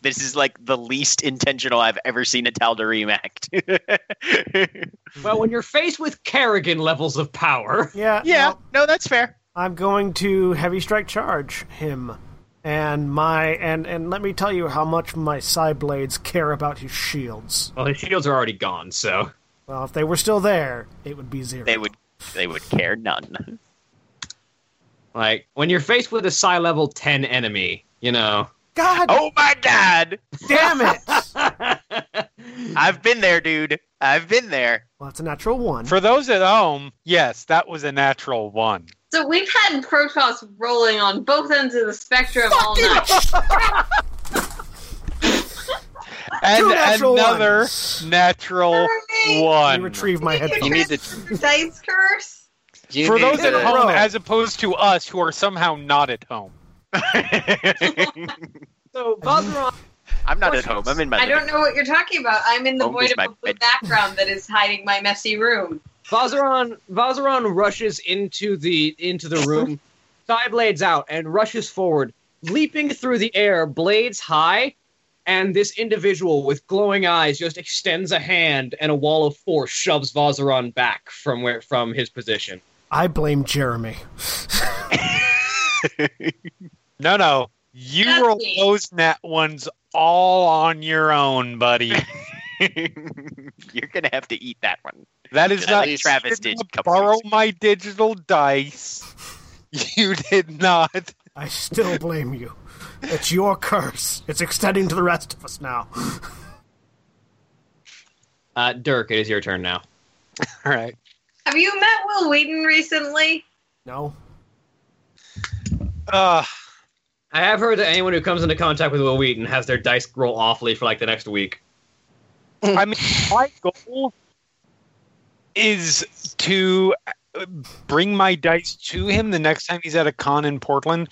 This is like the least intentional I've ever seen a Tal'Darim act. Well, when you're faced with Kerrigan levels of power, Yeah. no, no, that's fair. I'm going to heavy strike charge him, and my and and let me tell you how much my side blades care about his shields. well, his shields are already gone, so Well, if they were still there, it would be zero. They would, they would care none. like when you're faced with a psi level 10 enemy, you know. God Oh my god! damn it! well, I've been there, dude. I've been there. that's a natural one. For those at home, yes, that was a natural one. So we've had Protoss rolling on both ends of the spectrum all night. And Two natural another ones. natural Hooray! I one. retrieve my head. You need to. Dice curse. You For need those at to- home, as opposed to us who are somehow not at home. So Valderon, I'm not at home. I'm in my. I don't living know what you're talking about. I'm in the Oh, void it's my of the bed. background that is hiding my messy room. Valzeron, Valzeron rushes into the into the room, side blades out, and rushes forward, leaping through the air, blades high, and this individual with glowing eyes just extends a hand, and a wall of force shoves Valzeron back from where from his position. I blame Jeremy. No, no. You That's roll me. those nat ones all on your own, buddy. room. You're gonna have to eat that one. That is At not least- you Travis did did. not a couple borrow weeks ago. my digital dice. You did not. I still blame you. It's your curse. It's extending to the rest of us now. Uh, Dirk, it is your turn now. All right. Have you met Will Wheaton recently? No, Uh, I have heard that anyone who comes into contact with Will Wheaton has their dice roll awfully for like the next week. I mean, my goal is to uh, bring my dice to him the next time he's at a con in Portland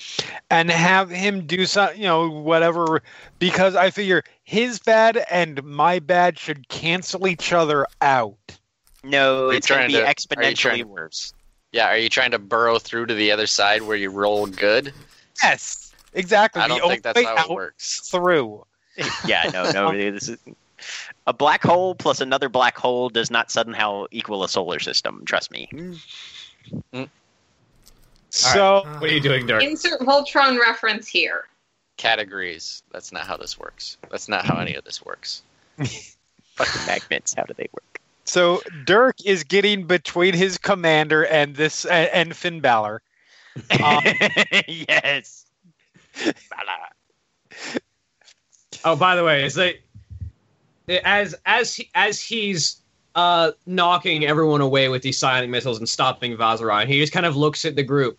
and have him do some, you know, whatever, because I figure his bad and my bad should cancel each other out. No, Are you it's gonna trying be to- are you exponentially trying- worse. Yeah, are you trying to burrow through to the other side where you roll good? Yes, exactly. I The don't think that's only how out it works. Through. yeah, no, no. This is a black hole plus another black hole does not somehow equal a solar system. Trust me. So What are you doing, Uh, Dirk? Insert Voltron reference here. Categories. That's not how this works. That's not how any of this works. Fucking magnets. How do they work? so Dirk is getting between his commander and this and, and Finn Balor. Um, yes. Voila. Oh, by the way, it's like as as he, as he's uh, knocking everyone away with these psionic missiles and stopping Vazaran, he just kind of looks at the group.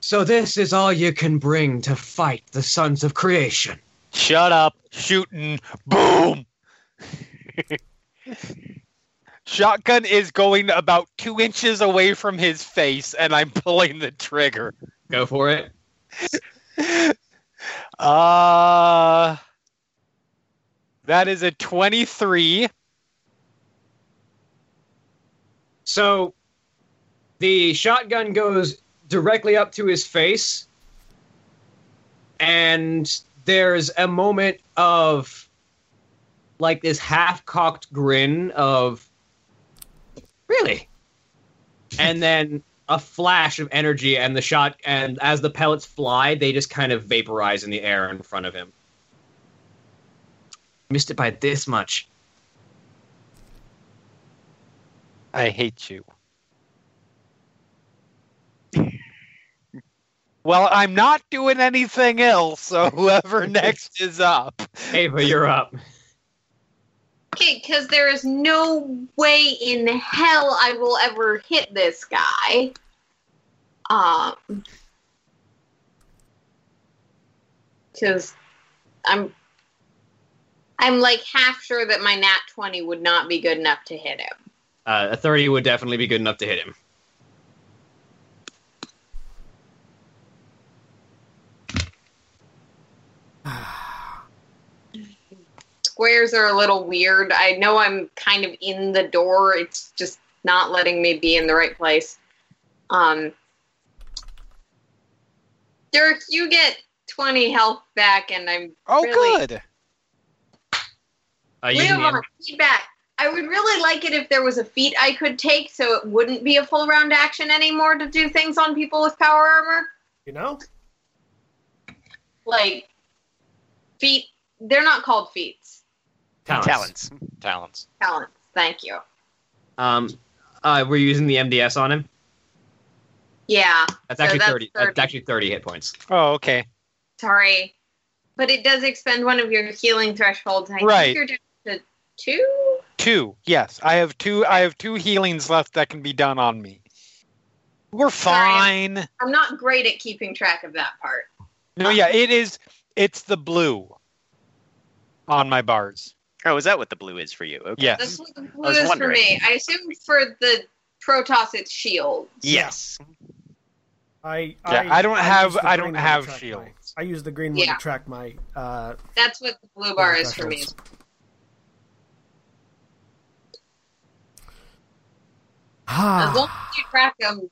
So this is all you can bring to fight the sons of creation. Shut up. Shooting. Boom. Shotgun is going about two inches away from his face, and I'm pulling the trigger. Go for it. Uh, that is a 23. So the shotgun goes directly up to his face, and there's a moment of like this half cocked grin of really, and then a flash of energy, and the shot, and as the pellets fly, they just kind of vaporize in the air in front of him. Missed it by this much. I hate you. Well, I'm not doing anything else, so whoever next is up. Ava, you're up. Okay, because there is no way in hell I will ever hit this guy. Um, because I'm, I'm like half sure that my nat twenty would not be good enough to hit him. Uh, a 30 would definitely be good enough to hit him. Squares are a little weird. I know I'm kind of in the door. It's just not letting me be in the right place. Um, Dirk, you get twenty health back, and I'm Oh, Really? good. Uh, We you have can our feedback. I would really like it if there was a feat I could take so it wouldn't be a full round action anymore to do things on people with power armor. you know. Like, feet, they're not called feats, Talents. Talents. Talents. talents. Thank you. Um, uh, we're using the MDS on him. Yeah, That's So actually that's 30, 30. That's actually thirty hit points. Oh, okay. sorry. But it does expend one of your healing thresholds. and I Right. think you're down to two? Two. Yes, I have two. I have two healings left that can be done on me. We're Sorry. fine. I'm not great at keeping track of that part. No, yeah, it is. It's the blue. on my bars. Oh, is that what the blue is for you? Okay. Yes. That's what the was blue is for wondering. me. I assume for the Protoss, it's shield. Yes. I Yeah, I don't have- use the I don't green one to have track shield. My, I use the green one Yeah. to track my uh, That's what the blue bar is for me. thresholds. Ah. As long as you track them,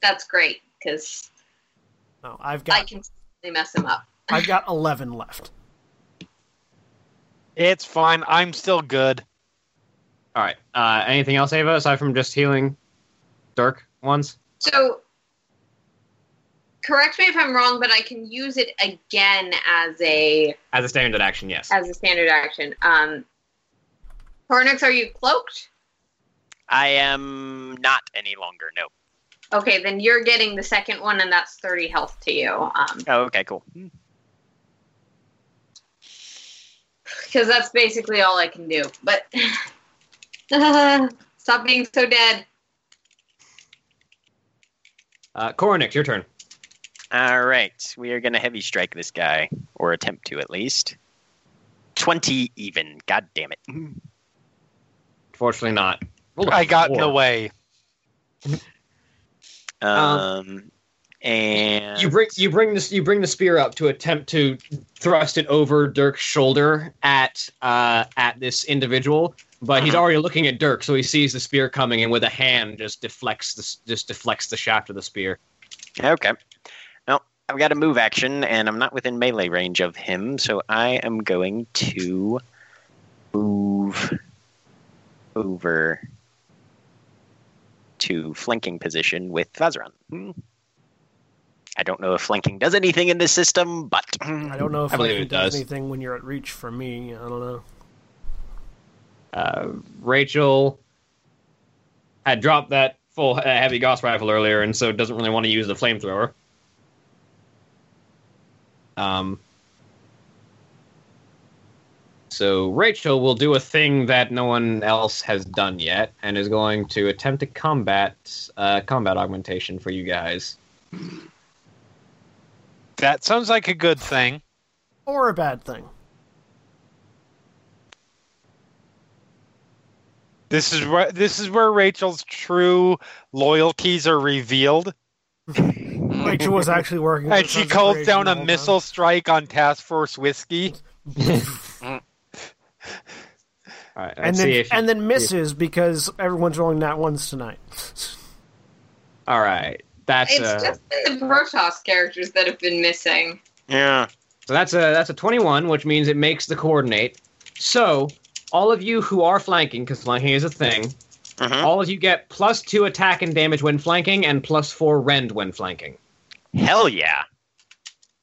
that's great because No, I've I got can really mess them up. I've got eleven left. It's fine. I'm still good. All right. Uh, anything else, Ava, aside from just healing Dirk once? So, correct me if I'm wrong, but I can use it again as a As a standard action, yes. as a standard action. Um, Hornix, are you cloaked? I am not any longer. No. Okay, then you're getting the second one, and that's 30 health to you. Um, Oh, okay, cool. because that's basically all I can do. But stop being so dead. Uh, Koronix, your turn. All right. We are going to heavy strike this guy, or attempt to at least. 20 even. God damn it. Um, Fortunately, not. Roll a I got in four. the way. Um, and. You bring you bring this you bring the spear up to attempt to thrust it over Dirk's shoulder at uh, at this individual, but he's already looking at Dirk, so he sees the spear coming and with a hand just deflects the s- just deflects the shaft of the spear. Okay. Well, I've got a move action, and I'm not within melee range of him, so I am going to move over to flanking position with Vazaran. Hmm. I don't know if flanking does anything in this system, but I don't know if I believe can it does. anything when you're at reach for me. I don't know. Uh, Rachel had dropped that full uh, heavy Gauss rifle earlier, and so doesn't really want to use the flamethrower. Um, so Rachel will do a thing that no one else has done yet, and is going to attempt to combat uh, combat augmentation for you guys. That sounds like a good thing. Or a bad thing. This is where this is where Rachel's true loyalties are revealed, Rachel was actually working. for and she Sons of calls Rage down the a whole missile strike on Task Force Whiskey. All time. right, let's and then see if you- and then misses because everyone's rolling nat ones tonight. all right. That's It's uh, just been the Protoss characters that have been missing. yeah. So that's a that's a 21, which means it makes the coordinate. So all of you who are flanking, because flanking is a thing, Mhm. all of you get plus two attack and damage when flanking, and plus four rend when flanking. Hell yeah.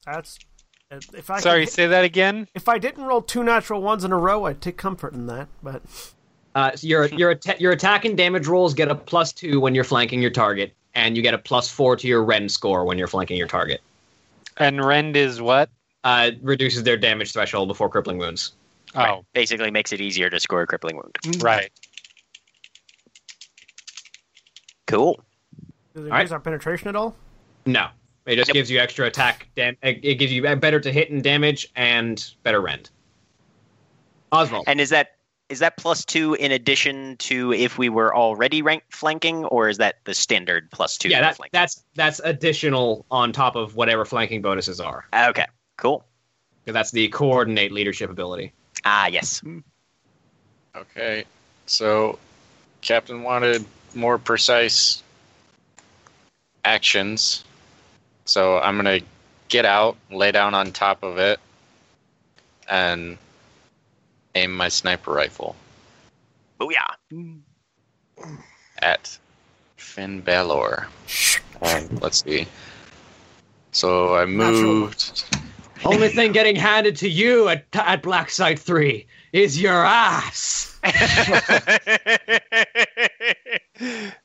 That's if I Sorry, could- say that again. if I didn't roll two natural ones in a row, I'd take comfort in that. But Uh, so your your atta- your attack and damage rolls get a plus two when you're flanking your target, and you get a plus four to your rend score when you're flanking your target. And Rend is what? Uh, it reduces their damage threshold before crippling wounds. Oh, Basically makes it easier to score a crippling wound. right. Cool. does it All right. use our penetration at all? No, it just Nope. gives you extra attack. Dam- it it gives you uh, better to hit and damage, and better rend. Oswald. And is that is that plus two in addition to if we were already rank flanking, or is that the standard plus two? yeah, for that, flanking? that's that's additional on top of whatever flanking bonuses are. okay. Cool. 'Cause That's the coordinate leadership ability. Ah, yes. Okay, so Captain wanted more precise actions. So I'm going to get out, lay down on top of it, and aim my sniper rifle Booyah. at Finn Balor. And let's see. So I moved. Only thing getting handed to you at at Black Site Three is your ass. Uh,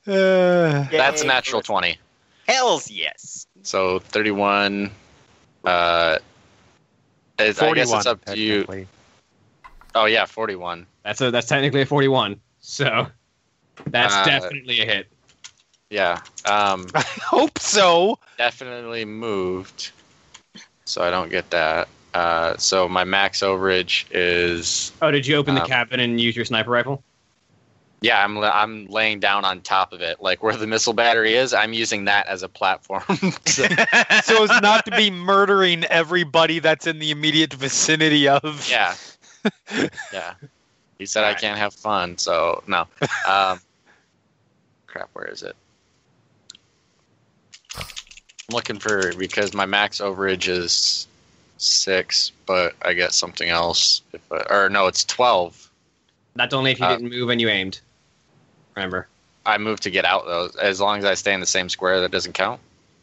That's a Yay. natural 20. Hells yes. So 31. Uh, it- I guess it's up to you. technically. Oh, yeah, 41. That's a that's technically a forty-one. So that's Uh, definitely a hit. Yeah. Um, I hope so. definitely moved. So I don't get that. Uh, so my max overage is Oh, did you open the Um, cabin and use your sniper rifle? yeah. I'm la- I'm laying down on top of it, like where the missile battery is. I'm using that as a platform. So- so as not to be murdering everybody that's in the immediate vicinity of. yeah, yeah. He said I Alright. can't have fun, so no. Um, crap, where is it? I'm looking for because my max overage is six, but I get something else. If I, or no, it's twelve. That's only if you Uh, didn't move and you aimed. Remember? I move to get out though. As long as I stay in the same square, that doesn't count.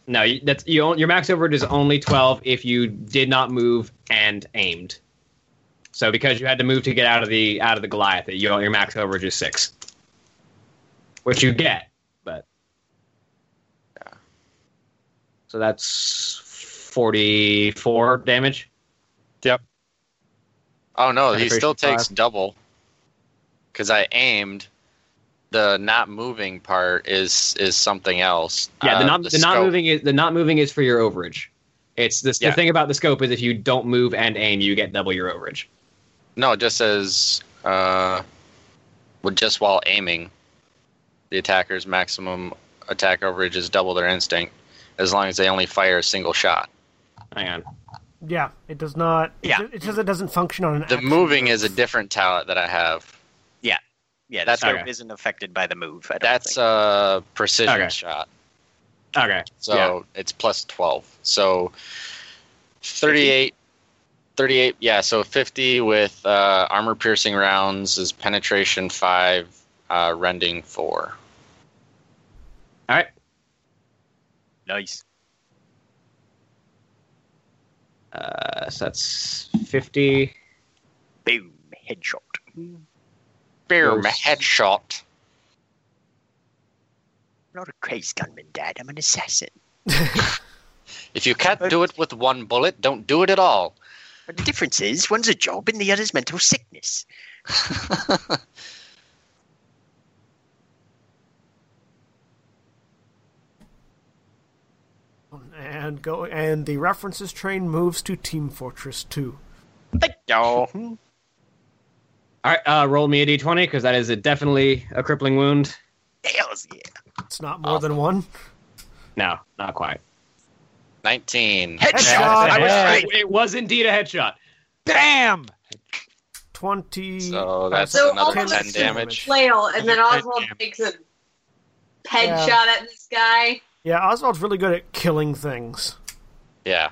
No, you, that's you. on- Your max overage is only twelve if you did not move and aimed. So because you had to move to get out of the out of the Goliath, you, your max overage is six, which you get. But so that's forty-four damage. Oh no, he Penetration still takes five. double. Because I aimed. The not moving part is is something else. Yeah, the Uh, not the, not scope- moving is the not moving is for your overage. It's this, Yeah. the thing about the scope is if you don't move and aim, you get double your overage. No, it just says, uh, well, just while aiming, the attacker's maximum attack overage is double their instinct, as long as they only fire a single shot. Hang on. Yeah, it does not. it Yeah. ju- It, just it doesn't function on an. The action moving move. is a different talent that I have. yeah, That's that scope okay. isn't affected by the move. I don't That's think. a precision Okay. shot. Okay. So it's plus 12. So 38, 38, yeah, so 50 with uh, armor piercing rounds is penetration 5, uh, rending 4. nice. Uh, so that's fifty. Boom, headshot. Boom, Gross. headshot. I'm not a crazed gunman, Dad. I'm an assassin. If you can't do it with one bullet, don't do it at all. But the difference is one's a job and the other's mental sickness. And go and the references train moves to Team Fortress Two. But no. All right. Uh, roll me a d twenty because that is a, definitely a crippling wound. Hells yeah. It's not more than one. No, not quite. 19. Headshot. I was Yeah, right. It, it was indeed a headshot. Bam! Twenty. So that's So another all 10 the- damage. flail, and then Head Oswald jam. takes a head Yeah. shot at this guy. Yeah, Oswald's really good at killing things. Yeah.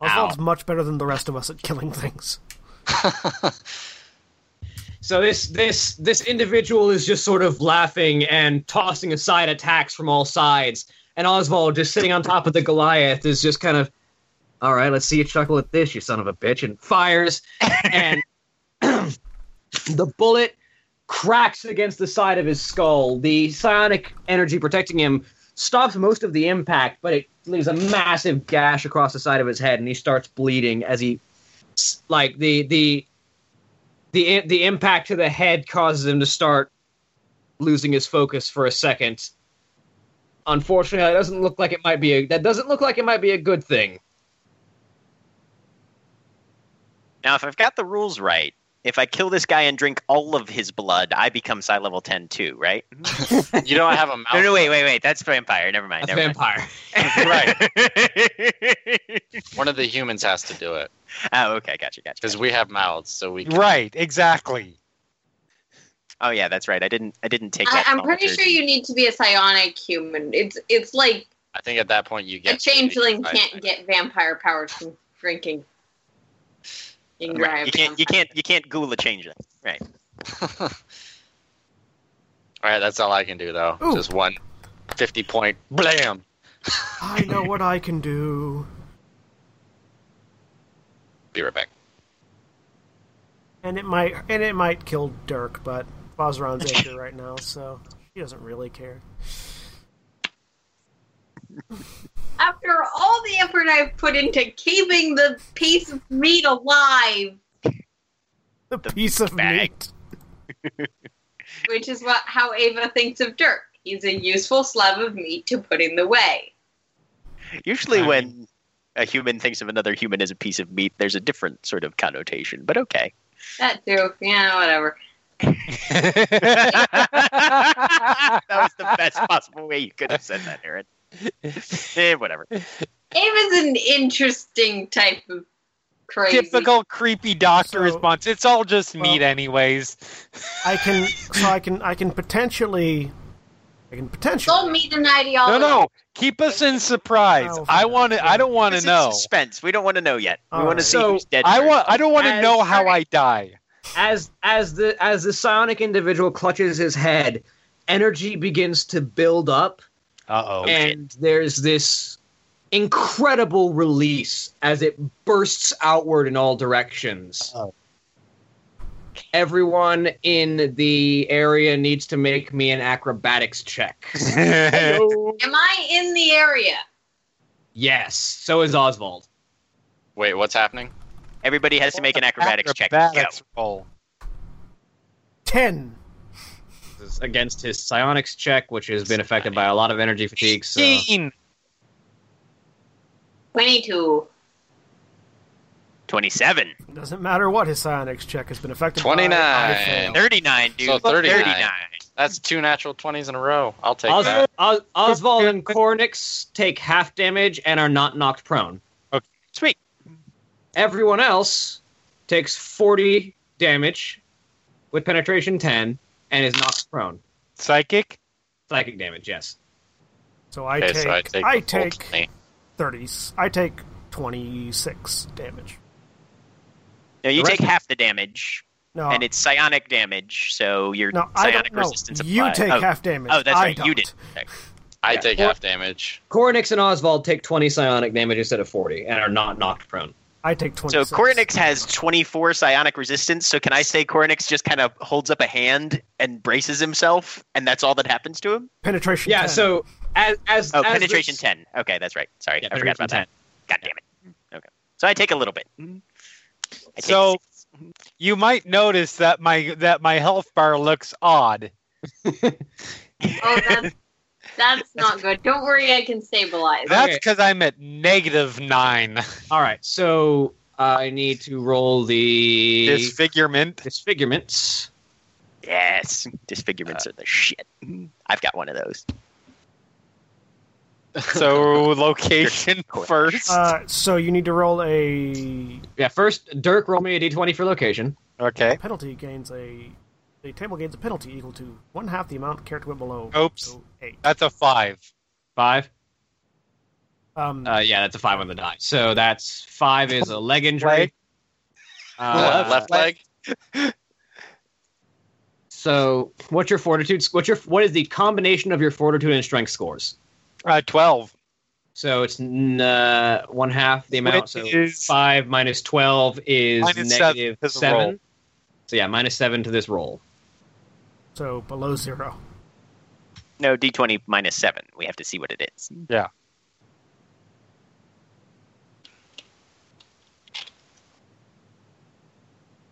Oswald's much better than the rest of us at killing things. So this this this individual is just sort of laughing and tossing aside attacks from all sides, and Oswald just sitting on top of the Goliath is just kind of, all right, let's see you chuckle at this, you son of a bitch, and fires, and the bullet cracks against the side of his skull. The psionic energy protecting him stops most of the impact, but it leaves a massive gash across the side of his head, and he starts bleeding as he, like the the the the impact to the head causes him to start losing his focus for a second. Unfortunately, that doesn't look like it might be a that doesn't look like it might be a good thing. Now, if I've got the rules right, if I kill this guy and drink all of his blood, I become psi level 10 too, right? You don't have a mouth. No, no, wait, wait, wait. That's vampire. Never mind. A Never vampire. mind. right. One of the humans has to do it oh, okay. Gotcha, gotcha. because gotcha. we have mouths, so we can. Right, exactly. Oh, yeah, that's right. I didn't. I didn't take I, that. I'm pretty knowledge. sure you need to be a psionic human. It's it's like I think at that point you get. a changeling 35. can't get vampire powers from drinking. You can Right. You can't. You can't. You can't ghoul a changeling. Right. All right, that's all I can do though. Ooh. Just one 50 point blam. I know what I can do. Be right back. And it might and it might kill Dirk, but Bozran's angry right now, so she doesn't really care. After all the effort I've put into keeping the piece of meat alive, The, piece of bag. meat. which is what how Ava thinks of Dirk. He's a useful slab of meat to put in the way. Usually, I when a human thinks of another human as a piece of meat, there's a different sort of connotation. But okay. That too. Yeah, whatever. that was the best possible way you could have said that, Aaron. eh, whatever. Ava's an interesting type of crazy. Typical creepy doctor So- response. It's all just meat, Well- anyways. I can so I can I can potentially I can Sold potentially me an No, ideology. no. Keep us in surprise. Oh, I want to. I don't want It's to in know. suspense. We don't want to know yet. We All want right. to see So, who's dead. I first. want. I don't want to As- know how I die. as as the as the psionic individual clutches his head, energy begins to build up, Uh oh. and there's this incredible release as it bursts outward in all directions. Oh. Everyone in the area needs to make me an acrobatics check. Am I in the area? yes, so is Oswald. Wait, what's happening? Everybody has to make an acrobatics, check. Acrobatics roll. ten. This is Against his psionics check, which has been affected by a lot of energy fatigue. So. 18. 22. Go. 27. Doesn't matter what his psionics check has been affected. by, I 29. fail. 39, dude. So 39. 39. That's two natural 20s in a row. I'll take Os- that. Os- Oswald and Cornix take half damage and are not knocked prone. Sweet. Everyone else takes 40 damage with penetration 10 and is knocked prone. Psychic. Psychic damage, yes. So I Okay, take so I take, I the full take 20. thirty. I take twenty six damage. No, you The take rest- half the damage, No, and it's psionic damage, so your Oh. no, I psionic don't know. resistance You applies. take oh, half damage. Oh, that's I right. You don't. did. Okay. I Yeah. take Or- half damage. Cornix and Oswald take 20 psionic damage instead of 40 and are not knocked prone. I take twenty. So Korinix has 24 psionic resistance, so can I say Korinix just kind of holds up a hand and braces himself, and that's all that happens to him? penetration. Yeah, 10. so as as Oh, as penetration this- 10. Okay, that's right. Sorry, Yeah, I forgot about penetration that. God damn it. Okay. So I take a little bit. I take So six. you might notice that my that my health bar looks odd. Oh, that's, that's not good. Don't worry, I can stabilize. That's because I'm at negative nine. 10. All right, so I need to roll the Disfigurement. disfigurements. yes, disfigurements are the shit. I've got one of those. So location Correct. first. Uh, so you need to roll a Yeah, first, Dirk, roll me a d20 for location. okay. penalty gains a the table gains a penalty equal to one half the amount character went below. Oops. So eight. That's a five. Five. Um, Uh, yeah, that's a five on the die. So that's five is a leg injury. Leg. Uh, left, left leg? So what's your fortitude? sc- What's your what is the combination of your fortitude and strength scores? Uh, Twelve. So it's n- uh, one half the amount. Which so is- five minus twelve is Minus seven negative to the seven. roll. So yeah, minus seven to this roll. so below zero. No, d20 minus 7. We have to see what it is.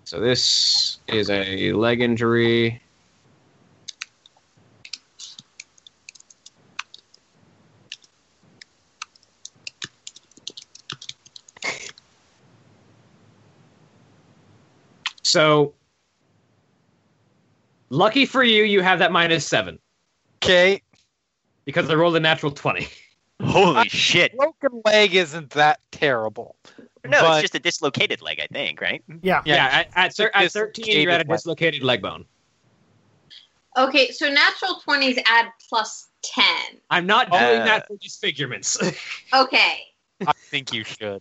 So this is a leg injury. So lucky for you, you have that minus seven Okay. because I rolled a natural 20. Holy shit. Broken leg isn't that terrible. No, but- it's just a dislocated leg, I think, right? Yeah. Yeah, Yeah, at, at, thir- at 13, you're at a dislocated leg. dislocated leg bone. Okay, so natural 20s add plus 10. I'm not doing Uh, that for disfigurements. Okay. I think you should.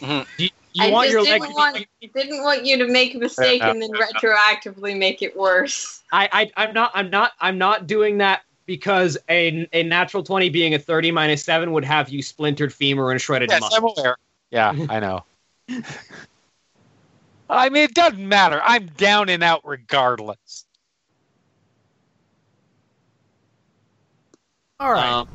you I you want just your leg didn't to be want, didn't want you to make a mistake Yeah. and then retroactively make it worse. I, I I'm not I'm not I'm not doing that because a, a natural twenty being a thirty minus seven would have you splintered femur and shredded Yes, I'm muscle. aware. Yeah, I know. I mean, it doesn't matter. I'm down and out regardless. All right. Um,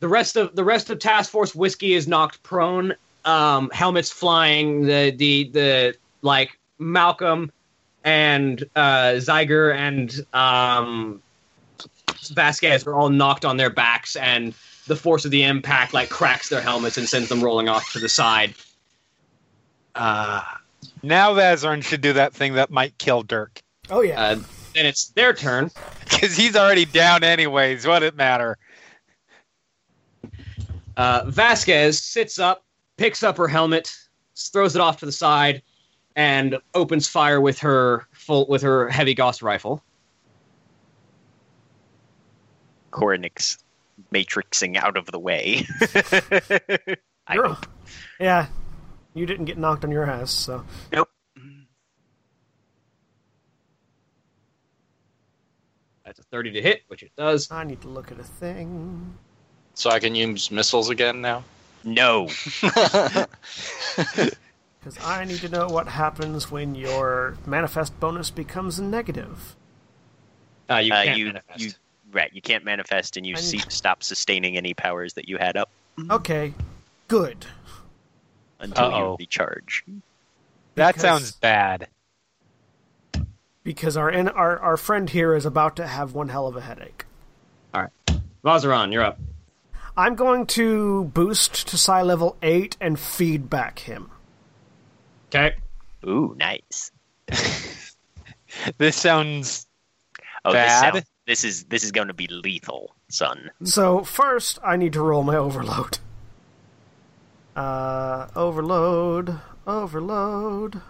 the rest of the rest of Task Force Whiskey is knocked prone. Um, helmets flying. The the the like Malcolm and uh, Zeiger and um, Vasquez are all knocked on their backs and the force of the impact like cracks their helmets and sends them rolling off to the side. Uh, Now Vazarn should do that thing that might kill Dirk. Oh yeah. uh, then it's their turn. Because he's already down anyways. What it matter? Uh, Vasquez sits up, picks up her helmet, s- throws it off to the side, and opens fire with her full with her heavy Gauss rifle. Cornix matrixing out of the way. uh, I, You're- yeah. You didn't get knocked on your ass, so That's a thirty to hit, which it does. I need to look at a thing. So I can use missiles again now. no. Because I need to know what happens when your manifest bonus becomes a negative. Uh, you Uh, can't you, manifest. you, right, you can't manifest and you I need- see, stop sustaining any powers that you had up Okay, good. until Uh-oh. you recharge. That Because- sounds bad. Because our, en- our our friend here is about to have one hell of a headache. Vazaran, you're up. I'm going to boost to psi level 8 and feedback him. Okay. Ooh, nice. This sounds Oh, Bad. This, sound, this is this is going to be lethal, son. So, first, I need to roll my overload. Uh, overload, overload.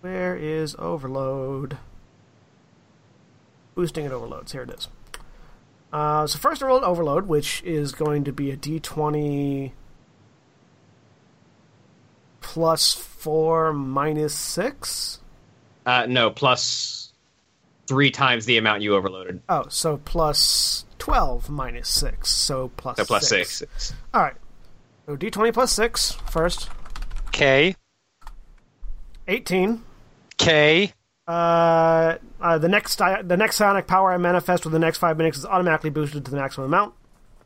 Where is overload? Boosting and overloads. Here it is. Uh, so, first, I rolled overload, which is going to be a d20 plus 4 minus 6. Uh, no, plus three times the amount you overloaded. Oh, so plus 12 minus 6. So plus So plus 6. six. All right. So d20 plus 6 first. K 18. K. Uh, uh, the next di- the next psionic power I manifest within the next five minutes is automatically boosted to the maximum amount.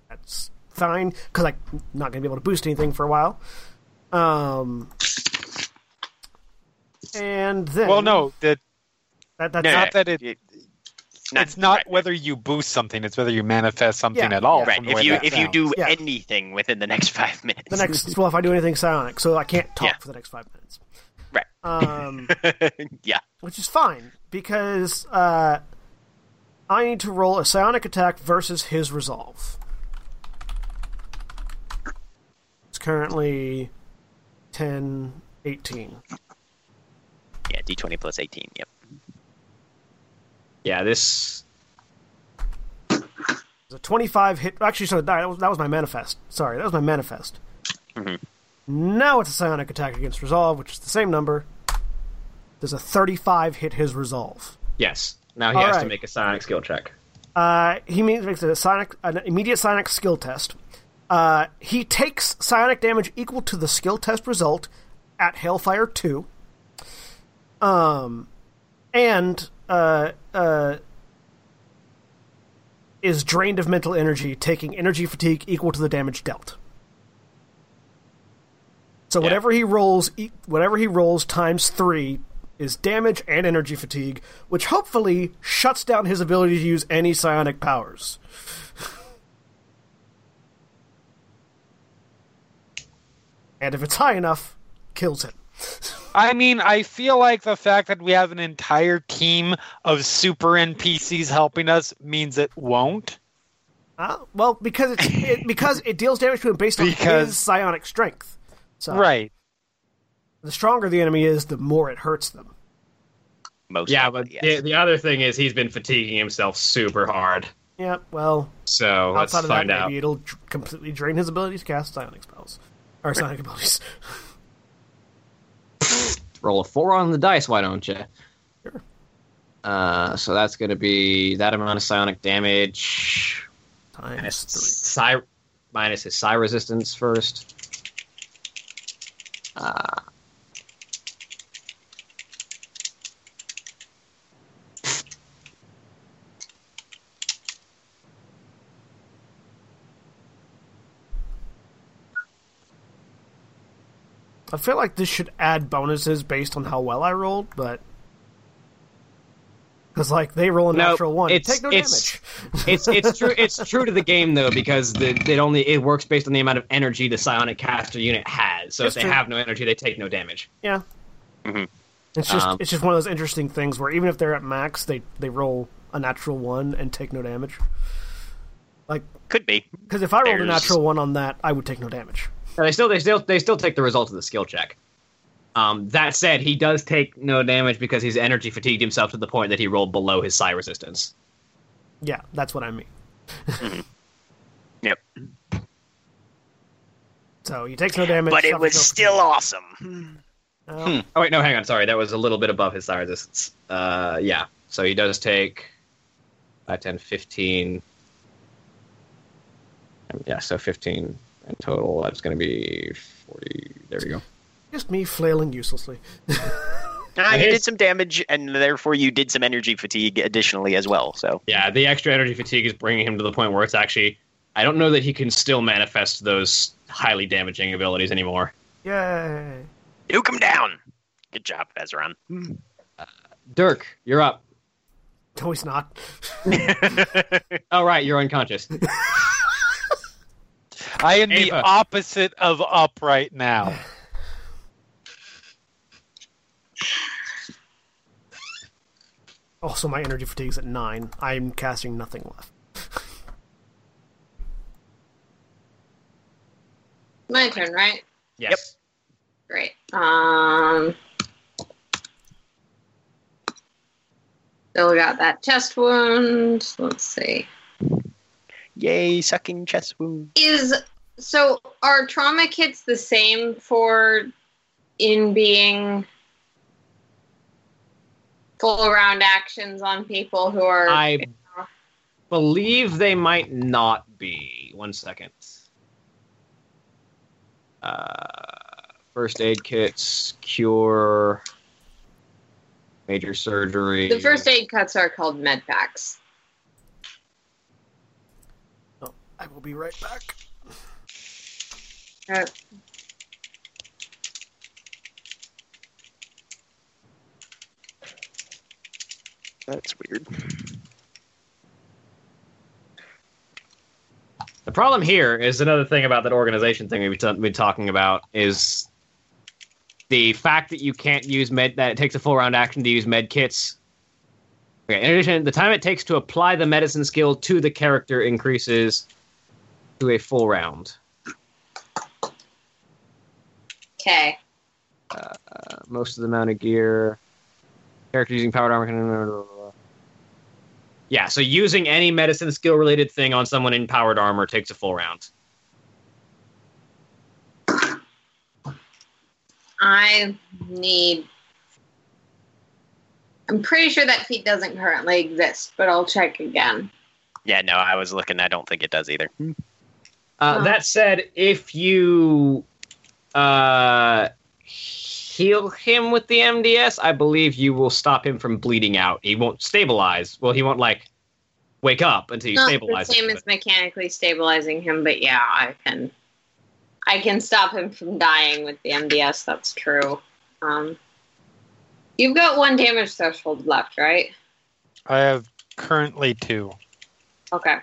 That's fine because I'm not going to be able to boost anything for a while. Um, and then Well, no, that that, that's No, not not that it. It- It's not right, whether you boost something; it's whether you manifest something Yeah, at all. yeah. Right. from the way If you that if you do Yeah. anything within the next five minutes, the next. Well, if I do anything psionic, so I can't talk Yeah. for the next five minutes. Right. Um. yeah. which is fine because uh, I need to roll a psionic attack versus his resolve. It's currently 10, 18. Yeah, D twenty plus eighteen. Yep. Yeah, this It's a 25 hit. Actually, so that was, that was my manifest. Sorry, that was my manifest. Mhm. Now it's a psionic attack against resolve, which is the same number. Does a 35 hit his resolve? yes. Now he All has to right. make a psionic skill check. Uh, he means makes a psionic, an immediate psionic skill test. Uh, he takes psionic damage equal to the skill test result at Hailfire two. Um, and uh, uh, is drained of mental energy, taking energy fatigue equal to the damage dealt. So whatever he rolls, e- whatever he rolls times three is damage and energy fatigue, which hopefully shuts down his ability to use any psionic powers. and if it's high enough, kills him. I mean, I feel like the fact that we have an entire team of super NPCs helping us means it won't. Uh, well, because it's, it because it deals damage to him based on Because- his psionic strength. So Right. the stronger the enemy is, the more it hurts them. Most. Yeah, likely, but yes. the, the other thing is he's been fatiguing himself super hard. Yeah, well, So let's outside of that, find out. maybe it'll dr- completely drain his ability to cast psionic spells or psionic abilities. Roll a four on the dice, why don't you? Sure. Uh, so that's going to be that amount of psionic damage Times minus three. psi minus his psi resistance first. I feel like this should add bonuses based on how well I rolled, but Because like they roll a No, natural one, it's- take no it's- damage. It's it's true it's true to the game though because the, it only it works based on the amount of energy the psionic caster unit has. So That's if they true. have no energy, they take no damage. Yeah. Mhm. It's just Um, it's just one of those interesting things where even if they're at max, they they roll a natural one and take no damage. Like Could be. because if I rolled a There's- natural one on that, I would take no damage. Now, they still they still they still take the result of the skill check. Um, that said, he does take no damage because he's energy fatigued himself to the point that he rolled below his psi resistance. Yeah, that's what I mean. Mm-hmm. Yep. So he takes no damage, But it suffers was no still fatigue. awesome. Oh, Hmm. Oh wait, no, hang on. Sorry, that was a little bit above his psi resistance. Uh, yeah, so he does take 5, 10, 15. Yeah, so 15 in total. That's going to be 40. There we go. Just me flailing uselessly. Ah, you His- did some damage, and therefore you did some energy fatigue additionally as well. So Yeah, the extra energy fatigue is bringing him to the point where it's actually. I don't know that he can still manifest those highly damaging abilities anymore. Yay! nuke him down. Good job, Ezron. Dirk, you're up. No, he's not. Oh, right, you're unconscious. I am the Ava. opposite of up right now. Also, my energy fatigue's at nine. I'm casting nothing left. My turn, right? Yes. Great. Um. Still got that chest wound. Let's see. Yay, sucking chest wound. Is so are trauma kits the same for in being full round actions on people who are I believe they might not be. One second. Uh, first aid kits, cure, major surgery. the first aid cuts are called med packs. I will be right back. Uh, That's weird. The problem here is another thing about that organization thing we've t- been talking about is the fact that you can't use med that it takes a full round action to use med kits. Okay, in addition, the time it takes to apply the medicine skill to the character increases to a full round. Okay. most of the mounted gear. Character using powered armor. Can, blah, blah, blah. Yeah, so using any medicine skill related thing on someone in powered armor takes a full round. I need. I'm pretty sure that feat doesn't currently exist, but I'll check again. Yeah, no, I was looking. I don't think it does either. Uh, Wow. That said, if you uh, heal him with the MDS, I believe you will stop him from bleeding out. He won't stabilize. Well, he won't like wake up until you Not the stabilize same him. as mechanically stabilizing him, but yeah, I can. I can stop him from dying with the MDS. That's true. Um, you've got one damage threshold left, right? I have currently two. Okay.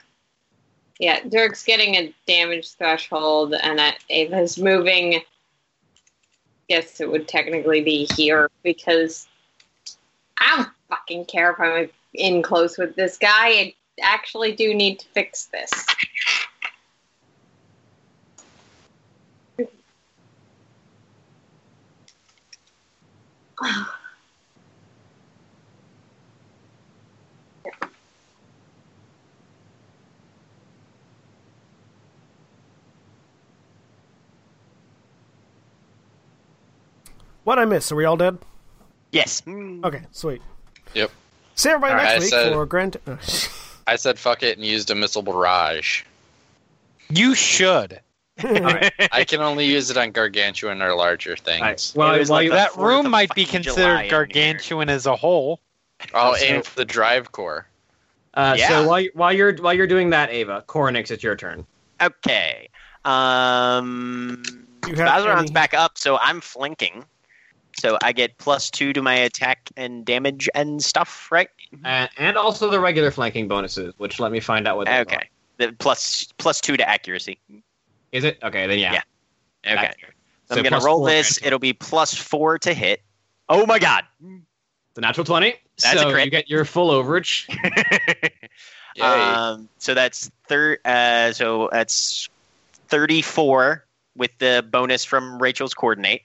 Yeah, Dirk's getting a damage threshold, and uh, Ava's moving. Guess it would technically be here because I don't fucking care if I'm in close with this guy. I actually do need to fix this. What I miss? Are we all dead? Yes. Hmm. Mm. Okay, sweet. Yep. See everybody All right, next I week said- for Grand. uh, I said fuck it and used a missile barrage. You should. I can only use it on gargantuan or larger things. Well, It was while like you- the That fourth room of might be fucking July considered in gargantuan as a whole. I'll so- aim for Oh, the drive core. Uh, Yeah. So while you- while you're while you're doing that, Ava, Coronix, it's your turn. here. Okay. Um. You have Bazaron's any- back up, so I'm flanking. So I get plus two to my attack and damage and stuff, right? and, and also the regular flanking bonuses, which let me find out what. those Okay. The plus plus two to accuracy. are. is it? Okay, then yeah. Yeah. Okay. That's accurate. So, Ah, So I'm gonna plus roll four this. granted. It'll be plus four to hit. Oh my god! The natural twenty. That's so a crit. you get your full overage. Yay. Um, so that's thir- uh, So that's thirty-four with the bonus from Rachel's coordinate.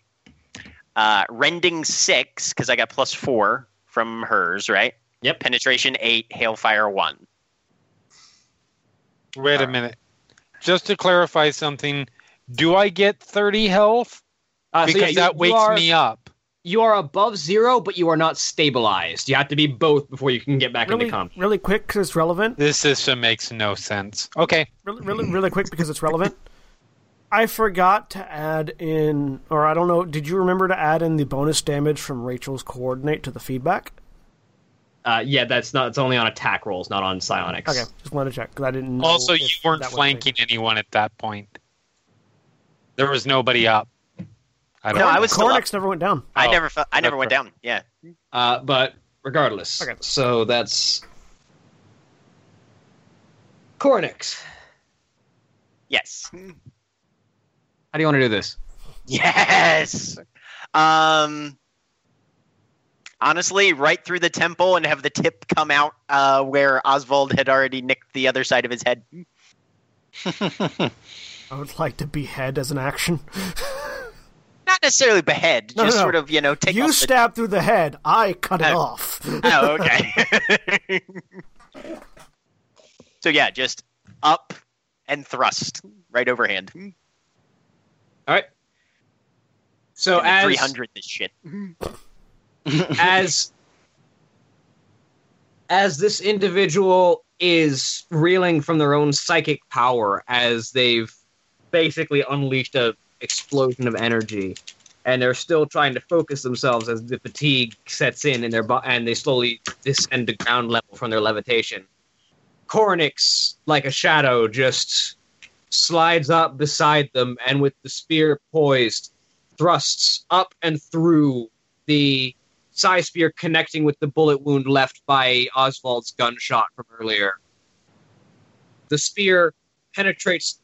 Uh, rending six because I got plus four from hers, right? Yep. Penetration eight, hailfire one. Wait a minute. Just to clarify something, do I get 30 health? Uh, so Because yeah, you- that you wakes are- me up. You are above zero, but you are not stabilized. You have to be both before you can get back Really, into combat. really quick because it's relevant. This system makes no sense. Okay. Really, really, really quick because it's relevant. I forgot to add in, or I don't know. Did you remember to add in the bonus damage from Rachel's coordinate to the feedback? Uh, yeah, that's not. It's only on attack rolls, not on psionics. Okay, just wanted to check because I didn't. know Also, if you weren't that was a thing. flanking anyone at that point. There was nobody up. I don't No, know. I was still up. Cornix never went down. I Oh, never, fe- I never went down. Yeah. Uh, but regardless, Okay. so that's Cornix. Yes. How do you want to do this? Yes. Um. Honestly, right through the temple and have the tip come out uh, where Oswald had already nicked the other side of his head. I would like to behead as an action. Not necessarily behead, No, no, just no. sort of you know take you off the stab through the head. I cut it Oh. off. oh, okay. so yeah, just up and thrust right overhand. So as three hundred, this shit. as as this individual is reeling from their own psychic power as they've basically unleashed a explosion of energy and they're still trying to focus themselves as the fatigue sets in and their bo- and they slowly descend to ground level from their levitation Koronix, like a shadow just slides up beside them and with the spear poised thrusts up and through the psi spear connecting with the bullet wound left by Oswald's gunshot from earlier. The spear penetrates.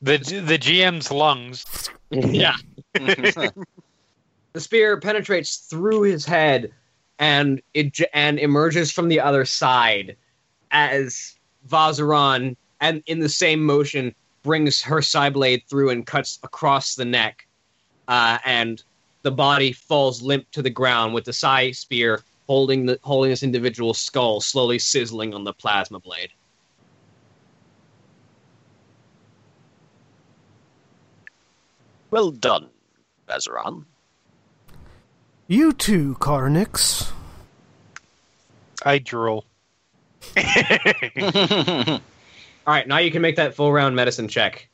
The, the GM's lungs. yeah. The spear penetrates through his head, and it j- and emerges from the other side as Vazaran, and in the same motion, brings her psi blade through and cuts across the neck, uh, and the body falls limp to the ground with the psi spear holding the holding this individual's skull slowly sizzling on the plasma blade. Well done, Bazaran. You too, Carnix. I drool. All right, now you can make that full round medicine check.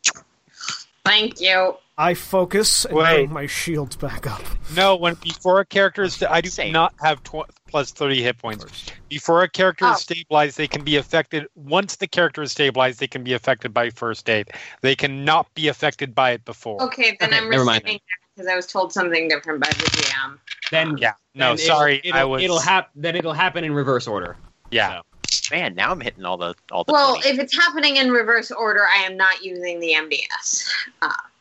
Thank you. I focus and Wait. bring my shields back up. No, when before a character is, I do Same. not have tw- plus thirty hit points. Before a character Oh. is stabilized, they can be affected. Once the character is stabilized, they can be affected by first aid. They cannot be affected by it before. Okay, then Okay, I'm never mind. receiving that because I was told something different by the GM. Then Yeah. then No, it'll- sorry. it'll, I was. It'll hap- then it'll happen in reverse order. yeah. Man, now I'm hitting all the all the. Well, 20. if it's happening in reverse order, I am not using the MDS.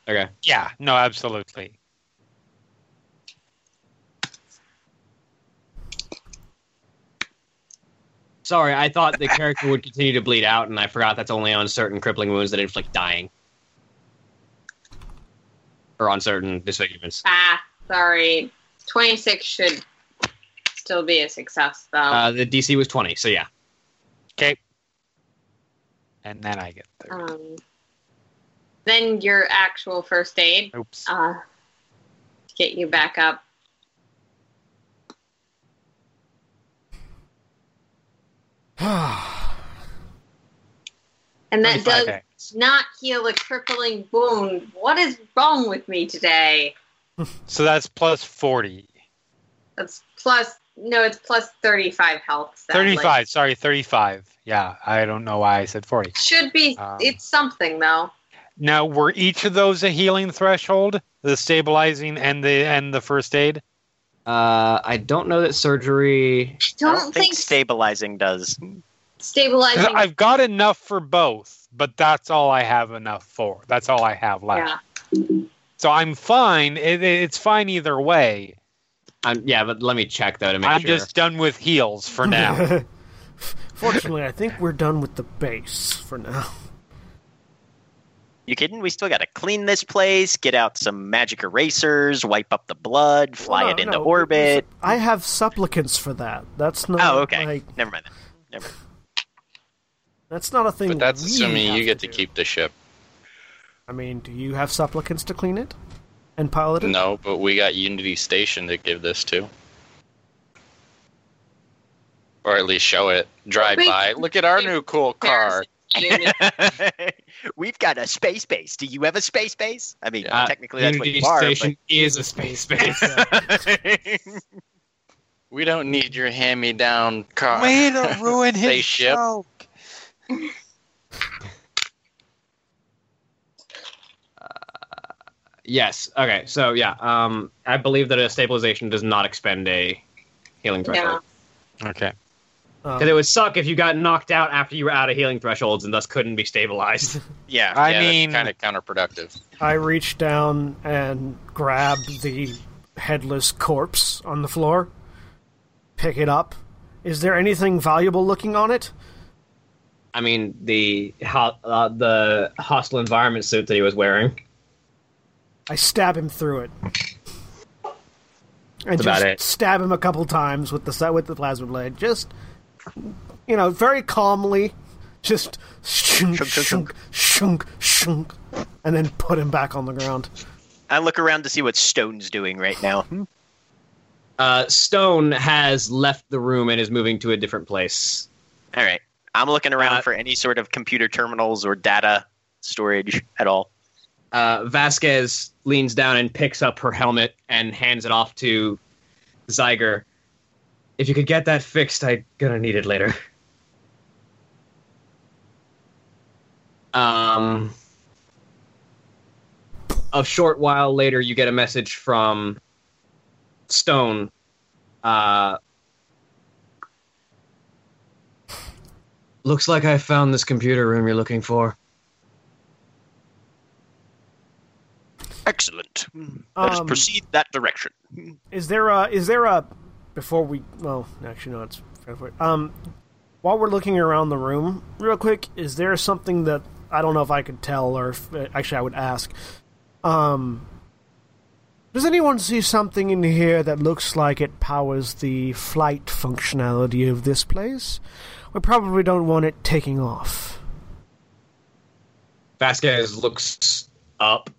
Okay. Yeah. No, absolutely. Sorry, I thought the character would continue to bleed out, and I forgot that's only on certain crippling wounds that inflict dying, or on certain disfigurements. Ah, sorry. 26 should still be a success, though. Uh, the DC was twenty, so yeah. Okay. And then I get there. um, then your actual first aid Oops. uh, to get you back up. And that 35 does heck. not heal a crippling wound. What is wrong with me today? So that's plus forty. That's plus, no, it's plus 35 health. sadly. Thirty-five. Sorry, thirty-five. Yeah. I don't know why I said forty. Should be, Um, it's something, though. Now, were each of those a healing threshold? The stabilizing and the and the first aid. Uh, I don't know that surgery. Don't, I don't think, think stabilizing does. stabilizing. I've got enough for both, but that's all I have enough for. That's all I have left. yeah. So I'm fine. It, it- it's fine either way. I'm, yeah, but let me check though to make I'm sure. just done with heals for now. Fortunately, I think we're done with the base for now. You kidding? We still got to clean this place, get out some magic erasers, wipe up the blood, fly No, it into no, orbit. I have supplicants for that. That's not. Oh, okay. Like, Never mind. then. Never mind. that's not a thing. But that's we assuming have you get to do. keep the ship. I mean, do you have supplicants to clean it and pilot it? No, but we got Unity Station to give this to. Or at least show it. Drive Wait. by. Look at our new cool car. Comparison. We've got a space base. Do you have a space base? I mean, Yeah. technically that's what Unity you are. Station is a space base. but- We don't need your hand me down car. Way to ruin his Spaceship. show. Oh, yes. Okay. So yeah, um, I believe that a stabilization does not expend a healing threshold. Okay. Um, Because it would suck if you got knocked out after you were out of healing thresholds and thus couldn't be stabilized. yeah. I mean, kind of counterproductive. I reach down and grab the headless corpse on the floor, pick it up. Is there anything valuable looking on it? I mean, the ho- uh, the hostile environment suit that he was wearing. I stab him through it. And That's just about it. stab him a couple times with the sa- with the plasma blade. Just you know, very calmly. Just shunk, Shunk, shunk, shunk, shunk. shunk, shunk, and then put him back on the ground. I look around to see what Stone's doing right now. Uh, Stone has left the room and is moving to a different place. All right. I'm looking around Uh, for any sort of computer terminals or data storage at all. Uh, Vasquez leans down and picks up her helmet and hands it off to Zyger. If you could get that fixed, I'm gonna need it later. Um, a short while later, you get a message from Stone. Uh, looks like I found this computer room you're looking for. Excellent. Let us Um, proceed that direction. oh, Is there a is there a before we well actually no it's um while we're looking around the room real quick is there something that I don't know if I could tell or if, actually I would ask um does anyone see something in here that looks like it powers the flight functionality of this place? We probably don't want it taking off. Vasquez looks up,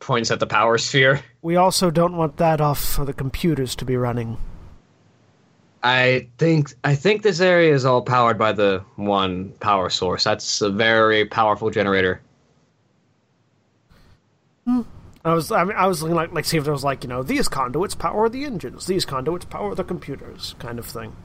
points at the power sphere. We also don't want that off for the computers to be running. I think I think this area is all powered by the one power source. That's a very powerful generator. I was I, mean, I was looking like like see if there was like you know these conduits power the engines, these conduits power the computers, kind of thing.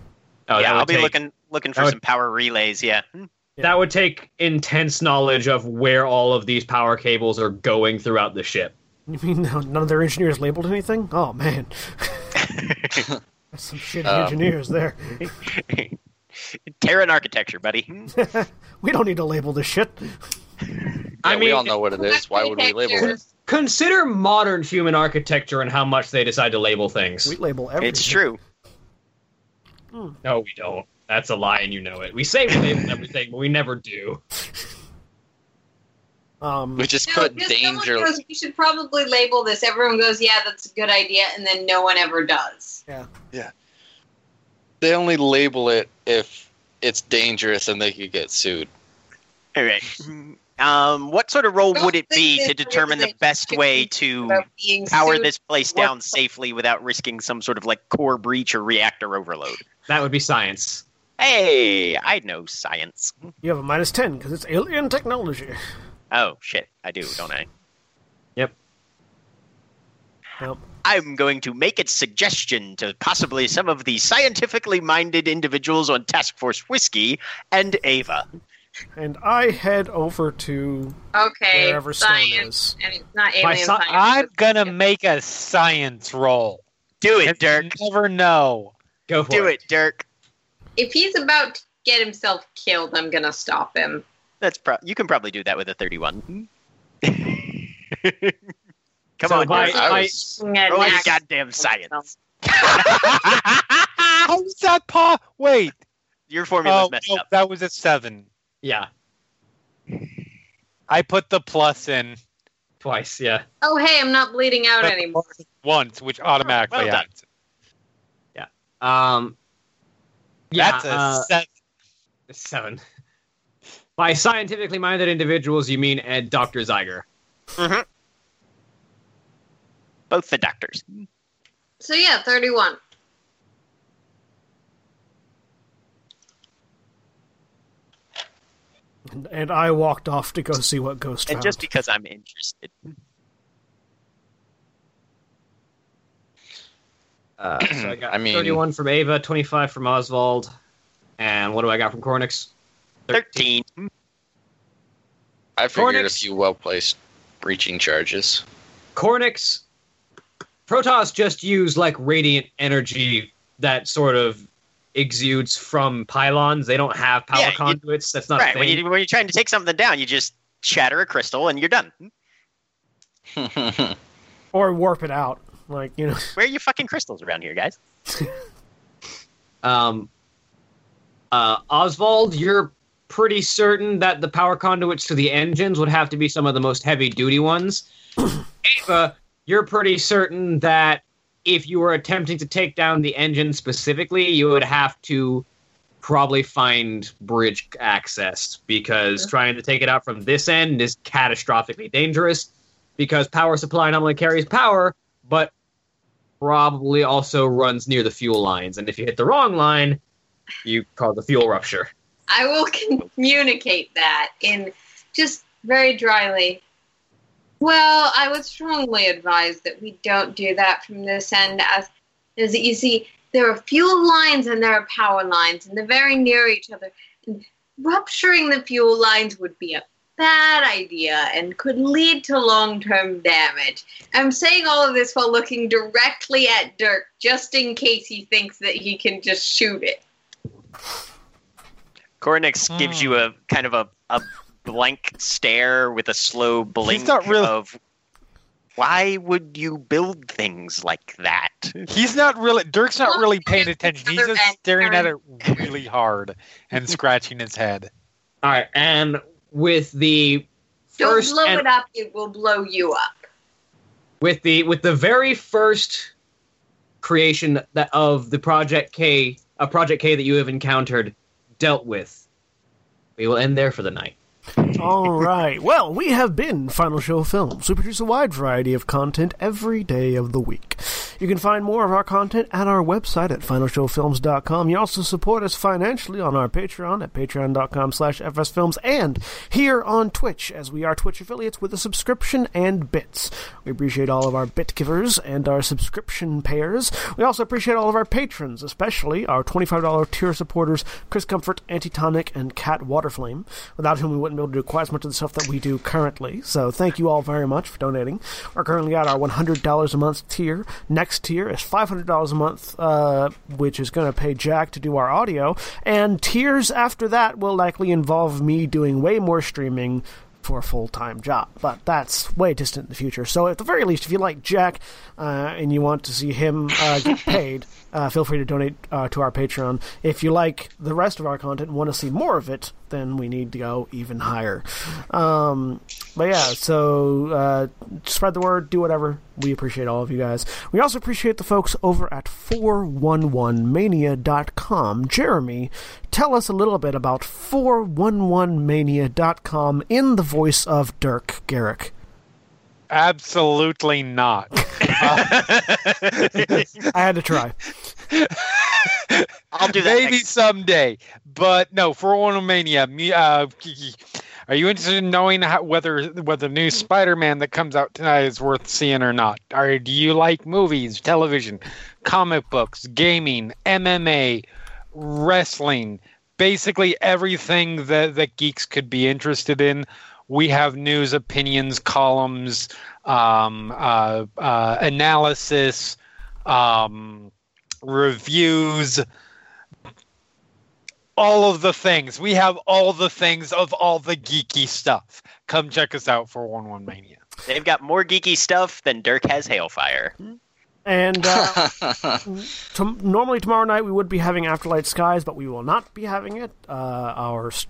Oh, that yeah, would I'll be take- looking looking for that would- some power relays. Yeah. That would take intense knowledge of where all of these power cables are going throughout the ship. You mean no- none of their engineers labeled anything? Oh man, that's some shitty Um. engineers there. Terran architecture, buddy. We don't need to label this shit. I Yeah, we mean- all know what it is. Why would we label it? Consider modern human architecture and how much they decide to label things. We label everything. it's true. No, we don't. That's a lie, and you know it. We say we label everything, but we never do. Um, We just No, put just danger. Someone goes, we should probably label this. Everyone goes, yeah, that's a good idea, and then no one ever does. They only label it if it's dangerous and they could get sued. All right. Um, what sort of role Don't would it think be this to determine the organization best should way be to About being Mm. power sued. this place down safely without risking some sort of like core breach or reactor overload? That would be science. Hey, I know science. you have a minus ten because it's alien technology. Oh shit, I do, don't I? Yep. I'm going to make a suggestion to possibly some of the scientifically minded individuals on Task Force Whiskey and Ava. and I head over to Okay. wherever Stone science. is. And it's not My alien sci- science. I'm it's- gonna make a science roll. Do You it, Dirk. never know. Go for Do it, Dirk. If he's about to get himself killed, I'm gonna stop him. That's pro- you can probably do that with a 31. Come So on, by- Dirk. I I- was- Roll your Next. goddamn science. How was that paw? Wait. Your formula's Oh, messed no, up. that was a seven. Yeah, I put the plus in twice. Yeah, Oh hey, I'm not bleeding out But- anymore. once, which automatically Well done. adds. Um, yeah. That's a uh, seven. seven. By scientifically minded individuals, you mean Ed Doctor Zeiger? Both the doctors. So yeah, 31. And, and I walked off to go see what Ghost And found. Oh. just because I'm interested. Uh, so I got I mean- thirty-one from Ava, twenty-five from Oswald, and what do I got from Cornix? 13. I figured a Cornix. few well placed breaching charges. Cornix, Protoss just used like radiant energy that sort of exudes from pylons. They don't have power Yeah, you- conduits. That's not Right. a When, thing. you, when you're trying to take something down, you just shatter a crystal and you're done. I or warp it out. Like, you know, Where are your fucking crystals around here, guys? Um, uh, Oswald, you're pretty certain that the power conduits to the engines would have to be some of the most heavy duty ones. Ava, you're pretty certain that if you were attempting to take down the engine specifically, you would have to probably find bridge access because trying to take it out from this end is catastrophically dangerous because power supply not only carries power, but probably also runs near the fuel lines. And if you hit the wrong line, you cause a fuel rupture. I will communicate that in just very dryly. Well, I would strongly advise that we don't do that from this end, as, as you see, there are fuel lines and there are power lines, and they're very near each other. And rupturing the fuel lines would be a bad idea and could lead to long term damage. I'm saying all of this while looking directly at Dirk, just in case he thinks that he can just shoot it. Cornix gives you Hmm. a kind of a, a blank stare with a slow blink not really- of why would you build things like that? He's not really. Dirk's not really paying Look, attention. He's another just staring at bad it really hard and scratching his head. All right, and with the Don't 1st blow and it up, it will blow you up. with the with the very first creation that of the Project K, a Project K that you have encountered, dealt with. We will end there for the night. All right. Well, we have been Final Show Films. We produce a wide variety of content every day of the week. You can find more of our content at our website at finalshowfilms.com. You also support us financially on our Patreon at patreon.com slash fsfilms and here on Twitch as we are Twitch affiliates with a subscription and bits. We appreciate all of our bit givers and our subscription payers. We also appreciate all of our patrons, especially our $25 tier supporters, Chris Comfort, Antitonic, and Cat Waterflame, without whom we wouldn't be able to do quite as much of the stuff that we do currently. So thank you all very much for donating. We're currently at our $100 a month tier. Next tier is $500 a month, uh, which is going to pay Jack to do our audio. And tiers after that will likely involve me doing way more streaming for a full time job, but that's way distant in the future. So, at the very least, if you like Jack uh, and you want to see him uh, get paid, uh, feel free to donate uh, to our Patreon. If you like the rest of our content and want to see more of it, then we need to go even higher. Um, but yeah, so uh, spread the word, do whatever. We appreciate all of you guys. We also appreciate the folks over at 411mania.com. Jeremy, tell us a little bit about 411mania.com in the voice of Dirk Garrick. Absolutely not. I had to try. I'll do that Maybe next. someday, but no. For one mania, me. Uh, are you interested in knowing how, whether whether the new Spider-Man that comes out tonight is worth seeing or not? Or do you like movies, television, comic books, gaming, MMA, wrestling, basically everything that, that geeks could be interested in. We have news, opinions, columns, um, uh, uh, analysis, um, reviews, all of the things. We have all the things of all the geeky stuff. Come check us out for 1 1 Mania. They've got more geeky stuff than Dirk has hailfire. And uh, tom normally tomorrow night we would be having Afterlight Skies, but we will not be having it. Uh, our s-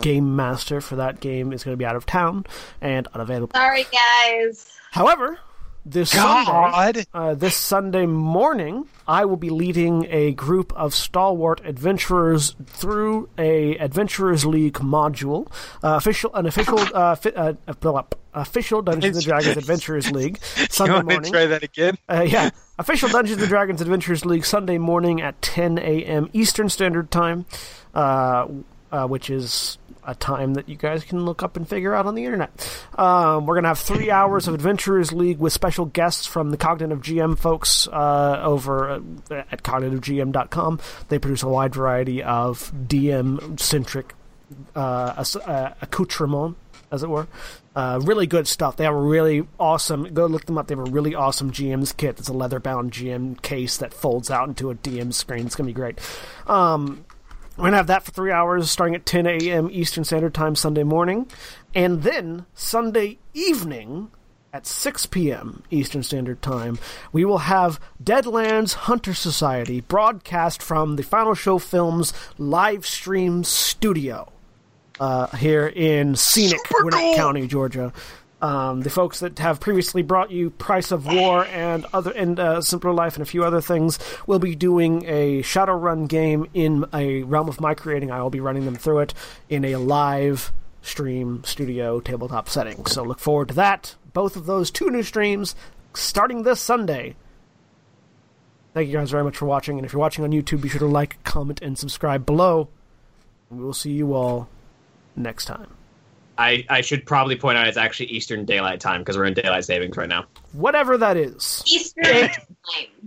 game master for that game is going to be out of town and unavailable. Sorry, guys. However, this Sunday, God! uh, this Sunday morning, I will be leading a group of stalwart adventurers through a Adventurers League module, uh, official an official uh, fi- uh, uh, blah, blah, official Dungeons and Dragons Adventurers League You Sunday want to morning. try that again? Uh, yeah, official Dungeons and Dragons Adventures League Sunday morning at 10 a.m. Eastern Standard Time, uh, uh, which is a time that you guys can look up and figure out on the internet. Um, we're gonna have three hours of Adventurers League with special guests from the Cognitive GM folks uh, over at- at cognitivegm.com. They produce a wide variety of DM centric uh, ass- uh, accoutrement, as it were. Uh, really good stuff. They have a really awesome. Go look them up. They have a really awesome GM's kit. It's a leather-bound GM case that folds out into a DM screen. It's gonna be great. Um, we're gonna have that for three hours, starting at 10 a.m. Eastern Standard Time Sunday morning, and then Sunday evening at 6 p.m. Eastern Standard Time, we will have Deadlands Hunter Society broadcast from the Final Show Films live stream studio uh, here in scenic Winnet County, Georgia. Um, the folks that have previously brought you Price of War and other and uh, Simpler Life and a few other things will be doing a Shadowrun game in a realm of my creating. I will be running them through it in a live stream studio tabletop setting. So look forward to that. Both of those two new streams starting this Sunday. Thank you guys very much for watching. And if you're watching on YouTube, be sure to like, comment, and subscribe below. And we will see you all next time. I, I should probably point out it's actually Eastern Daylight Time because we're in daylight savings right now. Whatever that is. Eastern time.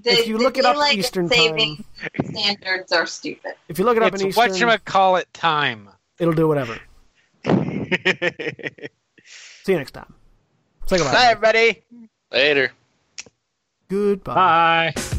The, If you look it up, daylight Eastern saving standards are stupid. If you look it up It's in Eastern, whatchamacallit time. it'll do whatever. See you next time. Say goodbye. Bye, everybody. Later. Goodbye. Bye.